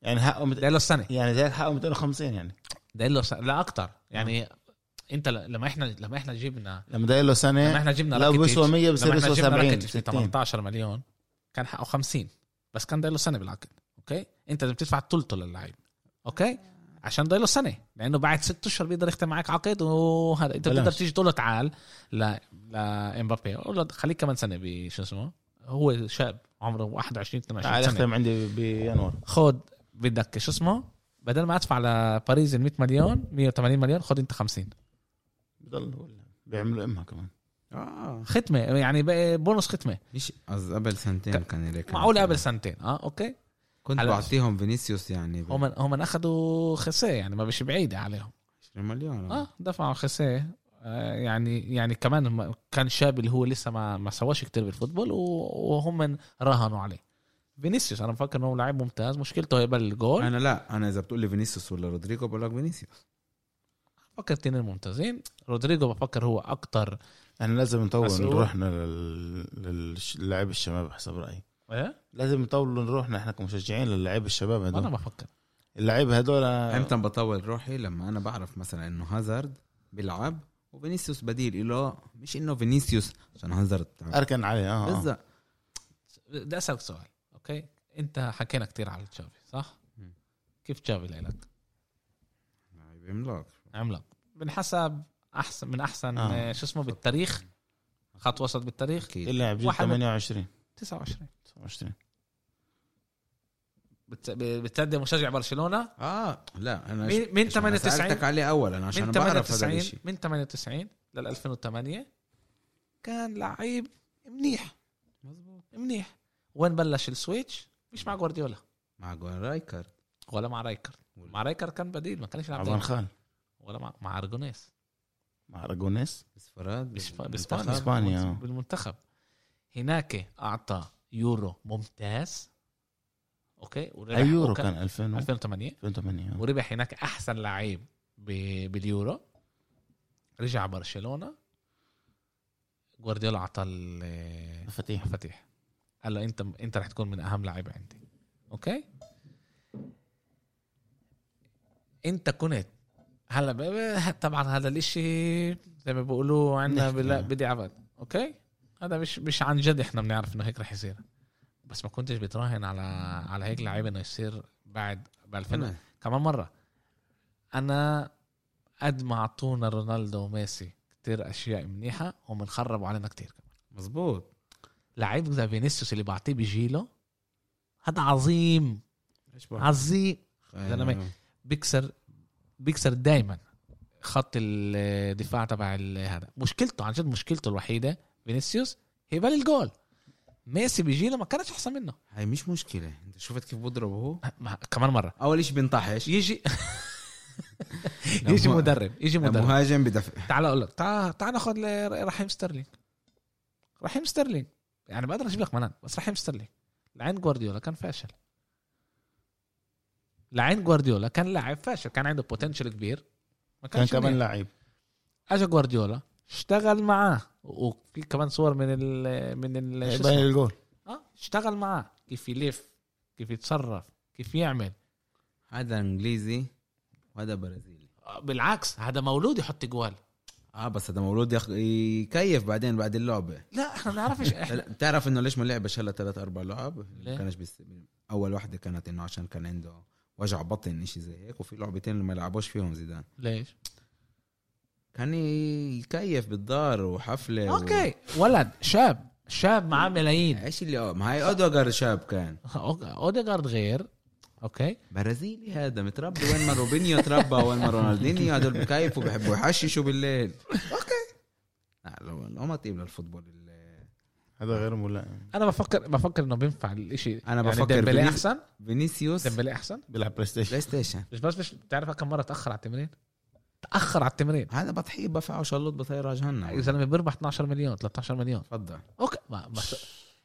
B: يعني حقه مت-
A: داير له سنه
B: يعني زي حقه 250 يعني
A: داير له سنه لا اكثر يعني
C: آه.
A: انت ل- لما احنا لما احنا جبنا
B: لما داير له
A: لما
B: سنه
A: احنا جبنا
B: لو
A: راكيتيتش-
B: بيسوى 100 بصير
A: لما احنا
B: يسوى
A: جبنا
B: 70
A: راكيتيتش ب
B: 60
A: 18 مليون كان حقه 50 بس كان داير له سنه بالعقد اوكي انت اللي بتدفع ثلثه للاعب اوكي عشان ضايل له سنه لانه بعد ست اشهر بيقدر يختم معك عقد وهذا انت
B: بلاش.
A: بتقدر تيجي تقول له تعال ل لامبابي قول له خليك كمان سنه بشو اسمه هو شاب عمره 21 22
B: تعال
A: سنه
B: اختم عندي ب- بيناير
A: خد بدك شو اسمه بدل ما ادفع لباريس ال 100 مليون 180 مليون خد انت 50
B: بضل ولا بيعملوا امها كمان
C: اه
A: ختمه يعني بقى بونص ختمه
C: مش قصد قبل سنتين كان هيك
A: معقول قبل سنتين اه اوكي
C: كنت
A: على-
C: بعطيهم فينيسيوس يعني ب
A: هم هم اخذوا خسيه يعني ما مش بعيده عليهم
C: 20 مليون
A: اه دفعوا خسيه آه، يعني يعني كمان هم- كان شاب اللي هو لسه ما ما سواش كتير بالفوتبول و- وهم راهنوا عليه فينيسيوس انا بفكر انه هو لاعب ممتاز مشكلته هيقبل الجول
C: انا لا انا اذا بتقول لي فينيسيوس ولا رودريجو بقول لك فينيسيوس
A: بفكر تنين ممتازين رودريجو بفكر هو اكتر
B: احنا يعني لازم نطول
A: مسؤول.
B: نروحنا لل- للش- للاعب الشباب حسب رايي
A: ايه
B: لازم نطول نروحنا احنا كمشجعين للاعب الشباب
A: انا
B: هدول
A: بفكر
B: اللعيب هدول
C: امتى بطول روحي لما انا بعرف مثلا انه هازارد بيلعب وفينيسيوس بديل له مش انه فينيسيوس عشان هازارد بتاع-
B: اركن عليه اه آه.
C: بالظبط
A: بدي اسالك سؤال اوكي انت حكينا كتير على تشافي صح
C: مم.
A: كيف تشافي لك
C: آه. بيملاك
A: عملاق بنحسب احسن من احسن
B: آه.
A: آه. شو اسمه بالتاريخ خط وسط بالتاريخ
C: اكيد
B: اللاعب إيه جيل
A: واحد من-
B: 28
A: 29
B: 29
A: بت- بتصدق مشجع برشلونه
C: اه لا انا
A: من- من 98
C: سالتك عليه اول انا عشان
A: من
C: بعرف هذا
A: 98
C: الشيء
A: من 98 لل 2008 كان لعيب منيح
C: مظبوط
A: منيح وين بلش السويتش مش مع جوارديولا
C: مع جوان رايكر
A: ولا مع رايكر مع رايكر كان بديل ما كانش يلعب
B: عبان
A: دايما.
B: خال
A: ولا مع مع ارجونيس
B: مع راجونيس
C: بسفراد
A: بإسف-
C: بالمنتخب.
A: باسبانيا
B: إسبانيا، آه.
A: بالمنتخب هناك اعطى يورو ممتاز اوكي وربح
B: اي يورو
A: وكان-
B: كان 2000 و-
A: 2008
B: 2008 آه.
A: وربح هناك احسن لعيب ب- باليورو رجع برشلونه جوارديولا اعطى ال-
B: مفاتيح
A: مفاتيح قال له انت انت رح تكون من اهم لعيبه عندي اوكي انت كنت هلا ب- ب- طبعا هذا الاشي زي ما بيقولوا عندنا
B: نحكي.
A: بلا- بدي عبد اوكي هذا مش مش عن جد احنا بنعرف انه هيك رح يصير بس ما كنتش بتراهن على على هيك لعيب انه يصير بعد ب 2000
C: أنا-
A: كمان مره انا قد ما اعطونا رونالدو وميسي كتير اشياء منيحه هم خربوا علينا كتير
C: مظبوط
A: لعيب زي فينيسيوس اللي بعطيه بجيله هذا عظيم
C: ايش بقى؟
A: عظيم زلمة.
C: آه،
A: بيكسر بيكسر دايما خط الدفاع تبع ال- هذا مشكلته عن جد مشكلته الوحيده فينيسيوس هي بال الجول ميسي بجيله ما كانش احسن منه
C: هاي مش مشكله انت شفت كيف بضرب هو
A: ما- كمان مره
C: اول شيء بينطحش
A: يجي *laughs* يجي
C: لما-
A: مدرب يجي مدرب
C: آه، مهاجم بدفع
A: تعال اقول لك تعال تعال ناخذ ل- رحيم ستيرلينج رحيم ستيرلينج يعني بقدر اجيب لك منان بس رحيم ستيرلينج لعين جوارديولا كان فاشل لعين جوارديولا كان لاعب فاشل كان عنده بوتنشل كبير ما
B: كان
A: كانش
B: كمان
A: كمان
B: لعيب
A: اجى جوارديولا اشتغل معاه وفي كمان صور من ال من ال شو
B: إيه، باين
A: اسمه؟
B: الجول
A: اه اشتغل معاه كيف يلف كيف يتصرف كيف يعمل
C: هذا انجليزي وهذا برازيلي
A: آه، بالعكس هذا مولود يحط جوال
C: اه بس هذا مولود يخ... يكيف بعدين بعد اللعبه
A: لا احنا ما
B: *laughs*
A: بنعرفش احنا
C: بتعرف انه ليش ما لعبش هلا ثلاث اربع لعب
A: ليه؟
C: ما كانش بس... اول واحده كانت انه عشان كان عنده وجع بطن شيء زي هيك وفي لعبتين اللي ما لعبوش فيهم زيدان
A: ليش؟
C: كان يكيف بالدار وحفله
A: اوكي ولد شاب شاب معاه
C: و...
A: ملايين
C: ايش اللي ما هاي اودوغر شاب كان
A: أوك- اوديجارد غير اوكي
C: برازيلي هذا متربي وين ما روبينيو تربى وين ما رونالدينيو هدول بكيفوا بحبوا يحششوا بالليل لا لو هم طيب للفوتبول ال-
B: هذا غير ملائم
A: انا بفكر بفكر انه بينفع الاشي انا
C: بفكر
A: ديمبلي
C: بليه.
A: احسن
C: فينيسيوس
A: ديمبلي احسن
B: بيلعب بلاي ستيشن
C: بلاي ستيشن
A: مش بس مش بتعرف كم مره تاخر على التمرين تاخر على التمرين
C: هذا بطحيه بفعه شلوط بطير
A: يا
C: جهنم
A: زلمه بيربح 12 مليون 13 مليون
C: تفضل
A: اوكي ما بس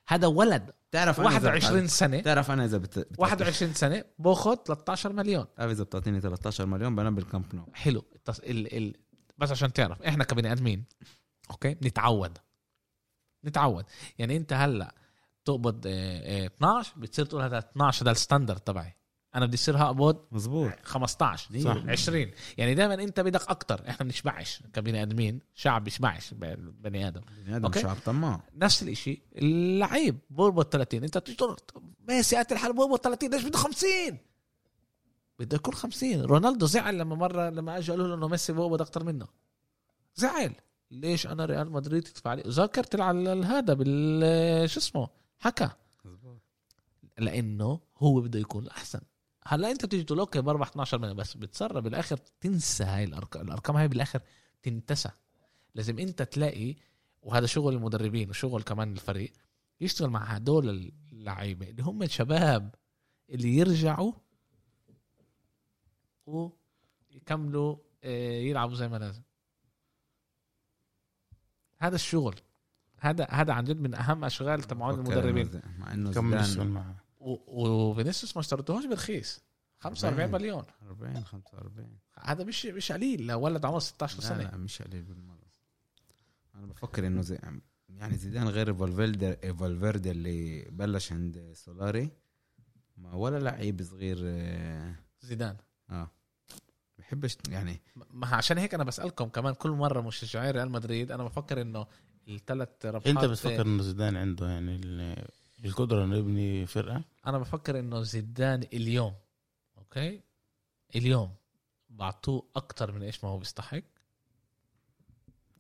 A: هذا ولد
C: تعرف أنا إذا
A: 21
C: بتعطي-
A: سنه
C: تعرف انا اذا بت... بت-
A: 21 سنه باخذ 13 مليون
C: تعرف اذا بتعطيني 13 مليون بنام بالكامب نو
A: حلو التص... ال... ال... بس عشان تعرف احنا كبني ادمين اوكي بنتعود نتعود يعني انت هلا تقبض آه، آه، 12 بتصير تقول هذا 12 هذا الستاندرد تبعي انا بدي اصير هقبض
C: مزبوط
A: 15
B: صح.
A: 20 يعني دائما انت بدك اكتر احنا بنشبعش كبني ادمين شعب بيشبعش ب- بني ادم
C: يعني هذا
A: أوكي.
C: شعب طماع
A: نفس الشيء اللعيب بيربط 30 انت بتقول ميسي قاتل حاله بيربط 30 ليش بده 50 بده يكون 50 رونالدو زعل لما مره لما اجوا قالوا له انه ميسي بيقبض اكثر منه زعل ليش انا ريال مدريد تدفع لي ذاكرت على هذا بال شو اسمه حكى لانه هو بده يكون الاحسن هلا انت بتيجي تقول اوكي بربح 12 مليون بس بتسرى بالاخر تنسى هاي الارقام الارقام هاي بالاخر تنتسى لازم انت تلاقي وهذا شغل المدربين وشغل كمان الفريق يشتغل مع هدول اللعيبه اللي هم الشباب اللي يرجعوا ويكملوا آه، يلعبوا زي ما لازم هذا الشغل هذا هذا عن جد من اهم اشغال تبعون
C: بفكر إنه
A: المدربين
C: زي- مع انه
B: كمل السؤال
C: زيدان
B: معه
A: و- وفينيسيوس ما اشتريتوهوش برخيص 45
C: أربعين.
A: مليون
C: 40 45
A: هذا مش مش قليل لولد عمره 16
C: لا
A: سنه
C: لا مش قليل بالمره انا بفكر انه زي يعني زيدان غير فالفيردي فالفيردي اللي بلش عند سولاري ما ولا لعيب صغير آه،
A: زيدان
C: اه بحبش يعني
A: ما عشان هيك انا بسالكم كمان كل مره مشجعي ريال مدريد انا بفكر انه الثلاث ربحات
B: انت بتفكر انه زيدان عنده يعني ال- القدره انه يبني فرقه
A: انا بفكر انه زيدان اليوم اوكي اليوم بعطوه اكتر من ايش ما هو بيستحق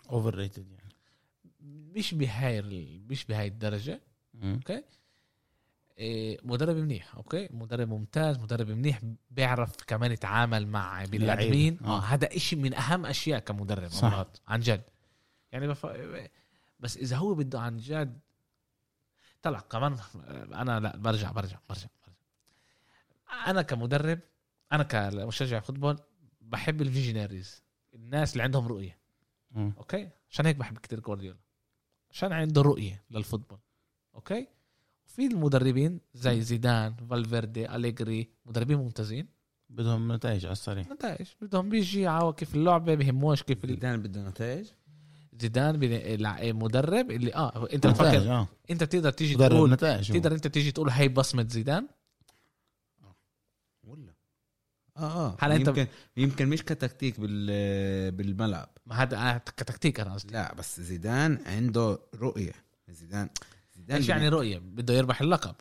B: اوفر ريتد يعني
A: مش بهاي ال- مش بهاي الدرجه
B: مم.
A: إيه، مدرب منيح اوكي مدرب ممتاز مدرب منيح بيعرف كمان يتعامل مع بني
B: اللعيبة.
A: ادمين
B: آه.
A: اه هذا إشي من اهم اشياء كمدرب
B: صح.
A: مرات عن جد يعني بف... بس اذا هو بده عن جد طلع كمان انا لا برجع برجع برجع, برجع. انا كمدرب انا كمشجع فوتبول بحب الفيجنريز الناس اللي عندهم رؤيه
B: مم.
A: اوكي عشان هيك بحب كتير جوارديولا عشان عنده رؤيه للفوتبول اوكي في المدربين زي زيدان فالفيردي أليجري مدربين ممتازين
B: بدهم نتائج على السريع
A: نتائج بدهم بيجي عوا كيف اللعبه بهموش كيف ال-
C: زيدان بده نتائج
A: زيدان بن- لع- مدرب اللي اه انت
B: نتائج
A: بتفكر
B: اه
A: انت بتقدر تيجي
B: مدرب
A: تقول
B: نتائج هو.
A: تقدر انت تيجي تقول هي بصمه زيدان
C: ولا اه اه
A: هلا أنت-
C: يمكن يمكن مش كتكتيك بال بالملعب
A: ما هذا أنا كتكتيك انا قصدي
C: لا بس زيدان عنده رؤيه زيدان زيدان
A: ايش
C: بن-
A: يعني رؤيه بده يربح اللقب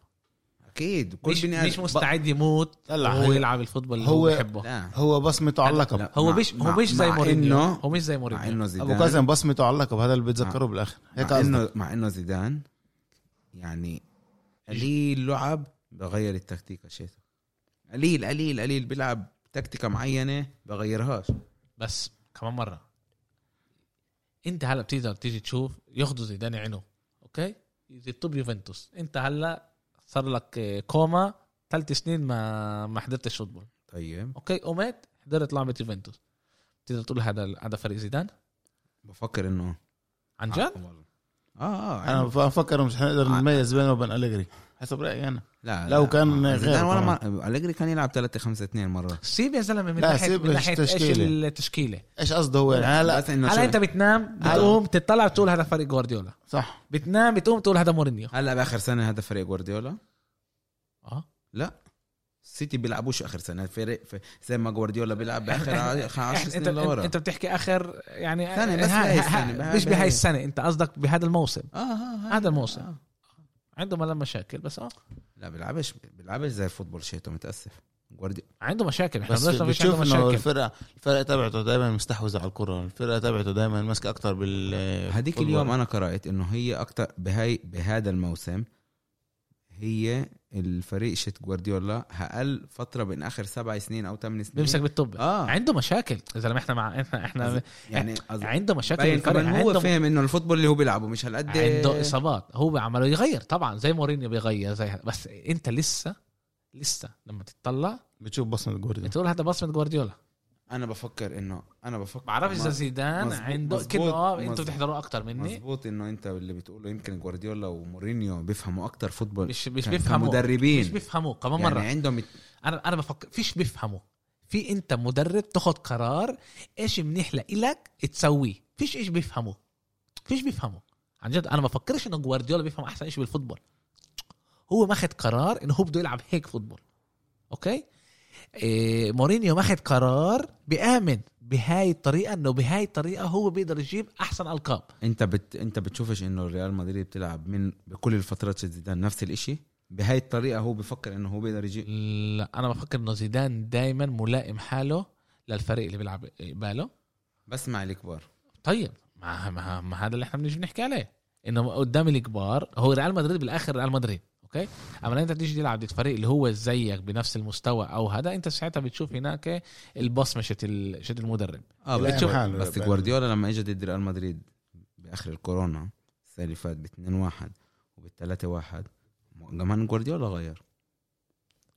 C: اكيد كل
A: مش,
C: بني آدم-
A: مش
C: ب-
A: مستعد يموت
B: طلع
A: هو
B: هي-
A: يلعب الفوتبول اللي هو
B: هو-
A: بيحبه
C: لا
B: هو بصمته على اللقب
C: لا،
A: هو
C: مع-
A: مش هو
C: مع-
A: مش زي
C: مع
A: مورينيو
C: إنه-
A: هو مش زي
C: مع
A: مورينيو
C: انه
B: ابو
C: زيدان
B: كازم بصمته على اللقب هذا اللي بتذكره بالاخر هيك
C: مع
B: قصدك
C: انه مع انه زيدان يعني قليل لعب بغير التكتيك شيته قليل قليل قليل بيلعب تكتيكه معينه بغيرهاش
A: بس كمان مره انت هلا بتقدر تيجي تشوف ياخذوا زيدان عينه اوكي يطب يوفنتوس انت هلا صار لك آه، كوما ثلاث سنين ما ما حضرتش فوتبول
C: طيب
A: اوكي قمت حضرت لعبه يوفنتوس بتقدر تقول هذا هذا فريق زيدان
C: بفكر انه
A: عن جد
B: آه.
C: اه اه
B: انا
C: عنده-
B: بفكر مش حنقدر
C: آه.
B: نميز بينه وبين اليجري حسب رايي انا
C: لا
B: لو كان
C: آه، زيدان
B: غيره
C: ولا ما الجري كان يلعب 3 5 2 مره
A: سيب يا زلمه من
B: لا،
A: ناحيه
B: سيب
A: من ناحيه ايش
B: التشكيلة.
A: التشكيله
B: ايش قصده هو يعني هلا
C: بس إنه شو-
A: هلا انت بتنام بتقوم تطلع بتقول هذا فريق جوارديولا
B: صح
A: بتنام بتقوم تقول هذا مورينيو
C: هلا باخر سنه هذا فريق جوارديولا
A: اه
C: لا السيتي بيلعبوش اخر سنه فريق ف- زي ما جوارديولا بيلعب باخر 10
A: *laughs* يعني انت
C: سنين لورا
A: انت بتحكي اخر يعني
C: سنة، بس
A: ها-
C: بهاي
A: ها-
C: السنة،
A: مش
C: بهاي-
A: بهاي السنه انت قصدك بهذا الموسم
C: اه اه
A: هذا الموسم.
C: آه.
A: عنده ملان مشاكل بس اه
C: لا بيلعبش بيلعبش زي الفوتبول شيتو متاسف جوارديولا
A: عنده مشاكل احنا
B: بس
A: بس ما فيش عنده
B: بتشوف انه
A: مشاكل
B: الفرقه الفرقه تبعته دائما مستحوذه على الكره الفرقه تبعته دائما ماسكه اكثر بال
C: هذيك
B: بالبول.
C: اليوم انا قرات انه هي اكثر بهاي بهذا الموسم هي الفريق شت جوارديولا هقل فتره بين اخر سبع سنين او ثمان سنين
A: بيمسك بالطب
C: آه.
A: عنده مشاكل يا زلمه احنا مع احنا احنا
C: يعني قصدي-
A: عنده مشاكل
C: باين
A: الفريق
C: كمان هو
A: عنده
C: فاهم انه الفوتبول اللي هو بيلعبه مش هالقد
A: عنده اصابات هو عماله يغير طبعا زي مورينيو بيغير زي بس انت لسه لسه لما تطلع
B: بتشوف بصمه جوارديولا
A: بتقول هذا بصمه جوارديولا
C: انا بفكر انه انا بفكر
A: بعرفش اذا
C: ما-
A: زيدان
C: مظبوط-
A: عنده
C: مظبوط-
A: كده اه انتوا
C: مظبوط.
A: بتحضروه اكتر مني
C: مظبوط انه انت اللي بتقوله يمكن جوارديولا ومورينيو بيفهموا اكتر فوتبول
A: مش مش
C: كان-
A: بيفهموا
C: كمدربين.
A: مش بيفهموا كمان
C: يعني
A: مره
C: عندهم الت-
A: انا انا بفكر فيش بيفهموا في انت مدرب تاخد قرار ايش منيح لإلك تسويه فيش ايش بيفهموا فيش بيفهموا عن جد انا ما بفكرش انه جوارديولا بيفهم احسن شيء بالفوتبول هو ماخد قرار انه هو بده يلعب هيك فوتبول اوكي إيه مورينيو ماخد قرار بيامن بهاي الطريقه انه بهاي الطريقه هو بيقدر يجيب احسن القاب
C: انت بت... انت بتشوفش انه ريال مدريد بتلعب من بكل الفترات شت زيدان نفس الاشي بهاي الطريقه هو بفكر انه هو بيقدر يجي
A: لا انا بفكر انه زيدان دائما ملائم حاله للفريق اللي بيلعب باله
C: بس مع الكبار
A: طيب ما, ما, ما هذا اللي احنا بنيجي بنحكي عليه انه قدام الكبار هو ريال مدريد بالاخر ريال مدريد اوكي اما انت تيجي تلعب ضد فريق اللي هو زيك بنفس المستوى او هذا انت ساعتها بتشوف هناك البصمه شت ال- شت المدرب
C: اه
B: لا،
C: بتشوف
B: محاله.
C: بس جوارديولا لما اجى ضد ريال مدريد باخر الكورونا السنه اللي فاتت ب 2 1 وب 3 1 كمان جوارديولا غير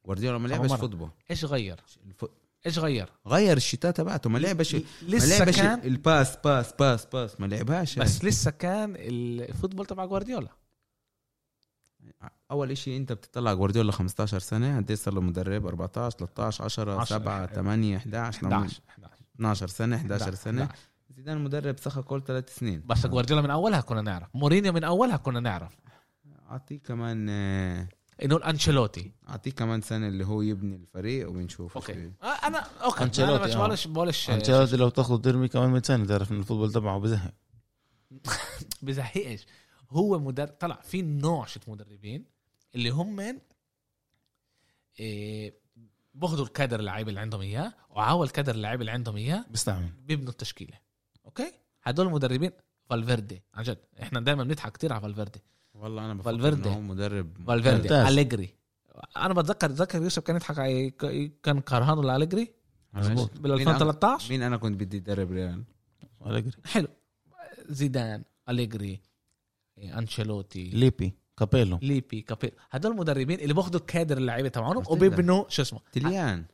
C: جوارديولا ما
A: طبعاً
C: لعبش
A: مرة.
C: فوتبول
A: ايش غير
C: الف...
A: ايش غير
C: غير الشتاء تبعته ما لعبش ما
A: لسه
C: لعبش
A: كان
C: الباس باس باس باس ما لعبهاش
A: بس لسه كان الفوتبول تبع جوارديولا
C: اول شيء انت بتطلع جوارديولا 15 سنه قد ايه صار له مدرب 14 13 10
A: عشرة،
C: 7 8 11
A: 11 11
C: 12 سنه 11
A: 11.
C: سنه زيدان مدرب سخى كل ثلاث سنين
A: بس جوارديولا من اولها كنا نعرف مورينيو من اولها كنا نعرف
C: اعطيه كمان آه،
A: انه الانشيلوتي
C: اعطيه كمان سنه اللي هو يبني الفريق وبنشوف
A: اوكي
C: شو-
A: آه، انا اوكي
B: أنشيلوتي،
A: انا مش
B: آه.
A: بقولش بقولش
B: انشيلوتي لو تاخذ ترمي كمان 100 سنه تعرف ان الفوتبول تبعه بزهق
A: بزهقش هو مدرب طلع في نوع شت مدربين اللي هم إيه باخذوا الكادر اللعيبه اللي عندهم اياه وعاول الكادر اللعيبه اللي عندهم اياه
B: بيستعمل
A: بيبنوا التشكيله اوكي هدول المدربين فالفيردي عن جد احنا دائما بنضحك كثير على فالفيردي
C: والله انا بفكر
A: فالفيردي.
C: إنه هو مدرب
A: فالفيردي
B: ممتاز.
A: أليجري انا بتذكر ذكر يوسف كان يضحك على- كان كرهانه لأليجري
B: مظبوط
A: بال 2013
C: مين انا كنت بدي ادرب ريال
B: أليجري.
A: حلو زيدان أليجري إيه، انشيلوتي
B: ليبي كابيلو
A: ليبي كابيل هدول المدربين اللي باخذوا كادر اللعيبه تبعهم
C: قلت لك.
A: وبيبنوا شو اسمه
C: تليان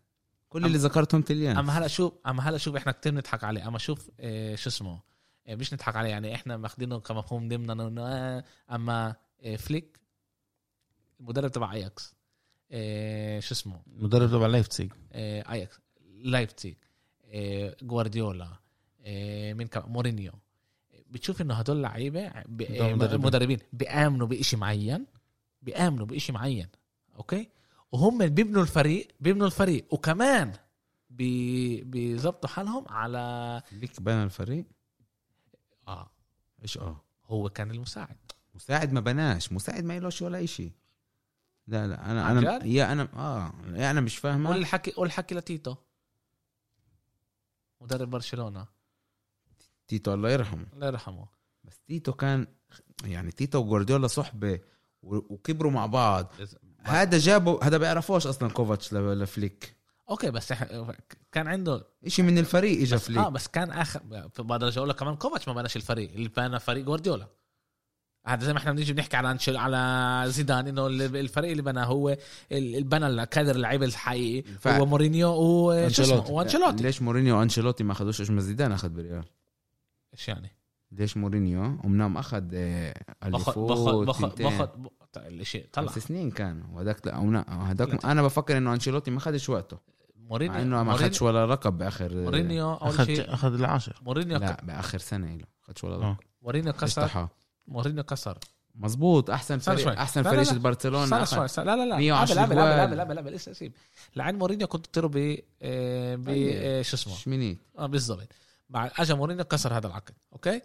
C: كل
A: أم-
C: اللي ذكرتهم تليان
A: اما هلا شوف اما هلا شوف احنا كتير بنضحك عليه اما شوف إيه شو اسمه إيه مش نضحك عليه يعني احنا ماخدينه كمفهوم ضمننا انه آه، اما إيه فليك المدرب تبع اياكس إيه شو اسمه
B: المدرب تبع لايفتسيج
A: إيه اياكس لايبتيج إيه جوارديولا إيه من كمان مورينيو بتشوف انه هدول لعيبه ب- إيه،
B: مدربين.
A: مدربين بيامنوا بشيء معين بيامنوا بشيء معين اوكي وهم اللي بيبنوا الفريق بيبنوا الفريق وكمان بي- بيظبطوا حالهم على
C: ليك بنى الفريق
A: اه
C: ايش اه
A: هو كان المساعد
C: مساعد ما بناش مساعد ما يلوش ولا إشي لا لا انا
A: عن
C: انا
A: جد؟
C: يا انا اه يا انا مش
A: قول
C: فاهمه
A: الحكي قول الحكي لتيتو مدرب برشلونه
C: تيتو الله يرحمه
A: الله يرحمه
C: بس تيتو كان يعني تيتو وجوارديولا صحبه و- وكبروا مع بعض هذا جابه هذا بيعرفوش اصلا كوفاتش ل- لفليك
A: اوكي بس إح- كان عنده
C: إشي من الفريق اجى
A: بس اه
C: فليك
A: بس كان اخر بقدر اقول لك كمان كوفاتش ما بناش الفريق اللي بنى فريق جوارديولا هذا زي ما احنا بنيجي بنحكي على أنشيل- على زيدان انه ال- الفريق اللي بناه هو ال- اللي بنى الكادر اللعيبه الحقيقي
C: فعلا.
A: هو مورينيو وش اسمه
B: أنشيلوتي.
A: وانشيلوتي
C: ليش مورينيو وانشيلوتي ما اخذوش ايش ما زيدان اخذ بريال
A: ايش يعني
C: ليش مورينيو امنام اخذ آه،
A: باخذ
C: أليفو،
A: باخذ باخذ
C: تنتين.
A: باخذ ب- الشيء طلع
C: خمس سنين كان وهذاك لا أمنا- هذاك انا بفكر انه انشيلوتي ما اخذش وقته مع
A: مورينيو
C: انه ما
A: مورينيو-
C: اخذش ولا لقب باخر *laughs*
A: مورينيو اول
B: اخذ
A: شيء
B: اخذ العاشر
A: مورينيو ك-
C: لا باخر سنه له اخذش ولا
B: آه.
C: لقب
A: مورينيو كسر
C: افتحها
A: مورينيو كسر
C: مزبوط احسن
A: استنى
C: فريق
A: شوي.
C: احسن
A: لا، لا،
C: فريق
A: لا.
C: شت برشلونه
A: استنى
C: أخذ.
A: شوي استنى- لا لا لا
C: 110
A: قبل قبل قبل
C: جوال.
A: قبل قبل قبل لسه سيب لعين مورينيو كنت بتطيروا ب آه، ب
C: طيب.
A: آه، شو اسمه
C: شمينيت
A: اه بالضبط مع اجى مورينيو كسر هذا العقد اوكي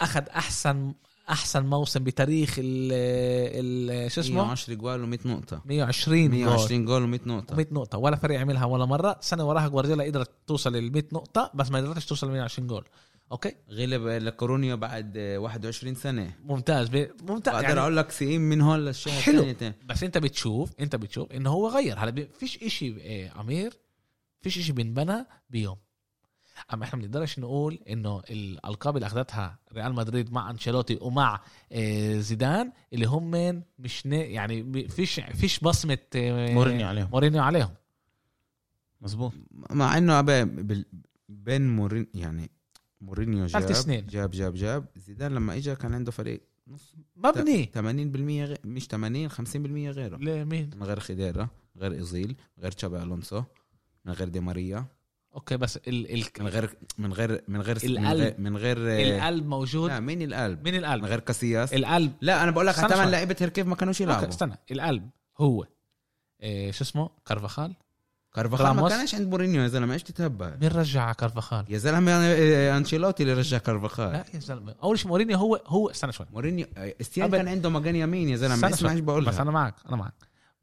A: اخذ احسن احسن موسم بتاريخ ال ال شو اسمه
C: 110 جوال و100 نقطه
A: 120 جول
C: 120 جول و100 نقطه
A: 100 نقطة ولا فريق عملها ولا مرة سنة وراها جوارديولا قدرت توصل ال 100 نقطة بس ما قدرتش توصل ل 120 جول اوكي
C: غلب لكورونيا بعد آه، 21 سنه
A: ممتاز ب... ممتاز
C: بقدر
A: يعني
C: اقول لك سئيم من هون للشهر
A: حلو.
C: الثاني تاني.
A: بس انت بتشوف انت بتشوف انه هو غير هلا ب- فيش اشي آه، عمير فيش اشي بينبنى بيوم اما احنا بنقدرش نقول انه الالقاب اللي اخذتها ريال مدريد مع انشيلوتي ومع آه، زيدان اللي هم من مش نا- يعني ب- فيش فيش بصمه آه،
B: مورينيو عليهم
A: مورينيو عليهم
B: مظبوط
C: مع انه أبا بال- بين مورين يعني مورينيو
A: ثلاث
C: جاب
A: سنين.
C: جاب جاب جاب زيدان لما اجى كان عنده فريق نص
A: مبني
C: 80% غي... مش 80 50% غيره
A: لمين
C: من غير خديرة غير ايزيل غير تشابي الونسو من غير دي ماريا
A: اوكي بس ال... ال...
C: من غير من غير من غير من
A: القلب.
C: غير, من غير
A: القلب موجود
C: آه، لا مين القلب
A: مين
C: من
A: القلب
C: غير كاسياس
A: القلب
C: لا انا بقول لك
A: استنى
C: ثمان
A: شوي.
C: لعيبه هركيف ما كانوش
A: اوكي
C: يلعبوا
A: استنى القلب هو إيه شو اسمه كارفاخال
C: كارفاخال ما
A: راموس.
C: كانش عند مورينيو يا زلمه ايش تتهبى
A: مين رجع على كارفاخال
C: يا زلمه أنا- انشيلوتي اللي رجع كارفاخال
A: لا يا زلمه اول شيء مورينيو هو هو استنى شوي
C: مورينيو استيان
A: أبد.
C: كان عنده مجان يمين يا زلمه
A: استنى
C: اسمع
A: شوي.
C: ايش بقول
A: بس
C: لك
A: انا معك انا معك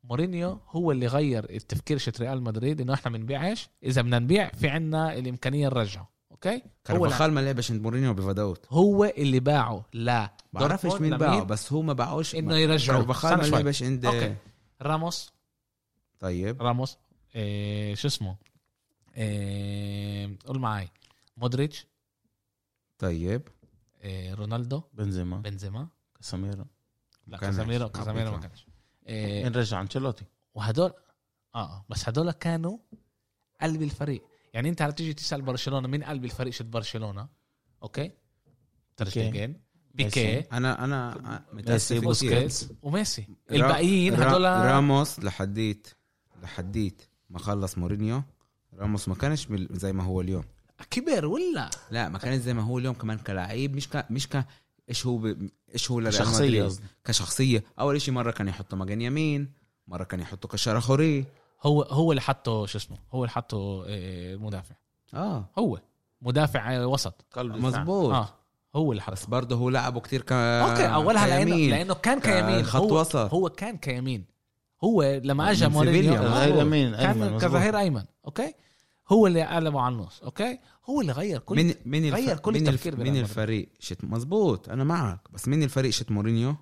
A: مورينيو هو اللي غير التفكير شت ريال مدريد انه احنا بنبيعش اذا بدنا نبيع في عنا الامكانيه نرجعه اوكي هو اللي-
C: كارفاخال ما لعبش عند مورينيو بفدوت
A: هو اللي باعه لا
C: بعرفش
A: دورتموند
C: مين
A: لمين؟
C: باعه بس هو ما باعوش
A: انه يرجعه
C: كارفاخال
A: استنى
C: ما
A: شوي.
C: لعبش عند
A: أوكي. راموس
C: طيب
A: راموس إيه شو اسمه إيه قول معي مودريتش
C: طيب
A: إيه رونالدو
B: بنزيما
A: بنزيما
B: كاساميرو
A: لا
C: كانش.
A: كازاميرو
C: آه،
A: كازاميرو ما
C: بيطلع.
A: كانش إيه
B: مين رجع انشيلوتي
A: وهدول اه آه، بس هدول كانوا قلب الفريق يعني انت بتيجي تسال برشلونه مين قلب الفريق شت برشلونه اوكي ترشتيجن بيكي
B: ميسي.
C: انا انا متاسف كتير.
A: بوسكيتس وميسي
C: را-
A: الباقيين
C: را-
A: هدول
C: راموس لحديت لحديت ما خلص مورينيو راموس ما كانش بال- زي ما هو اليوم
A: كبر ولا
C: لا ما كانش زي ما هو اليوم كمان كلاعب مش ك... مش ك ايش هو ب... ايش هو لريال
B: شخصية
C: مدريد.
B: قصدي
C: كشخصيه اول شيء مره كان يحطه مجان يمين مره كان يحطه كشارة خوري
A: هو هو اللي حطه شو اسمه هو اللي حطه آه، مدافع
C: اه
A: هو مدافع آه، وسط
B: قلب دفاع.
C: مظبوط آه.
A: اه هو اللي حط
C: بس برضه هو لعبه كتير ك
A: اوكي اولها لانه
C: كيمين.
A: لانه كان كيمين
C: خط
A: هو
C: وسط
A: هو كان كيمين هو لما اجى
C: من سيفيليا.
A: مورينيو
B: غير
A: آه،
B: يمين ايمن
A: كان
B: مظبوط.
A: كظهير ايمن اوكي هو اللي قلبه على النص اوكي هو اللي غير كل
C: من من الف...
A: غير كل
C: من, الف...
A: التفكير بريال
C: من
A: مدريد.
C: الفريق شت مزبوط انا معك بس من الفريق شت مورينيو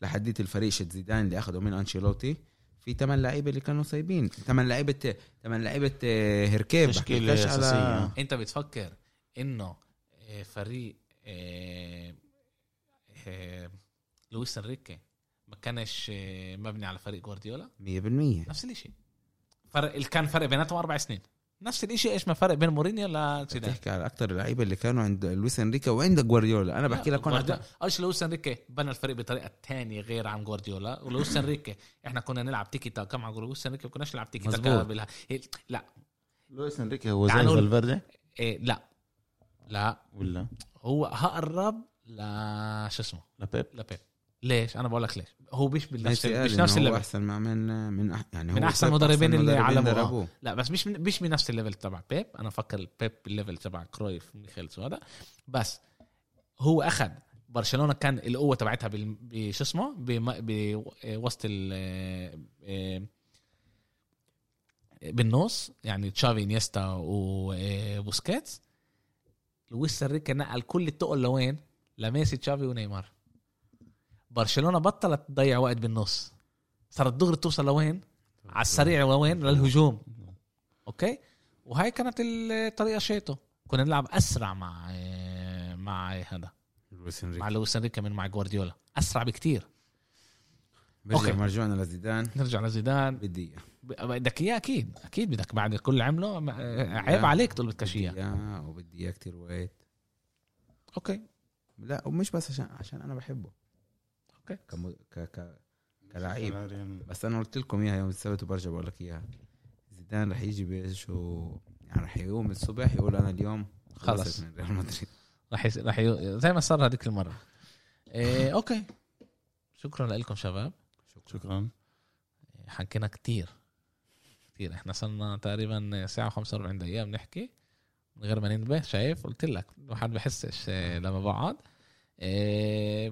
C: لحديت الفريق شت زيدان اللي اخده من انشيلوتي في ثمان لعيبه اللي كانوا سايبين ثمان لعيبه ثمان لعيبه آه، هركيب
B: تشكيلة
C: بحكيلكش
B: أساسية.
A: انت بتفكر انه آه، فريق آه، آه، لويس انريكي ما كانش آه، مبني على فريق جوارديولا
C: 100%
A: نفس الشيء فرق اللي كان فرق بيناتهم اربع سنين نفس الشيء ايش ما فرق بين مورينيو لزيدان
C: بتحكي على اكتر اللعيبه اللي كانوا عند لويس انريكا وعند جوارديولا انا بحكي لك هون
A: جوارديولا- ايش لويس انريكي بنى الفريق بطريقه تانية غير عن جوارديولا ولويس انريكي احنا كنا نلعب تيكي تاكا مع لويس انريكي ما كناش نلعب تيكي تاكا
C: مظبوط.
A: بالها لا
B: لويس انريكي هو زي
A: تعال نقول-
B: فالفيردي
A: إيه لا لا
B: ولا
A: هو هقرب ل شو اسمه
B: لبيب
A: لبيب ليش انا بقول لك ليش هو مش بالنفس
C: ماشي قال
A: مش
C: إنه
A: نفس
C: هو
A: الليفل
C: احسن مع من من أح... يعني
A: من
C: هو
A: أحسن
C: بيب
A: مدربين اللي
C: مدربين
A: علموه.
C: دربوه.
A: لا بس مش من مش بنفس الليفل تبع بيب انا فكر بيب الليفل تبع كرويف ميخيلز وهذا بس هو اخذ برشلونه كان القوه تبعتها بال- بشو اسمه بم- بوسط ال آه، بالنص يعني تشافي نيستا وبوسكيتس لويس انريكي نقل كل التقل لوين لميسي تشافي ونيمار برشلونه بطلت تضيع وقت بالنص صارت دغري توصل لوين على السريع لوين للهجوم اوكي وهاي كانت الطريقه شيتو كنا نلعب اسرع مع مع إيه هذا
C: لويس
A: مع
C: انريكا
A: لويس انريكي من مع جوارديولا اسرع بكتير
C: برجع
A: أوكي.
C: مرجوعنا لزيدان
A: نرجع لزيدان
C: بدي
A: ب- بدك اياه اكيد اكيد بدك بعد كل اللي عمله م- عيب
C: لا.
A: عليك تقول بدكش اياه
C: اياه وبدي اياه كثير وقت
A: اوكي
C: لا ومش بس عشان عشان انا بحبه
A: اوكي
C: كم... ك... ك... كلاعب بس انا قلت لكم اياها يوم السبت وبرجع بقول لك اياها زيدان رح يجي بايش و... يعني رح يقوم الصبح يقول انا اليوم
A: خلص.
C: خلصت من ريال مدريد
A: رح يس... رح ي... زي ما صار هذيك المره إيه اوكي شكرا لكم شباب
B: شكرا
A: حكينا كتير كتير احنا صرنا تقريبا ساعة و45 دقيقة بنحكي من غير ما ننتبه شايف قلت لك الواحد بحسش آه، لما بقعد آه،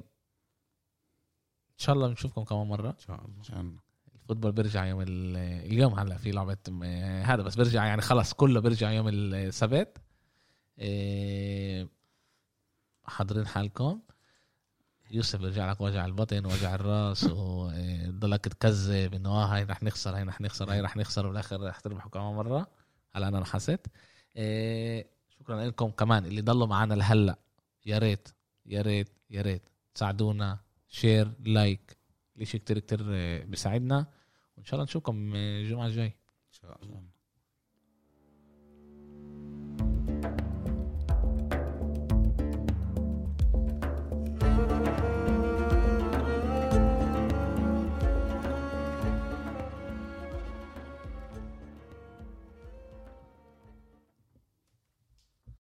A: ان شاء الله بنشوفكم كمان مرة
C: ان شاء الله
B: عشان
A: الفوتبول بيرجع يوم ال- اليوم هلا في لعبة آه، هذا بس بيرجع يعني خلص كله بيرجع يوم السبت آه، حاضرين حالكم يوسف رجع لك وجع البطن وجع الراس وضلك تكذب انه اه هاي رح نخسر هاي رح نخسر هاي رح نخسر وبالاخر رح تربحوا كمان مره هلا انا نحست إيه، شكرا لكم كمان اللي ضلوا معنا لهلا يا ريت يا ريت يا ريت تساعدونا شير لايك euh, الاشي كتير كتير آه، بيساعدنا وان شاء الله نشوفكم آه، الجمعه الجاي
C: ان شاء الله